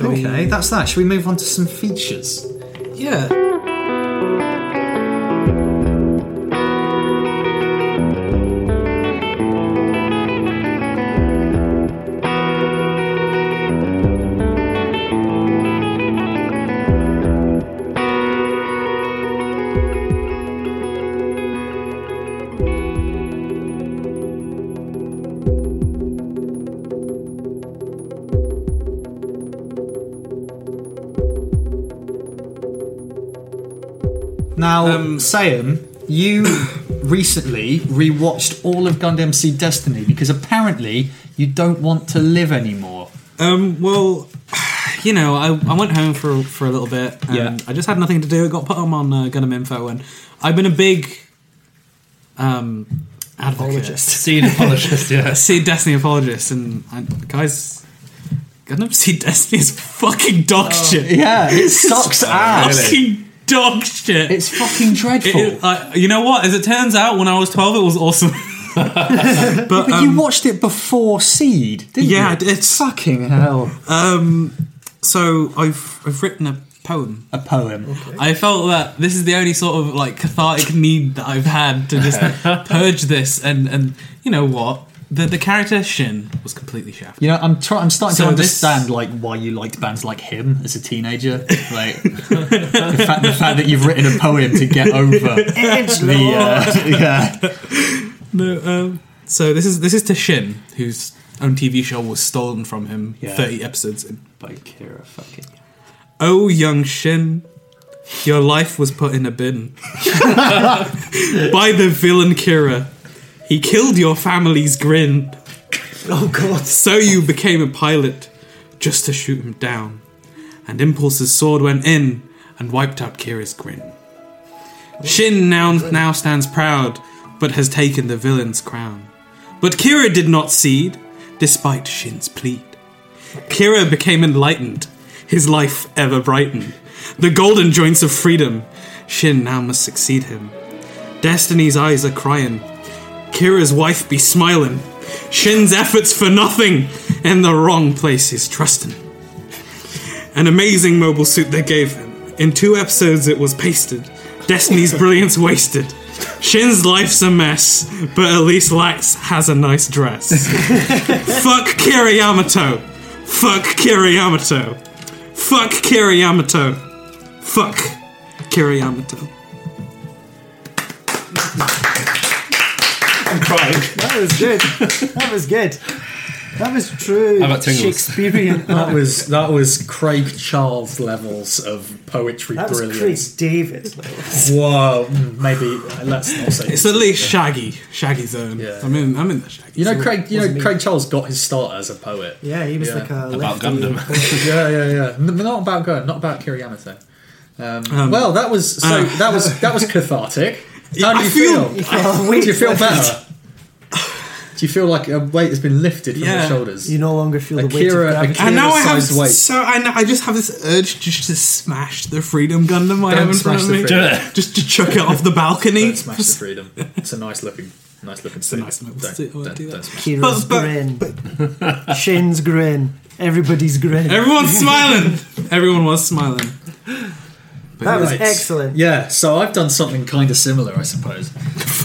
Speaker 2: okay, that's that. Should we move on to some features?
Speaker 5: yeah.
Speaker 2: Now,
Speaker 5: Um,
Speaker 2: Sayum, you recently rewatched all of Gundam Seed Destiny because apparently you don't want to live anymore.
Speaker 5: Um, well, you know, I, I went home for for a little bit. And
Speaker 2: Yeah.
Speaker 5: I just had nothing to do. It got put on on uh, Gundam Info, and I've been a big um advocate.
Speaker 4: Scene apologist, yeah.
Speaker 5: Seed Destiny apologist, and I, guys, Gundam Seed Destiny is fucking dog shit.
Speaker 2: Yeah, Oh. it sucks ass.
Speaker 5: Fucking dog shit.
Speaker 2: It's fucking dreadful.
Speaker 5: Oh, It- it- I- you know what? As it turns out, when I was twelve, it was awesome. but
Speaker 2: But
Speaker 5: um,
Speaker 2: you watched it before Seed, didn't you?
Speaker 5: Yeah, I did.
Speaker 2: Fucking hell.
Speaker 5: um, so I've I've written a poem.
Speaker 2: A poem.
Speaker 5: I felt that this is the only sort of like cathartic need that I've had to just purge this, and and you know what? The the character Shin was completely shafted.
Speaker 2: You know, I'm try- I'm starting
Speaker 5: So
Speaker 2: to
Speaker 5: this-
Speaker 2: understand like why you liked bands like him as a teenager. Like the, fact, the fact that you've written a poem to get over the uh, yeah.
Speaker 5: No, um, so this is this is to Shin, whose own TV show was stolen from him
Speaker 2: Yeah.
Speaker 5: thirty episodes in.
Speaker 2: By Kira fucking.
Speaker 5: Oh, young Shin, your life was put in a bin by the villain Kira. He killed your family's grin.
Speaker 3: Oh god.
Speaker 5: So you became a pilot just to shoot him down. And Impulse's sword went in and wiped out Kira's grin. Shin now, now stands proud, but has taken the villain's crown. But Kira did not cede, despite Shin's plead. Kira became enlightened, his life ever brightened. The golden joints of freedom, Shin now must succeed him. Destiny's eyes are crying, Kira's wife be smiling. Shin's efforts for nothing, and the wrong place he's trusting. An amazing mobile suit they gave him. In two episodes, it was pasted. Destiny's brilliance wasted. Shin's life's a mess, but at least Lax has a nice dress. Fuck Kira Yamato. Fuck Kira Yamato. Fuck Kira Yamato. Fuck Kira Yamato.
Speaker 3: That was good. That was good. That was true.
Speaker 4: How about tingles?
Speaker 3: Shakespearean.
Speaker 8: That was that was Craig Charles levels of poetry
Speaker 3: That was
Speaker 8: brilliance.
Speaker 3: Chris David.
Speaker 8: Whoa, maybe uh, let's not say.
Speaker 5: It's at least Shaggy. Shaggy zone.
Speaker 8: Yeah.
Speaker 5: I'm in. I'm in the Shaggy.
Speaker 8: You know, Craig. You
Speaker 3: Wasn't
Speaker 8: know,
Speaker 3: me.
Speaker 8: Craig Charles got his start as a poet.
Speaker 3: Yeah, he was
Speaker 8: Yeah.
Speaker 3: like a
Speaker 4: About
Speaker 3: lefty.
Speaker 4: Gundam.
Speaker 8: yeah, yeah, yeah. N- Not about going, not about Kiriyamato. Um,
Speaker 5: Um,
Speaker 8: well, that was so.
Speaker 5: uh,
Speaker 8: that was that was cathartic. How do
Speaker 5: I
Speaker 8: you
Speaker 5: feel-
Speaker 8: feel?
Speaker 3: Oh, wait,
Speaker 8: do you feel better? Do you feel like a weight has been lifted from
Speaker 5: Yeah.
Speaker 8: your shoulders?
Speaker 3: You no longer feel the weight of
Speaker 8: Akira-
Speaker 3: gravity.
Speaker 5: And now I have
Speaker 8: Oversized weight.
Speaker 5: so I know, I just have this urge just to smash the Freedom Gundam I
Speaker 8: Don't
Speaker 5: have in front
Speaker 8: smash
Speaker 5: of
Speaker 8: the
Speaker 5: me.
Speaker 8: Freedom.
Speaker 5: Just to chuck it off the balcony.
Speaker 8: Don't smash the freedom. It's a nice looking
Speaker 2: Nice looking
Speaker 5: a
Speaker 2: suit.
Speaker 5: nice little
Speaker 2: Don't-
Speaker 5: suit. I would
Speaker 2: don't-
Speaker 5: do that.
Speaker 2: don't-
Speaker 3: Kira's
Speaker 5: but-
Speaker 3: grin, Shin's grin, everybody's grin.
Speaker 5: Everyone's smiling. Everyone was smiling.
Speaker 3: that was
Speaker 2: Right.
Speaker 3: excellent.
Speaker 2: Yeah, so I've done something kind of similar, I suppose.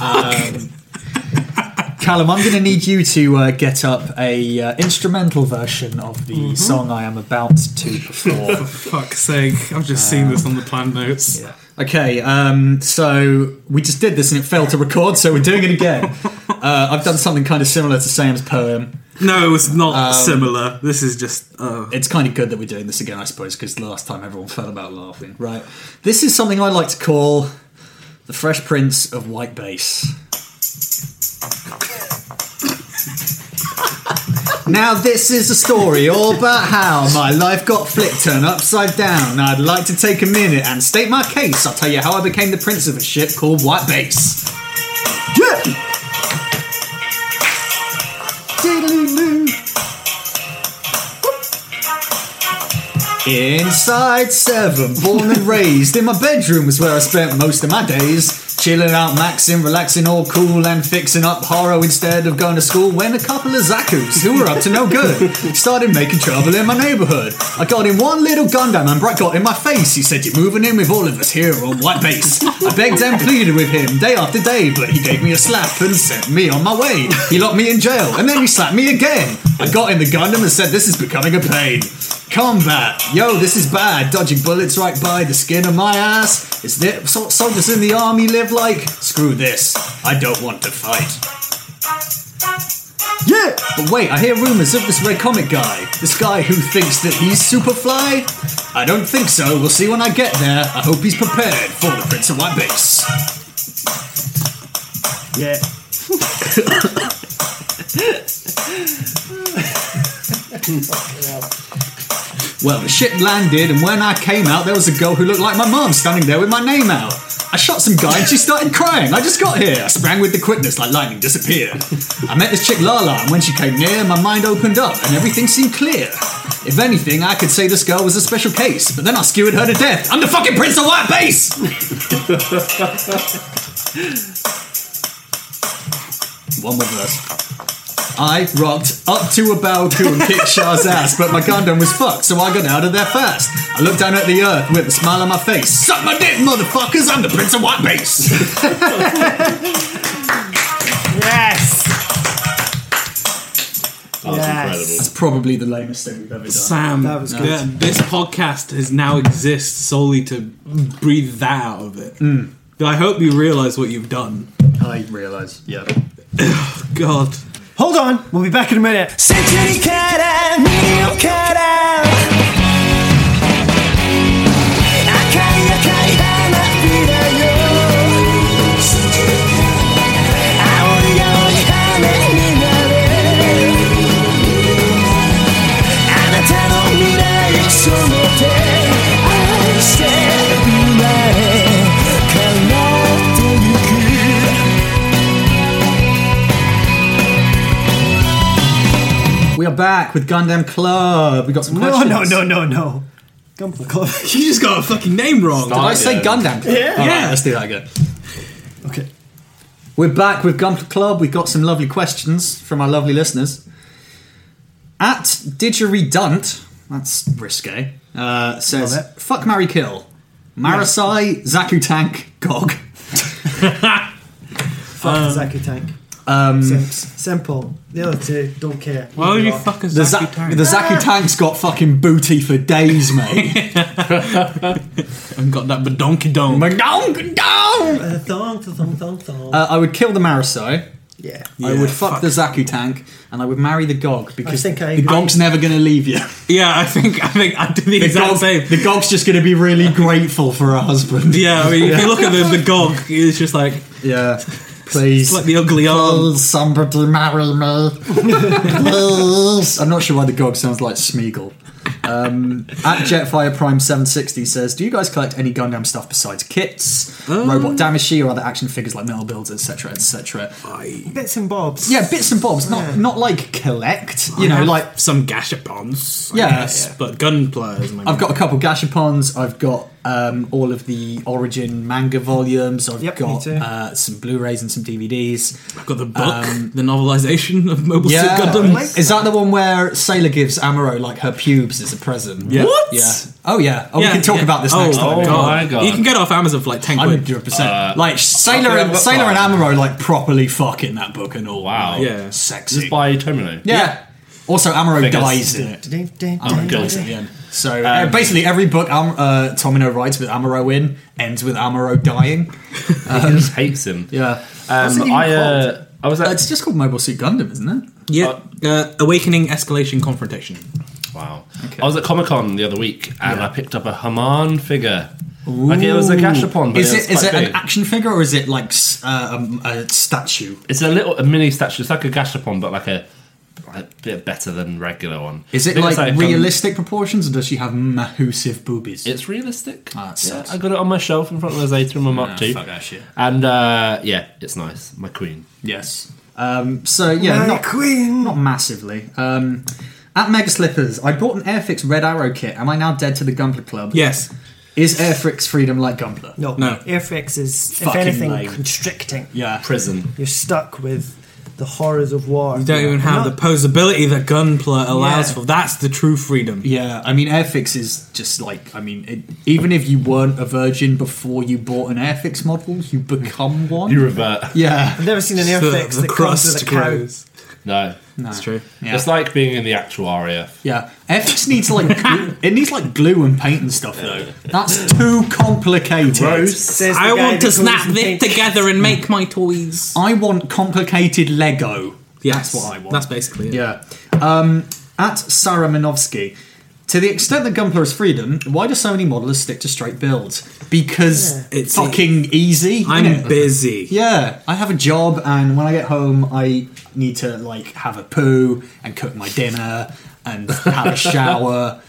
Speaker 2: Um, Callum, I'm going to need you to uh, get up a uh, instrumental version of the
Speaker 3: Mm-hmm.
Speaker 2: song I am about to perform.
Speaker 5: Fuck's sake! I've just
Speaker 8: Uh,
Speaker 5: seen this on the plan notes.
Speaker 2: Yeah. Okay, um, so we just did this and it failed to record, so we're doing it again. Uh, I've done something kind of similar to Sam's poem.
Speaker 5: No, it's
Speaker 8: Um,
Speaker 5: not similar. This is just. Oh.
Speaker 2: It's kind of good that we're doing this again, I suppose, because the last time everyone fell about laughing. Right. This is something I like to call the Fresh Prince of White Bass. Now this is a story all about how my life got flipped turned upside down. I'd like to take a minute and state my case. I'll tell you how I became the prince of a ship called White Base. Yeah. Diddly-loo. Inside seven, born and raised in my bedroom was where I spent most of my days. Chilling out, maxing, relaxing, all cool, and fixing up horror instead of going to school. When a couple of Zakus, who were up to no good, started making trouble in my neighborhood. I got in one little Gundam and Brett got in my face. He said, You're moving in with all of us here on White Base. I begged and pleaded with him day after day, but he gave me a slap and sent me on my way. He locked me in jail, and then he slapped me again. I got in the Gundam and said, This is becoming a pain. Combat! Yo, this is bad. Dodging bullets right by the skin of my ass. Is that so- soldiers in the army live like? Screw this. I don't want to fight. Yeah! But wait, I hear rumors of this red comic guy. This guy who thinks that he's Superfly? I don't think so. We'll see when I get there. I hope he's prepared for the Prince of White Base.
Speaker 3: Yeah.
Speaker 2: Well, the ship landed, and when I came out, there was a girl who looked like my mum standing there with my name out. I shot some guy and she started crying. I just got here. I sprang with the quickness like lightning disappeared. I met this chick Lala, and when she came near, my mind opened up and everything seemed clear. If anything, I could say this girl was a special case, but then I skewered her to death. I'm the fucking Prince of White Base! One more verse. I rocked up to a Baoku and kicked Shah's ass, but my Gundam was fucked, so I got out of there fast. I looked down at the earth with a smile on my face. Suck my dick, motherfuckers! I'm the Prince of White Base!
Speaker 3: Yes.
Speaker 4: That was
Speaker 3: Yes.
Speaker 4: incredible.
Speaker 2: That's probably the lamest thing we've ever done.
Speaker 5: Sam,
Speaker 3: That was
Speaker 5: yeah,
Speaker 3: good.
Speaker 5: this podcast is now exists solely to breathe that out of it.
Speaker 3: Mm.
Speaker 5: I hope you realise what you've done.
Speaker 2: I realise, yeah.
Speaker 5: God.
Speaker 3: Hold on, we'll be back in a minute.
Speaker 2: We are back with Gundam Club. We got some
Speaker 3: No,
Speaker 2: questions.
Speaker 3: no, no, no, no. Gumpa Club.
Speaker 5: You just got a fucking name wrong.
Speaker 2: Did I say Gundam Club? Yeah.
Speaker 5: Yeah.
Speaker 2: let's do that again.
Speaker 3: Okay.
Speaker 2: We're back with Gundam Club. We've got some lovely questions from our lovely listeners. At Didgeridont, that's risque, uh, says,
Speaker 3: Love it.
Speaker 2: fuck, marry, kill. Marasai, Zaku Tank, Gog.
Speaker 3: Fuck Zaku Tank. Sim- simple. The other two don't care.
Speaker 5: Why would you fucking
Speaker 2: The,
Speaker 5: Zaku
Speaker 2: Za-
Speaker 5: Tank?
Speaker 2: the
Speaker 3: Ah!
Speaker 2: Zaku Tank's got fucking booty for days, mate.
Speaker 5: and got that badonkey donk.
Speaker 2: Madong, dong!
Speaker 3: Uh, thong, thong, thong, thong.
Speaker 2: uh, I would kill the Marasai.
Speaker 3: yeah.
Speaker 2: I
Speaker 5: Yeah,
Speaker 2: would fuck,
Speaker 5: fuck.
Speaker 2: the Zaku Tank, and I would marry the Gog because
Speaker 3: think I
Speaker 2: the
Speaker 3: agree.
Speaker 2: Gog's never going to leave you.
Speaker 5: Yeah, I think I think I did the,
Speaker 2: The,
Speaker 5: exact
Speaker 2: Gog-
Speaker 5: same.
Speaker 2: the Gog's just going to be really grateful for her husband.
Speaker 5: Yeah, I mean, if you look at the, the gog, it's just like
Speaker 2: Yeah. Please.
Speaker 5: it's like the ugly arm.
Speaker 2: Please, somebody marry me. Please. I'm not sure why the gog sounds like Smeagol. Um, at Jetfire Prime 760 says, Do you guys collect any Gundam stuff besides kits,
Speaker 3: Um,
Speaker 2: robot damashi, or other action figures like metal builds, etc., etc.?
Speaker 3: Bits and bobs.
Speaker 2: Yeah, bits and bobs, not
Speaker 3: Yeah.
Speaker 2: not like collect. You
Speaker 5: I
Speaker 2: know,
Speaker 5: have
Speaker 2: like
Speaker 5: some gashapons. I
Speaker 2: Yeah,
Speaker 5: guess,
Speaker 2: yeah.
Speaker 5: but gun players.
Speaker 2: I've got a couple gashapons, I've got um, all of the Origin manga volumes. I've
Speaker 3: Yep, me
Speaker 2: got
Speaker 3: too.
Speaker 2: uh, some Blu-rays and some DVDs.
Speaker 5: I've got the book, the novelization of Mobile
Speaker 2: um, Yeah,
Speaker 5: Suit Gundam.
Speaker 2: is that the one where Sailor gives Amuro like her pubes as a present?
Speaker 5: Yeah. What?
Speaker 2: Yeah. Oh yeah. Oh,
Speaker 5: Yeah,
Speaker 2: we can talk
Speaker 5: yeah.
Speaker 2: about this
Speaker 5: oh,
Speaker 2: next time.
Speaker 5: Oh
Speaker 4: God.
Speaker 5: my god! You can get it off Amazon for like ten quid.
Speaker 2: Hundred percent.
Speaker 4: Uh,
Speaker 2: like Sailor
Speaker 4: okay,
Speaker 2: and
Speaker 4: what-
Speaker 2: Sailor and Amuro like properly fuck in that book and all.
Speaker 4: Wow.
Speaker 5: Yeah.
Speaker 4: Is
Speaker 2: Sexy.
Speaker 4: this by Tomino?
Speaker 2: yeah. Also, Amuro
Speaker 4: Figures. Um,
Speaker 2: dies in it. Oh
Speaker 4: my God.
Speaker 2: Dies at the end. So uh, basically, every book um, uh, Tomino writes with Amuro in ends with Amuro dying.
Speaker 4: he just hates him.
Speaker 2: Yeah.
Speaker 4: Um,
Speaker 2: even
Speaker 4: I, uh, I was
Speaker 2: Uh,
Speaker 4: at
Speaker 2: It's just called Mobile Suit Gundam, isn't it?
Speaker 5: Yeah, uh, awakening, escalation, confrontation.
Speaker 4: wow. I was at Comic Con the other week and I picked up a Haman figure. Like it was a gashapon, but
Speaker 2: Is
Speaker 4: it was
Speaker 2: it is
Speaker 4: quite
Speaker 2: it an
Speaker 4: big.
Speaker 2: action figure or is it like s- uh, um, a statue?
Speaker 4: It's a little a mini statue. It's like a gashapon, but like a, like a bit better than regular one.
Speaker 2: Is
Speaker 4: I
Speaker 2: it
Speaker 4: think it's um,
Speaker 2: like
Speaker 4: a gun-
Speaker 2: realistic proportions or does she have massive boobies?
Speaker 4: It's realistic.
Speaker 2: Ah, that sucks.
Speaker 4: I got it on my shelf in front of the Zeta and my Mark II.
Speaker 2: fuck that shit.
Speaker 4: And uh, yeah, it's nice. My queen.
Speaker 2: Yes. Um, so yeah, not,
Speaker 3: Queen.
Speaker 2: not massively. Um, at Mega Slippers, I bought an Airfix Red Arrow kit. Am I now dead to the Gunpla Club?
Speaker 5: Yes,
Speaker 2: Is Airfix freedom like Gunpla?
Speaker 3: No,
Speaker 5: No.
Speaker 3: Airfix is, if
Speaker 2: Fucking
Speaker 3: anything,
Speaker 2: lame.
Speaker 3: constricting.
Speaker 2: Yeah.
Speaker 4: Prison.
Speaker 3: You're stuck with the horrors of war.
Speaker 5: you don't even have the posability that Gunpla allows
Speaker 3: Yeah.
Speaker 5: for. That's the true freedom.
Speaker 2: Yeah, I mean, Airfix is just like, I mean, it, even if you weren't a virgin before you bought an Airfix model, you become one.
Speaker 4: You revert.
Speaker 2: yeah.
Speaker 3: I've never seen an Airfix that comes with a cow.
Speaker 4: No.
Speaker 5: That's true.
Speaker 2: Yeah.
Speaker 4: It's like being in the actual RAF.
Speaker 2: Yeah, Airfix needs like glue, it needs like glue and paint and stuff though. That's too complicated.
Speaker 3: Says the
Speaker 5: I
Speaker 3: guy
Speaker 5: want
Speaker 3: that
Speaker 5: to
Speaker 3: goes
Speaker 5: snap
Speaker 3: and
Speaker 5: this
Speaker 3: paints-
Speaker 5: together and make my toys.
Speaker 2: I want complicated Lego. That's what I want.
Speaker 5: That's basically it.
Speaker 2: Yeah. Um, at Sarah Minovsky, to the extent that Gunpla is freedom, why do so many modelers stick to straight builds? Because it's
Speaker 5: It's-
Speaker 2: fucking easy.
Speaker 5: I'm
Speaker 2: innit?
Speaker 5: busy.
Speaker 2: yeah, I have a job, and when I get home, I need to like have a poo and cook my dinner and have a shower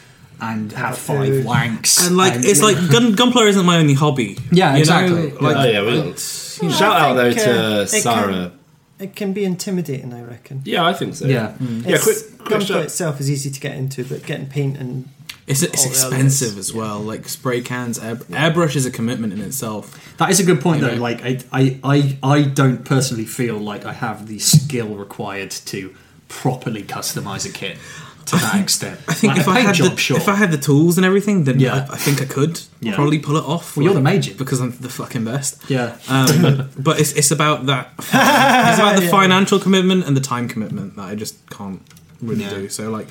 Speaker 2: and have five
Speaker 3: food.
Speaker 2: wanks.
Speaker 5: And like, it's like Gun Gunpla isn't my only hobby.
Speaker 2: Yeah,
Speaker 5: You know,
Speaker 2: exactly.
Speaker 5: Like,
Speaker 4: oh yeah, we Shout out though
Speaker 3: think,
Speaker 4: to
Speaker 3: uh, they
Speaker 4: Sarah.
Speaker 3: It can be intimidating, I reckon.
Speaker 4: Yeah, I think so.
Speaker 2: yeah.
Speaker 5: Mm.
Speaker 4: Yeah,
Speaker 3: It's-
Speaker 4: quick- quick
Speaker 3: Gunpla
Speaker 4: shot.
Speaker 3: itself is easy to get into, but getting paint and
Speaker 5: it's it's
Speaker 3: Oh, yeah,
Speaker 5: expensive as well. Like spray cans, air, airbrush is a commitment in itself.
Speaker 2: That is a good point, though.
Speaker 5: Yeah.
Speaker 2: Like, I, I, I, I don't personally feel like I have the skill required to properly customize a kit to that extent.
Speaker 5: I think
Speaker 2: Like,
Speaker 5: if
Speaker 2: a
Speaker 5: I
Speaker 2: paint
Speaker 5: had
Speaker 2: job,
Speaker 5: the
Speaker 2: sure.
Speaker 5: if I had the tools and everything, then
Speaker 2: Yeah.
Speaker 5: I, I think I could
Speaker 2: Yeah.
Speaker 5: probably pull it off.
Speaker 2: Well, you're the
Speaker 5: like,
Speaker 2: major.
Speaker 5: because I'm the fucking best.
Speaker 2: yeah,
Speaker 5: Um, but it's it's about that. It's about the financial commitment and the time commitment that I just can't really
Speaker 2: Yeah.
Speaker 5: do. So like.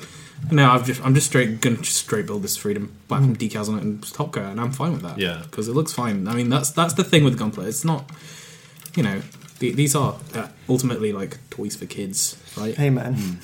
Speaker 5: No, I've just I'm just straight gonna just straight build this freedom, black some
Speaker 2: Mm.
Speaker 5: decals on it and just top coat, and I'm fine with that.
Speaker 4: Yeah.
Speaker 5: because it looks fine. I mean, that's that's the thing with Gunpla. It's not, you know, the, these are uh, ultimately like toys for kids, right?
Speaker 3: hey man,
Speaker 4: Hmm.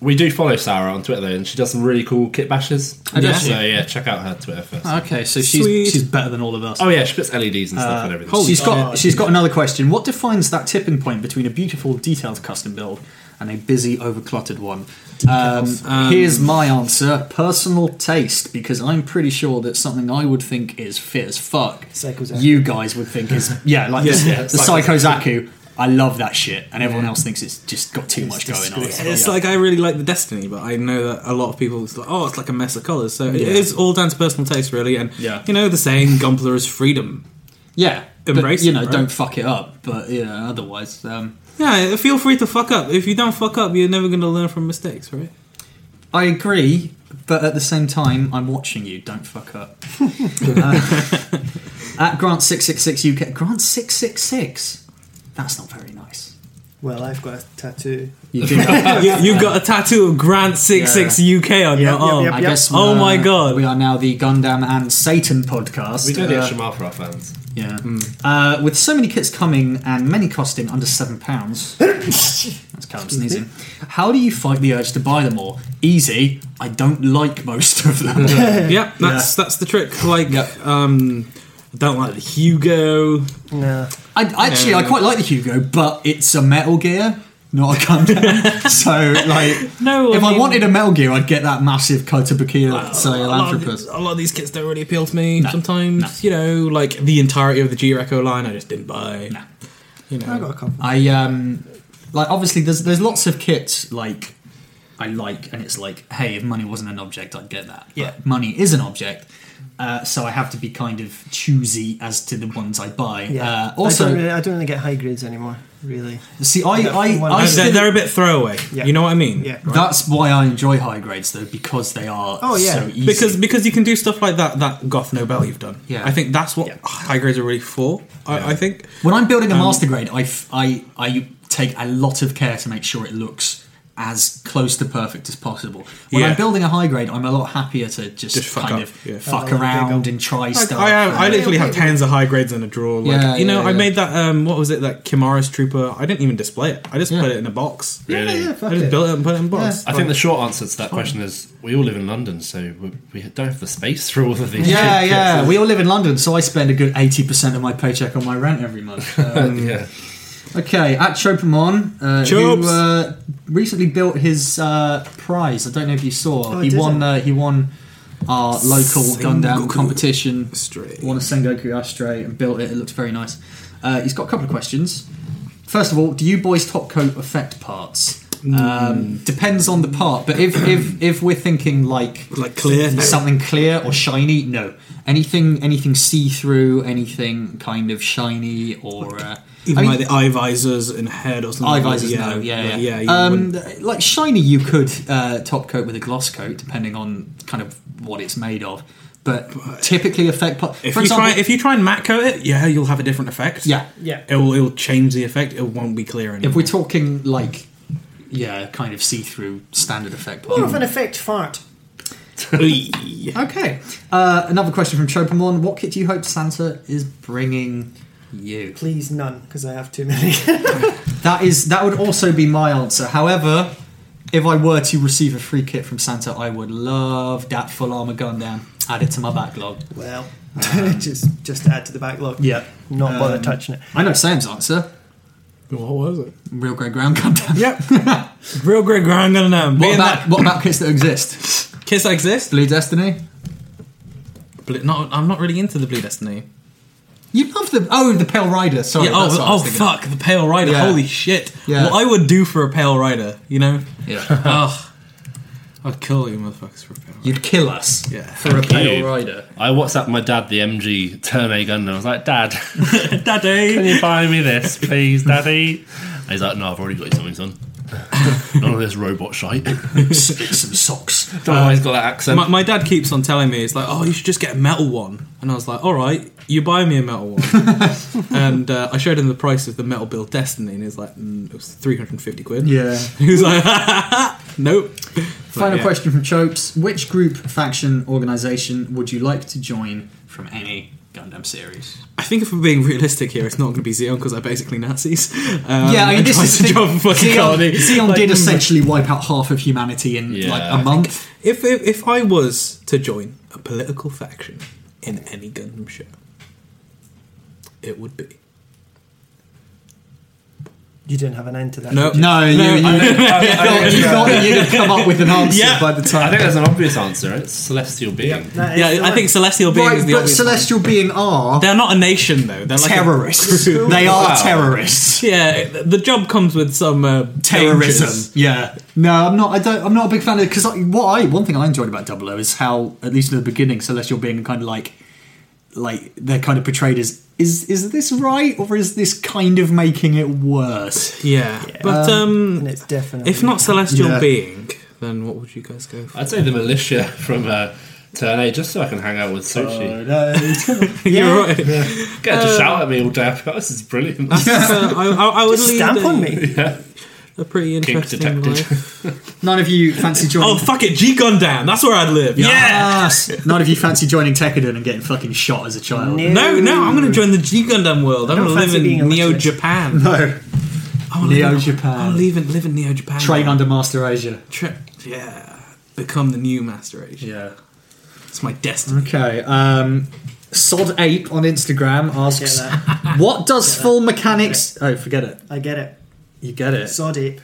Speaker 4: We do follow Sarah on Twitter though, and she does some really cool kit bashes.
Speaker 5: does
Speaker 4: Yeah.
Speaker 5: she?
Speaker 4: So yeah, check out her Twitter first.
Speaker 2: okay. So she's
Speaker 5: Sweet.
Speaker 2: she's better than all of us.
Speaker 4: oh yeah, she puts LEDs and stuff on everything.
Speaker 5: holy
Speaker 2: she's got
Speaker 5: shit.
Speaker 2: she's got another question. What defines that tipping point between a beautiful, detailed custom build and a busy, overcluttered one? Um, here's my answer: personal taste, because I'm pretty sure that something I would think is fit as fuck,
Speaker 3: Psychozaku.
Speaker 2: you guys would think is yeah, like
Speaker 5: Yeah,
Speaker 2: the,
Speaker 5: yeah,
Speaker 2: the Psychozaku. I love that shit, and everyone else thinks it's just got too much going on.
Speaker 5: And It's like I really like the Destiny, but I know that a lot of people it's like, oh, it's like a mess of colors. So it is all down to personal taste, really. And
Speaker 2: Yeah.
Speaker 5: you know the saying, Gunpla is freedom.
Speaker 2: yeah, but,
Speaker 5: Embrace
Speaker 2: you
Speaker 5: it,
Speaker 2: know,
Speaker 5: right?
Speaker 2: don't fuck it up. But yeah, otherwise, um,
Speaker 5: Yeah, feel free to fuck up. If you don't fuck up, you're never going to learn from mistakes, right?
Speaker 2: I agree, but at the same time, I'm watching you. Don't fuck up. uh, at Grant six six six UK, Grant six six six. That's not very nice.
Speaker 3: well I've got a tattoo.
Speaker 2: You do. I
Speaker 5: you, you've got a tattoo of Grant Six Six UK on your
Speaker 3: yep,
Speaker 5: arm.
Speaker 3: yep.
Speaker 2: guess.
Speaker 5: Oh
Speaker 2: we're-
Speaker 5: my God.
Speaker 2: We are now the Gundam and Satan podcast.
Speaker 4: we go the
Speaker 2: Uh,
Speaker 4: extra mile for our fans.
Speaker 2: Yeah. Uh, with so many kits coming and many costing under seven pounds. That's kind of sneezing. How do you fight the urge to buy them all? Easy. I don't like most of them.
Speaker 5: Yeah, that's that's the trick. Like,
Speaker 2: Yep.
Speaker 5: um, I don't like the Hugo.
Speaker 3: Nah,
Speaker 2: I, actually, I quite like the Hugo, but it's a Metal Gear, not a Gundam. so, like,
Speaker 5: No,
Speaker 2: if I
Speaker 5: mean,
Speaker 2: wanted a Metal Gear, I'd get that massive Kotobukiya
Speaker 5: a lot, of,
Speaker 2: Sahelanthropus.
Speaker 5: a lot of these kits don't really appeal to me. Sometimes, you know, like the entirety of the G Reco line, I just didn't buy. You know, Uh,
Speaker 3: I got a couple.
Speaker 2: I um, like obviously there's there's lots of kits like I like, and it's like, hey, if money wasn't an object, I'd get that.
Speaker 3: Yeah.
Speaker 2: But money is an object, uh, so I have to be kind of choosy as to the ones I buy.
Speaker 3: Yeah.
Speaker 2: Uh, also,
Speaker 3: I don't, really, I don't really get high grades anymore. Really.
Speaker 2: see, I,
Speaker 3: Yeah,
Speaker 2: I,
Speaker 3: one-
Speaker 2: I,
Speaker 3: No,
Speaker 5: They're,
Speaker 2: still-
Speaker 5: they're a bit throwaway.
Speaker 3: Yeah.
Speaker 5: You know what I mean?
Speaker 3: Yeah.
Speaker 2: that's why I enjoy high grades though, because they are
Speaker 3: Oh, yeah.
Speaker 2: so easy.
Speaker 5: Because because you can do stuff like that that Goth Nobel you've done.
Speaker 2: Yeah.
Speaker 5: I think that's what
Speaker 2: Yeah.
Speaker 5: high grades are really for. I, I think.
Speaker 2: When I'm building a
Speaker 5: Um,
Speaker 2: master grade, I, f- I- I take a lot of care to make sure it looks as close to perfect as possible. When
Speaker 5: Yeah.
Speaker 2: I'm building a high grade, I'm a lot happier to just,
Speaker 5: Just fuck
Speaker 2: kind
Speaker 5: up,
Speaker 2: of
Speaker 5: yeah.
Speaker 2: fuck
Speaker 3: Oh,
Speaker 2: around
Speaker 3: big
Speaker 2: and try
Speaker 5: Like,
Speaker 2: stuff.
Speaker 5: I have, I
Speaker 2: and-
Speaker 5: literally have tens of high grades in a drawer. Like
Speaker 2: Yeah,
Speaker 5: you know,
Speaker 2: yeah,
Speaker 5: I
Speaker 2: yeah.
Speaker 5: made that um what was it that Kimara's Trooper? I didn't even display it. I just
Speaker 2: Yeah.
Speaker 5: put it in a box.
Speaker 4: Really?
Speaker 7: yeah,
Speaker 5: I
Speaker 7: fuck
Speaker 5: just
Speaker 7: it.
Speaker 5: built it and put it in a box.
Speaker 4: I think the short answer to that question is we all live in London, so we, we don't have the space for all of these.
Speaker 2: yeah, yeah. We all live in London, so I spend a good eighty percent of my paycheck on my rent every month. Um,
Speaker 4: yeah.
Speaker 2: okay, at Chopamon, uh, who
Speaker 5: Chops.
Speaker 2: uh, recently built his uh, prize. I don't know if you saw.
Speaker 3: Oh,
Speaker 2: he
Speaker 3: did
Speaker 2: won.
Speaker 3: it?
Speaker 2: Uh, he won our local Gundam
Speaker 5: Sengoku.
Speaker 2: competition.
Speaker 5: Straight.
Speaker 2: Won a Sengoku Astray and built it. It looks very nice. Uh, he's got a couple of questions. First of all, do you boys top coat effect parts?
Speaker 5: Mm.
Speaker 2: Um, depends on the part, but if if if we're thinking like
Speaker 5: Like clear.
Speaker 2: something clear or shiny, no. Anything anything see through, anything kind of shiny or uh,
Speaker 5: Even
Speaker 2: I mean,
Speaker 5: like the eye visors and head or something.
Speaker 2: eye visors,
Speaker 5: yeah,
Speaker 2: no, yeah, yeah.
Speaker 5: like, yeah. you
Speaker 2: um,
Speaker 5: wouldn't-
Speaker 2: th- like shiny, you could uh, top coat with a gloss coat, depending on kind of what it's made of. But typically, effect part.
Speaker 5: if
Speaker 2: for
Speaker 5: you
Speaker 2: example,
Speaker 5: try if you try and matte coat it, yeah, you'll have a different effect.
Speaker 2: yeah,
Speaker 3: Yeah.
Speaker 5: it will it will change the effect. It won't be clear anymore.
Speaker 2: if we're talking like yeah, kind of see through standard effect Hmm. part.
Speaker 3: More of an effect fart.
Speaker 2: Okay. Uh, another question from Chopamon. What kit do you hope Santa is bringing you?
Speaker 3: Please, none, because I have too many.
Speaker 2: That is that would also be my answer. However, if I were to receive a free kit from Santa, I would love that full armor Gundam. Add it to my backlog.
Speaker 3: well,
Speaker 5: um,
Speaker 3: just just add to the backlog.
Speaker 2: Yeah.
Speaker 3: Not bother
Speaker 2: Um,
Speaker 3: touching it.
Speaker 2: I know Sam's answer.
Speaker 5: what was it?
Speaker 2: Real Grey Ground Gundam.
Speaker 5: Yep. Real great grind on them.
Speaker 2: What
Speaker 5: Being
Speaker 2: about
Speaker 5: that
Speaker 2: what about kits that exist?
Speaker 5: kiss that exists.
Speaker 2: Blue Destiny.
Speaker 5: Bl- not, I'm not really into the Blue Destiny.
Speaker 2: You love the oh the Pale Rider. Sorry.
Speaker 5: yeah,
Speaker 2: that's what I
Speaker 5: oh, oh
Speaker 2: was thinking.
Speaker 5: fuck, the Pale Rider.
Speaker 2: Yeah.
Speaker 5: Holy shit.
Speaker 2: Yeah.
Speaker 5: What I would do for a Pale Rider, you know?
Speaker 2: Yeah.
Speaker 5: Ugh. I'd kill you motherfuckers for a Pale Rider.
Speaker 2: You'd kill us
Speaker 5: Yeah.
Speaker 2: for a Pale
Speaker 4: you.
Speaker 2: Rider.
Speaker 4: I WhatsApp my dad the MG Turn A gun and I was like, Dad, can
Speaker 5: Daddy!
Speaker 4: you buy me this, please, Daddy? And he's like, No, I've already got you something, son. None of this robot shite. Don't
Speaker 2: Get some socks.
Speaker 4: know why he's got that accent.
Speaker 5: My, my dad keeps on telling me, it's like, oh, you should just get a metal one. And I was like, all right, you buy me a metal one. and uh, I showed him the price of the metal build Destiny, and he was like, mm, it was 350 quid.
Speaker 2: Yeah.
Speaker 5: He was like, nope.
Speaker 2: Final
Speaker 5: yeah.
Speaker 2: question from Chopes. Which group, faction, organisation would you like to join from any Gundam series?
Speaker 5: I think if we're being realistic here, it's not going to be Xeon because they're basically Nazis. Um,
Speaker 2: yeah, I mean,
Speaker 5: and
Speaker 2: this
Speaker 5: trying
Speaker 2: is
Speaker 5: to
Speaker 2: the thing.
Speaker 5: join fucking
Speaker 2: Xeon,
Speaker 5: colony.
Speaker 2: Xeon
Speaker 5: Like, mm.
Speaker 2: did essentially wipe out half of humanity in
Speaker 4: Yeah.
Speaker 2: like a month.
Speaker 5: If, if if I was to join a political faction in any Gundam show, it would be
Speaker 3: You didn't have an end to that.
Speaker 5: no,
Speaker 3: did you?
Speaker 2: No, Oh, you, you, you thought, you thought that you'd have come up with an answer
Speaker 5: Yeah.
Speaker 2: by the
Speaker 4: I
Speaker 2: time.
Speaker 4: think that's an obvious answer. It's celestial being.
Speaker 3: That is
Speaker 5: Yeah,
Speaker 3: the
Speaker 5: I
Speaker 3: one.
Speaker 5: think Celestial Being
Speaker 2: Right,
Speaker 5: is the
Speaker 2: but
Speaker 5: obvious.
Speaker 2: celestial being are
Speaker 5: They're not a nation though. They're like a-
Speaker 2: terrorists. they are
Speaker 4: Wow.
Speaker 2: terrorists.
Speaker 5: yeah, the job comes with some uh,
Speaker 2: Terrorism.
Speaker 5: dangers.
Speaker 2: Yeah. No, I'm not. I don't. I'm not a big fan of because what I one thing I enjoyed about Double O is how at least in the beginning celestial being kind of like like they're kind of portrayed as is is this right or is this kind of making it worse?
Speaker 5: Yeah, but um,
Speaker 3: And it's definitely.
Speaker 5: if not Celestial
Speaker 2: Yeah.
Speaker 5: Being, then what would you guys go for?
Speaker 4: I'd say the militia from uh, Turn A just so I can hang out with
Speaker 5: Oh,
Speaker 4: Sushi.
Speaker 5: You're right.
Speaker 4: Get her to shout at me all day. I'd be like, This is brilliant.
Speaker 5: Uh, I, I, I would lead
Speaker 3: Stamp
Speaker 5: a-
Speaker 3: on me.
Speaker 5: A pretty
Speaker 4: Kink
Speaker 5: interesting
Speaker 4: detected.
Speaker 5: life.
Speaker 2: None of you fancy joining.
Speaker 5: Oh fuck it, G Gundam. That's where I'd live. Yeah.
Speaker 2: Yes! None of you fancy joining Tekadon and getting fucking shot as a child.
Speaker 5: No, no, I'm gonna join the G Gundam world. I'm
Speaker 3: don't
Speaker 5: gonna live
Speaker 3: fancy being
Speaker 5: in
Speaker 3: a
Speaker 5: Neo
Speaker 3: witch.
Speaker 5: Japan.
Speaker 2: No.
Speaker 5: I wanna
Speaker 2: Neo
Speaker 5: live in-
Speaker 2: Japan.
Speaker 5: I wanna live in live in Neo Japan.
Speaker 2: Train under Master Asia.
Speaker 5: Tra- yeah. Become the new Master Asia.
Speaker 2: Yeah.
Speaker 5: It's my destiny.
Speaker 2: Okay. Um, Sod Ape on Instagram
Speaker 3: Get
Speaker 2: asks,
Speaker 3: that.
Speaker 2: "What does full mechanics?" Oh, forget it.
Speaker 3: I get it.
Speaker 2: You get it.
Speaker 3: Sod ape.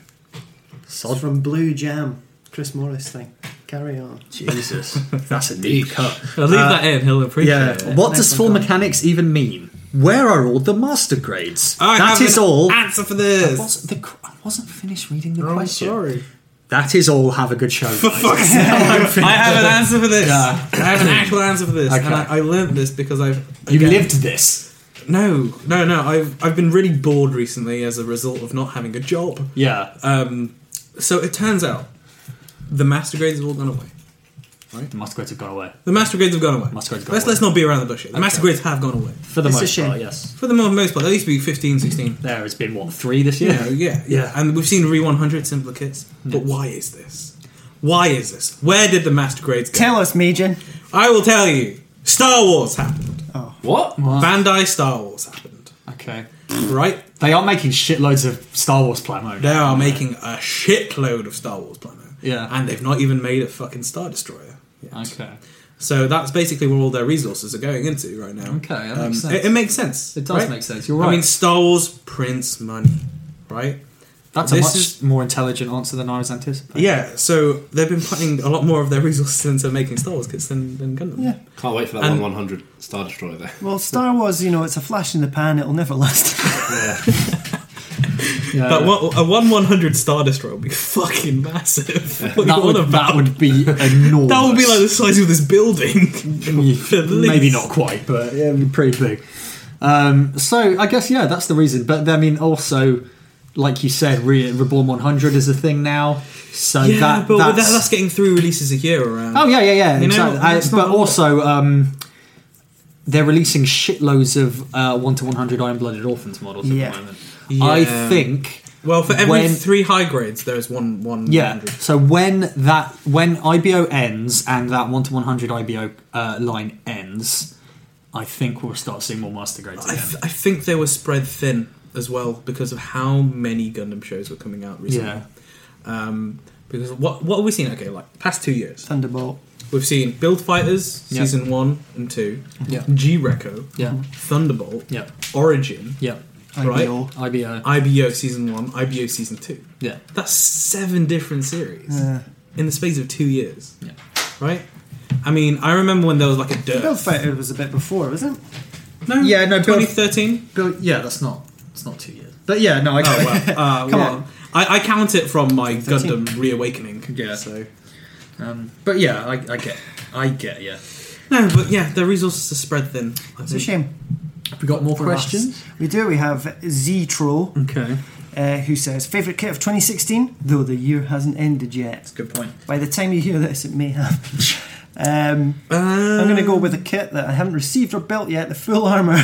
Speaker 3: Sod from Blue Jam. Chris Morris thing. Carry on.
Speaker 2: Jesus, that's a deep cut.
Speaker 5: I'll leave that in. He'll appreciate
Speaker 2: Mm. Uh, Yeah.
Speaker 5: it.
Speaker 2: What
Speaker 3: Nice
Speaker 2: does
Speaker 3: one,
Speaker 2: full
Speaker 3: guys.
Speaker 2: mechanics even mean? Where are all the master grades?
Speaker 5: I
Speaker 2: that
Speaker 5: have
Speaker 2: is
Speaker 5: an
Speaker 2: all.
Speaker 5: Answer for this.
Speaker 2: Oh, Wasn't the- I wasn't finished reading the question. That is all. Have a good show. guys.
Speaker 5: I have an answer for this.
Speaker 2: Yeah.
Speaker 5: I have an actual answer for this,
Speaker 2: Okay.
Speaker 5: and I, I learned this because I've
Speaker 2: you
Speaker 5: again-
Speaker 2: lived this.
Speaker 5: No, no, no. I've I've been really bored recently as a result of not having a job.
Speaker 2: Yeah. Uh,
Speaker 5: Um, so it turns out the master grades have all gone away.
Speaker 2: The masquerades have gone away
Speaker 5: The master grades have gone away.
Speaker 2: Master grades gone
Speaker 5: let's
Speaker 2: away.
Speaker 5: let's not be around the bush. here. The master grades have gone away
Speaker 2: for the
Speaker 3: It's a
Speaker 2: most
Speaker 3: shame.
Speaker 2: part. Yes.
Speaker 5: for the mo- most part. They used to be 15, 16.
Speaker 2: There has been what three this
Speaker 5: Yeah,
Speaker 2: year.
Speaker 5: yeah, yeah. And we've seen re 100 simplicates. But why is this? Why is this? Where did the master grades go?
Speaker 3: Tell us, Majin.
Speaker 5: I will tell you. Star Wars happened.
Speaker 4: What?
Speaker 5: Bandai Star Wars happened.
Speaker 2: Okay.
Speaker 5: Right?
Speaker 2: They are making shitloads of Star Wars plamo.
Speaker 5: They are making a shitload of Star Wars Plano.
Speaker 2: Yeah.
Speaker 5: And they've not even made a fucking Star Destroyer.
Speaker 2: Okay.
Speaker 5: So that's basically where all their resources are going into right now. Um,
Speaker 2: Okay, that makes sense.
Speaker 5: It, it makes sense.
Speaker 2: It does
Speaker 5: right?
Speaker 2: make sense, you're right.
Speaker 5: I mean, Star Wars prints money, right?
Speaker 2: That's
Speaker 5: This
Speaker 2: a much
Speaker 5: is-
Speaker 2: more intelligent answer than I was anticipating.
Speaker 5: Yeah. So they've been putting a lot more of their resources into making Star Wars kits than, than Gundam.
Speaker 3: Yeah.
Speaker 4: Can't wait for that
Speaker 5: And-
Speaker 4: one 100 Star Destroyer there.
Speaker 3: Well, Star Wars, you know, it's a flash in the pan. It'll never last.
Speaker 2: Yeah.
Speaker 5: But one, a one one hundred Star Destroyer would be fucking massive. What are
Speaker 2: that
Speaker 5: you on
Speaker 2: would,
Speaker 5: about?
Speaker 2: that would be enormous.
Speaker 5: That would be like the size of this building. at least.
Speaker 2: maybe not quite, but yeah, it'd be pretty big. Um, so I guess yeah, that's the reason. But I mean, also, like you said, Re- Reborn 100 is a thing now. So
Speaker 5: yeah,
Speaker 2: that
Speaker 5: but
Speaker 2: that's,
Speaker 5: that's... that's getting three releases a year around.
Speaker 2: oh yeah, yeah, yeah.
Speaker 5: You know,
Speaker 2: exactly. I-
Speaker 5: it's not
Speaker 2: but
Speaker 5: a lot.
Speaker 2: also, um, they're releasing shitloads of uh, one to 100 Iron Blooded Orphans models at
Speaker 3: Yeah.
Speaker 2: the moment.
Speaker 5: Yeah.
Speaker 2: I think
Speaker 5: Well, for every
Speaker 2: When-
Speaker 5: three high grades, there is one one.
Speaker 2: Yeah.
Speaker 5: 100.
Speaker 2: So when that when IBO ends and that one to one hundred IBO uh, line ends, I think we'll start seeing more master grades
Speaker 5: I,
Speaker 2: again.
Speaker 5: th- I think they were spread thin as well because of how many Gundam shows were coming out recently.
Speaker 2: yeah.
Speaker 5: Um, because what what have we seen? Okay, like past two years,
Speaker 3: Thunderbolt.
Speaker 5: we've seen Build Fighters
Speaker 2: Yeah.
Speaker 5: season one and two,
Speaker 2: Yeah.
Speaker 5: G Reco,
Speaker 2: Yeah.
Speaker 5: Thunderbolt,
Speaker 2: Yeah.
Speaker 5: Origin,
Speaker 2: Yeah.
Speaker 5: Right.
Speaker 3: IBO.
Speaker 2: Oh, IBO.
Speaker 5: IBO season one, IBO season two.
Speaker 2: yeah.
Speaker 5: That's seven different series
Speaker 3: Yeah.
Speaker 5: in the space of two years,
Speaker 2: Yeah.
Speaker 5: right? I mean, I remember when there was like a
Speaker 3: Build
Speaker 5: dirt.
Speaker 3: Fighter was a bit before, wasn't it?
Speaker 5: No,
Speaker 2: Yeah, no, Build-
Speaker 5: 2013.
Speaker 2: But yeah, that's not that's not two years. But yeah, no, I
Speaker 5: Oh well, uh, well, I, I count it from my Gundam Reawakening.
Speaker 2: Yeah.
Speaker 5: So
Speaker 2: um, but yeah, I, I get I get yeah.
Speaker 5: no, but yeah, their resources are spread thin. I
Speaker 3: It's a
Speaker 5: think.
Speaker 3: shame.
Speaker 2: We got more
Speaker 3: for us.
Speaker 2: questions.
Speaker 3: We do. We have Zetro,
Speaker 2: Okay.
Speaker 3: uh, who says, Favourite kit of 2016? Though the year hasn't ended yet.
Speaker 2: Good point.
Speaker 3: By the time you hear this, it may have. Um,
Speaker 5: Uh,
Speaker 3: I'm going to
Speaker 2: Mm.
Speaker 3: go with a kit that I haven't received or built yet the full armour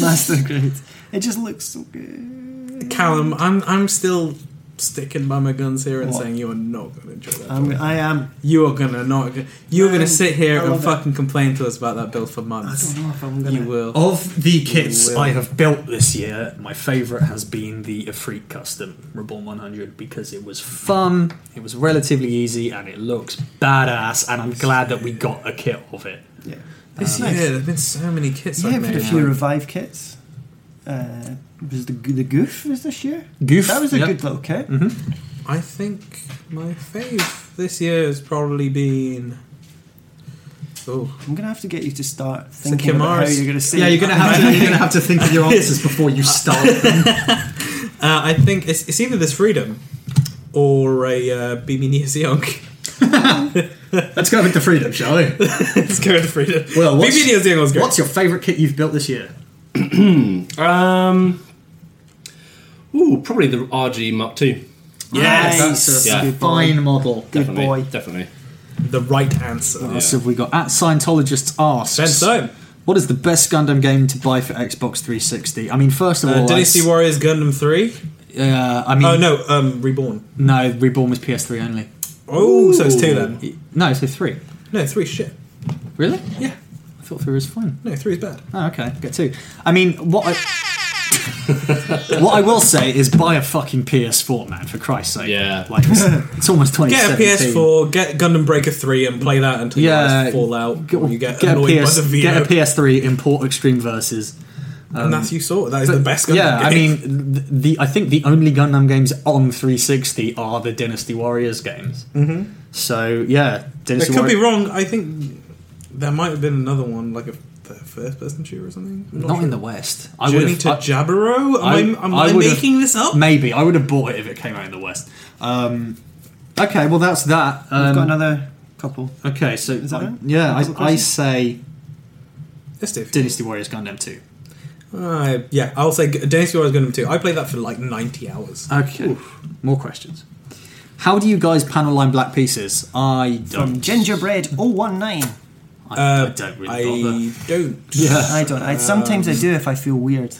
Speaker 3: Master Grade. It just looks so good.
Speaker 5: Callum. I'm I'm still sticking by my guns here and
Speaker 3: What?
Speaker 5: saying you are not going to enjoy that.
Speaker 3: I'm,
Speaker 5: toy.
Speaker 3: I am.
Speaker 5: you are going to not. go- You're going to
Speaker 3: Um,
Speaker 5: sit here
Speaker 3: I
Speaker 5: and
Speaker 3: love it.
Speaker 5: fucking complain to us about that build for
Speaker 3: I
Speaker 5: months.
Speaker 3: don't know if I'm Oh, going
Speaker 5: You
Speaker 3: to.
Speaker 5: will.
Speaker 2: Of the kits
Speaker 5: will.
Speaker 2: I have built this year, my favourite has been the Afreet Custom Reborn 100 because it was fun, it was relatively easy, and it looks badass. And I'm glad that we got a kit of it.
Speaker 3: Yeah. Um,
Speaker 5: this year there've been so many kits.
Speaker 3: Yeah,
Speaker 5: I've
Speaker 3: I've had
Speaker 5: made.
Speaker 3: a few revive kits. Uh, was the the goof was this year?
Speaker 2: Goof,
Speaker 3: That was a
Speaker 2: yep. Mm-hmm.
Speaker 3: good little kit.
Speaker 5: I think my fave this year has probably been. Oh,
Speaker 3: I'm gonna have to get you to start thinking about
Speaker 5: Kimara's-
Speaker 3: how you're gonna say.
Speaker 2: Yeah, you're gonna have to you're gonna have to think of your answers before you start.
Speaker 5: Uh, I think it's, it's either this freedom or a uh, Bimi Nia Zeong.
Speaker 2: Let's go with the freedom, shall we?
Speaker 5: Let's go with freedom.
Speaker 2: Well, what's-
Speaker 5: Bimi Nia Zeong was good.
Speaker 2: What's your favourite kit you've built this year?
Speaker 4: Um. Ooh, probably the RG Mark II.
Speaker 3: Yes,
Speaker 2: that's a
Speaker 4: Yeah.
Speaker 3: good boy.
Speaker 2: fine model.
Speaker 3: Good
Speaker 4: Definitely,
Speaker 3: boy.
Speaker 4: Definitely.
Speaker 5: the right answer?
Speaker 2: What else have we got? At Scientologists asks,
Speaker 5: Ben Stone.
Speaker 2: "What is the best Gundam game to buy for Xbox 360?" I mean, first of
Speaker 5: Uh,
Speaker 2: all, I
Speaker 5: Dynasty
Speaker 2: s-
Speaker 5: Warriors Gundam 3.
Speaker 2: uh, I mean,
Speaker 5: Oh, no, um, Reborn.
Speaker 2: No, Reborn was PS3 only.
Speaker 5: Oh, so it's two then.
Speaker 2: No, so three.
Speaker 5: No, three is shit.
Speaker 2: Really?
Speaker 5: Yeah,
Speaker 2: I thought three was fine.
Speaker 5: no, three is bad.
Speaker 2: Oh, okay, get two. I mean, what I, what I will say is buy a fucking PS4, man, for Christ's sake.
Speaker 4: Yeah.
Speaker 2: Like, it's, it's almost
Speaker 5: Get a
Speaker 2: 2017.
Speaker 5: PS4, get Gundam Breaker 3, and play that until your
Speaker 2: Yeah.
Speaker 5: eyes fall out or you get,
Speaker 2: a
Speaker 5: annoyed
Speaker 2: PS
Speaker 5: by the video.
Speaker 2: get a PS3, import Extreme Versus.
Speaker 5: and that's you saw. That is the best Gundam
Speaker 2: yeah, I
Speaker 5: game.
Speaker 2: mean, th- the I think the only Gundam games on 360 are the Dynasty Warriors games. Mm-hmm. So, yeah,
Speaker 5: I
Speaker 2: Dynasty
Speaker 5: could be
Speaker 2: Warriors.
Speaker 5: wrong. I think there might have been another one, like a first-person shooter or something. I'm
Speaker 2: Not,
Speaker 5: sure.
Speaker 2: in the West. I would
Speaker 5: Journey
Speaker 2: have.
Speaker 5: to Jabaro? Am I,
Speaker 2: I-
Speaker 5: am
Speaker 2: I
Speaker 5: I,
Speaker 2: would've-
Speaker 5: making this up?
Speaker 2: Maybe I would have bought it if it came out in the West. Um, Okay, well that's that.
Speaker 3: We've
Speaker 2: Um,
Speaker 3: got another couple.
Speaker 2: okay, so
Speaker 3: Is that
Speaker 2: I-
Speaker 3: right?
Speaker 2: yeah,
Speaker 3: Another
Speaker 2: I, I
Speaker 3: question?
Speaker 2: say
Speaker 5: Let's do it.
Speaker 2: Dynasty Warriors Gundam Two.
Speaker 5: Uh, yeah, I'll say Dynasty Warriors Gundam 2. I played that for like 90 hours.
Speaker 2: Okay, more questions. How do you guys panel line black pieces? I
Speaker 3: From
Speaker 2: don't.
Speaker 3: Gingerbread 019.
Speaker 2: I,
Speaker 5: Uh,
Speaker 2: I don't really bother.
Speaker 5: I don't.
Speaker 2: Yeah.
Speaker 3: I don't. I, sometimes I do if I feel weird.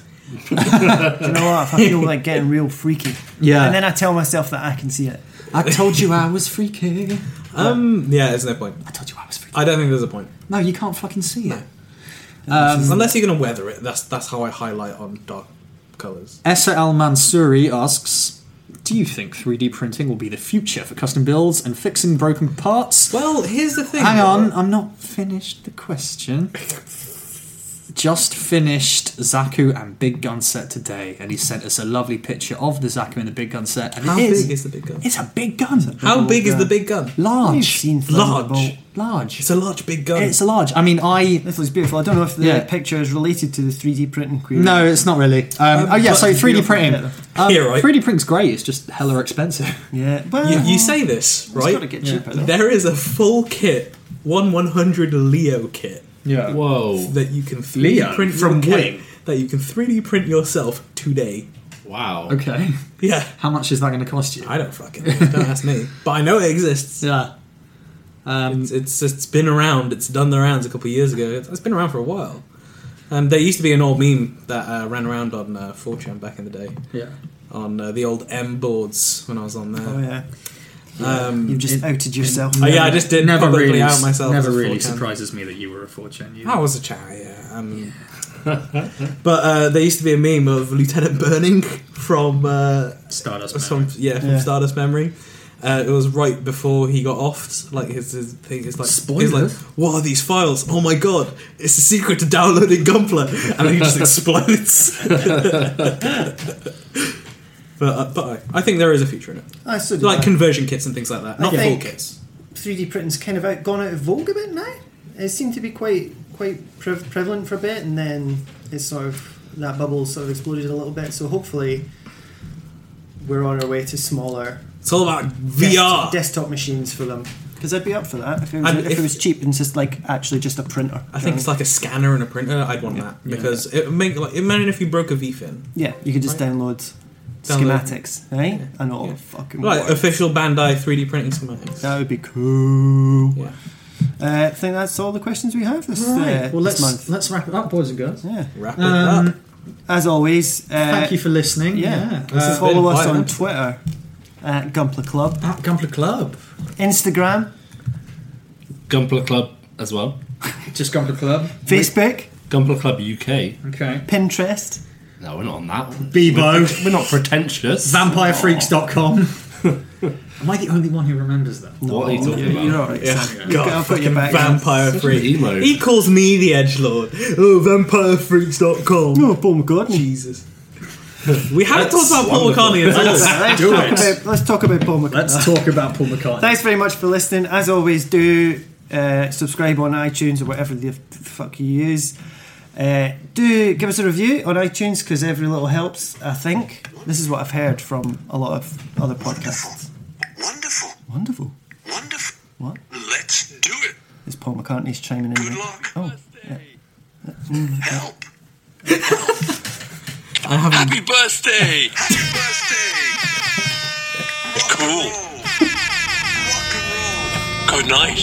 Speaker 3: do you know what? If I feel like getting real freaky.
Speaker 2: Yeah.
Speaker 3: And then I tell myself that I can see it.
Speaker 2: I told you I was freaking.
Speaker 5: Um, yeah, there's no point.
Speaker 2: I told you I was freaking.
Speaker 5: I don't think there's a point.
Speaker 2: No, you can't fucking see it. Um,
Speaker 5: Unless you're going to weather it. That's that's how I highlight on dark colours.
Speaker 2: Essa Al Mansuri asks Do you think 3D printing will be the future for custom builds and fixing broken parts?
Speaker 5: Well, here's the thing.
Speaker 2: Hang on,
Speaker 5: though.
Speaker 2: I'm not finished the question. Just finished Zaku and Big Gun set today, and he sent us a lovely picture of the Zaku and the Big Gun set. And
Speaker 5: How
Speaker 2: it is,
Speaker 5: big is the big gun?
Speaker 2: It's a big gun.
Speaker 5: How big is the big gun?
Speaker 2: Large.
Speaker 3: You've seen
Speaker 5: Large.
Speaker 3: Thunderbolt.
Speaker 2: Large.
Speaker 5: It's a large big gun.
Speaker 2: It's a large. I mean, I.
Speaker 3: This looks beautiful. I don't know if the
Speaker 2: Yeah.
Speaker 3: picture is related to the 3D printing query.
Speaker 2: No, it's not really. Um, oh yeah,
Speaker 5: but
Speaker 2: so 3D
Speaker 3: beautiful.
Speaker 2: printing. Um,
Speaker 5: Yeah, right.
Speaker 2: 3D printing's great. It's just hella expensive.
Speaker 3: Yeah. Well,
Speaker 5: you, you say this,
Speaker 3: it's
Speaker 5: right?
Speaker 3: got to get cheaper. though.
Speaker 5: There is a full kit, one 100 Leo kit
Speaker 2: Yeah.
Speaker 4: Whoa!
Speaker 5: that you can 3D
Speaker 2: Leo
Speaker 5: print
Speaker 2: from
Speaker 5: your kit-
Speaker 2: Wing.
Speaker 5: that you can 3D print yourself today.
Speaker 4: Wow.
Speaker 2: Okay.
Speaker 5: Yeah,
Speaker 2: How much is that going to cost you?
Speaker 5: I uh, don't fucking know. don't ask me, but I know it exists.
Speaker 2: Yeah. Um,
Speaker 5: It's, it's it's been around. It's done the rounds a couple of years ago. It's, it's been around for a while. Um, there used to be an old meme that uh, ran around on uh, 4chan back in the day
Speaker 2: yeah.
Speaker 5: on uh, the old M boards when I was on there.
Speaker 3: Oh, yeah.
Speaker 5: Um,
Speaker 3: You've just outed yourself.
Speaker 5: oh, yeah, I just did
Speaker 2: Never
Speaker 5: publicly
Speaker 2: really,
Speaker 5: out myself.
Speaker 2: never
Speaker 5: as a
Speaker 2: really
Speaker 5: 4chan.
Speaker 2: surprises me that you were a 4chan user.
Speaker 5: I was a child, yeah. Um, but uh, there used to be a meme of Lieutenant Burning from uh,
Speaker 2: Stardust.
Speaker 5: from yeah from
Speaker 3: Yeah.
Speaker 5: Stardust Memory. Uh, it was right before he got offed. Like his, his thing is like he's like,
Speaker 2: Spoilers.
Speaker 5: what are these files? Oh my god, it's the secret to downloading Gunpla, and then he just explodes. but uh, but I, I think there is a future in it,
Speaker 3: I still do
Speaker 5: like
Speaker 3: like
Speaker 5: conversion kits and things like that, not full
Speaker 3: think-
Speaker 5: kits.
Speaker 3: 3D printing's kind of out, gone out of vogue a bit now. It seemed to be quite quite prev prevalent for a bit, and then it's sort of that bubble sort of exploded a little bit. So hopefully, we're on our way to smaller
Speaker 5: It's all about
Speaker 3: dest-
Speaker 5: VR.
Speaker 3: desktop machines for them. Because I'd be up for that if it was,
Speaker 5: And
Speaker 3: if,
Speaker 5: if-
Speaker 3: it was cheap and just like actually just a printer.
Speaker 5: I think it's like a scanner and a printer. I'd want that because it make like imagine if you broke a VFin,
Speaker 3: yeah, you could just download,
Speaker 5: Download.
Speaker 3: schematics, right? And all
Speaker 5: Yeah.
Speaker 3: fucking
Speaker 5: like
Speaker 3: work.
Speaker 5: official Bandai 3D printing schematics.
Speaker 3: That would be cool.
Speaker 5: Yeah.
Speaker 3: Uh, I think that's all the questions we have this, uh,
Speaker 2: Right. Well, let's
Speaker 3: this month.
Speaker 2: let's wrap it up, boys and girls.
Speaker 3: Yeah.
Speaker 5: Wrap it
Speaker 2: Um,
Speaker 5: up.
Speaker 3: As always, uh,
Speaker 2: Thank you for listening.
Speaker 3: yeah,
Speaker 2: yeah. Uh,
Speaker 3: follow
Speaker 5: been
Speaker 3: us
Speaker 5: quite
Speaker 3: on
Speaker 5: an-
Speaker 3: Twitter at Gumpler Club,
Speaker 2: at Gunpla Club.
Speaker 3: Instagram,
Speaker 4: Gunpla Club as well.
Speaker 2: Just Gunpla Club.
Speaker 3: Facebook,
Speaker 4: Gunpla Club UK.
Speaker 2: Okay.
Speaker 3: Pinterest.
Speaker 4: No, we're not on that one.
Speaker 2: Bebo.
Speaker 4: We're not pretentious.
Speaker 2: Vampirefreaks.com. Am I the only one who remembers that?
Speaker 4: What are you talking about?
Speaker 3: You're alright. Yeah.
Speaker 5: God,
Speaker 3: I'll put
Speaker 5: fucking
Speaker 3: you back.
Speaker 5: vampire
Speaker 4: Such an
Speaker 5: freak.
Speaker 4: emo.
Speaker 5: He calls me the edge lord. Oh, vampirefreaks.com.
Speaker 3: Oh, Paul McCartney.
Speaker 5: Jesus. We haven't
Speaker 4: That's
Speaker 5: talked about Paul
Speaker 4: wonderful.
Speaker 5: McCartney at all.
Speaker 3: Let's,
Speaker 2: Do
Speaker 3: talk
Speaker 2: it.
Speaker 3: about, let's talk about Paul McCartney.
Speaker 2: Let's talk about Paul McCartney.
Speaker 3: Thanks very much for listening. As always, do uh, subscribe on iTunes or whatever the f- fuck you use. Uh, do give us a review on iTunes because every little helps. I think this is what I've heard from a lot of other podcasts.
Speaker 9: Wonderful.
Speaker 3: Wonderful.
Speaker 9: Wonderful.
Speaker 3: What?
Speaker 9: Let's do it.
Speaker 3: It's Paul McCartney's chiming in.
Speaker 9: Good
Speaker 3: there.
Speaker 9: luck.
Speaker 3: Oh,
Speaker 9: Help.
Speaker 5: I haven't.
Speaker 9: Happy birthday. Happy birthday. Cool. Good night.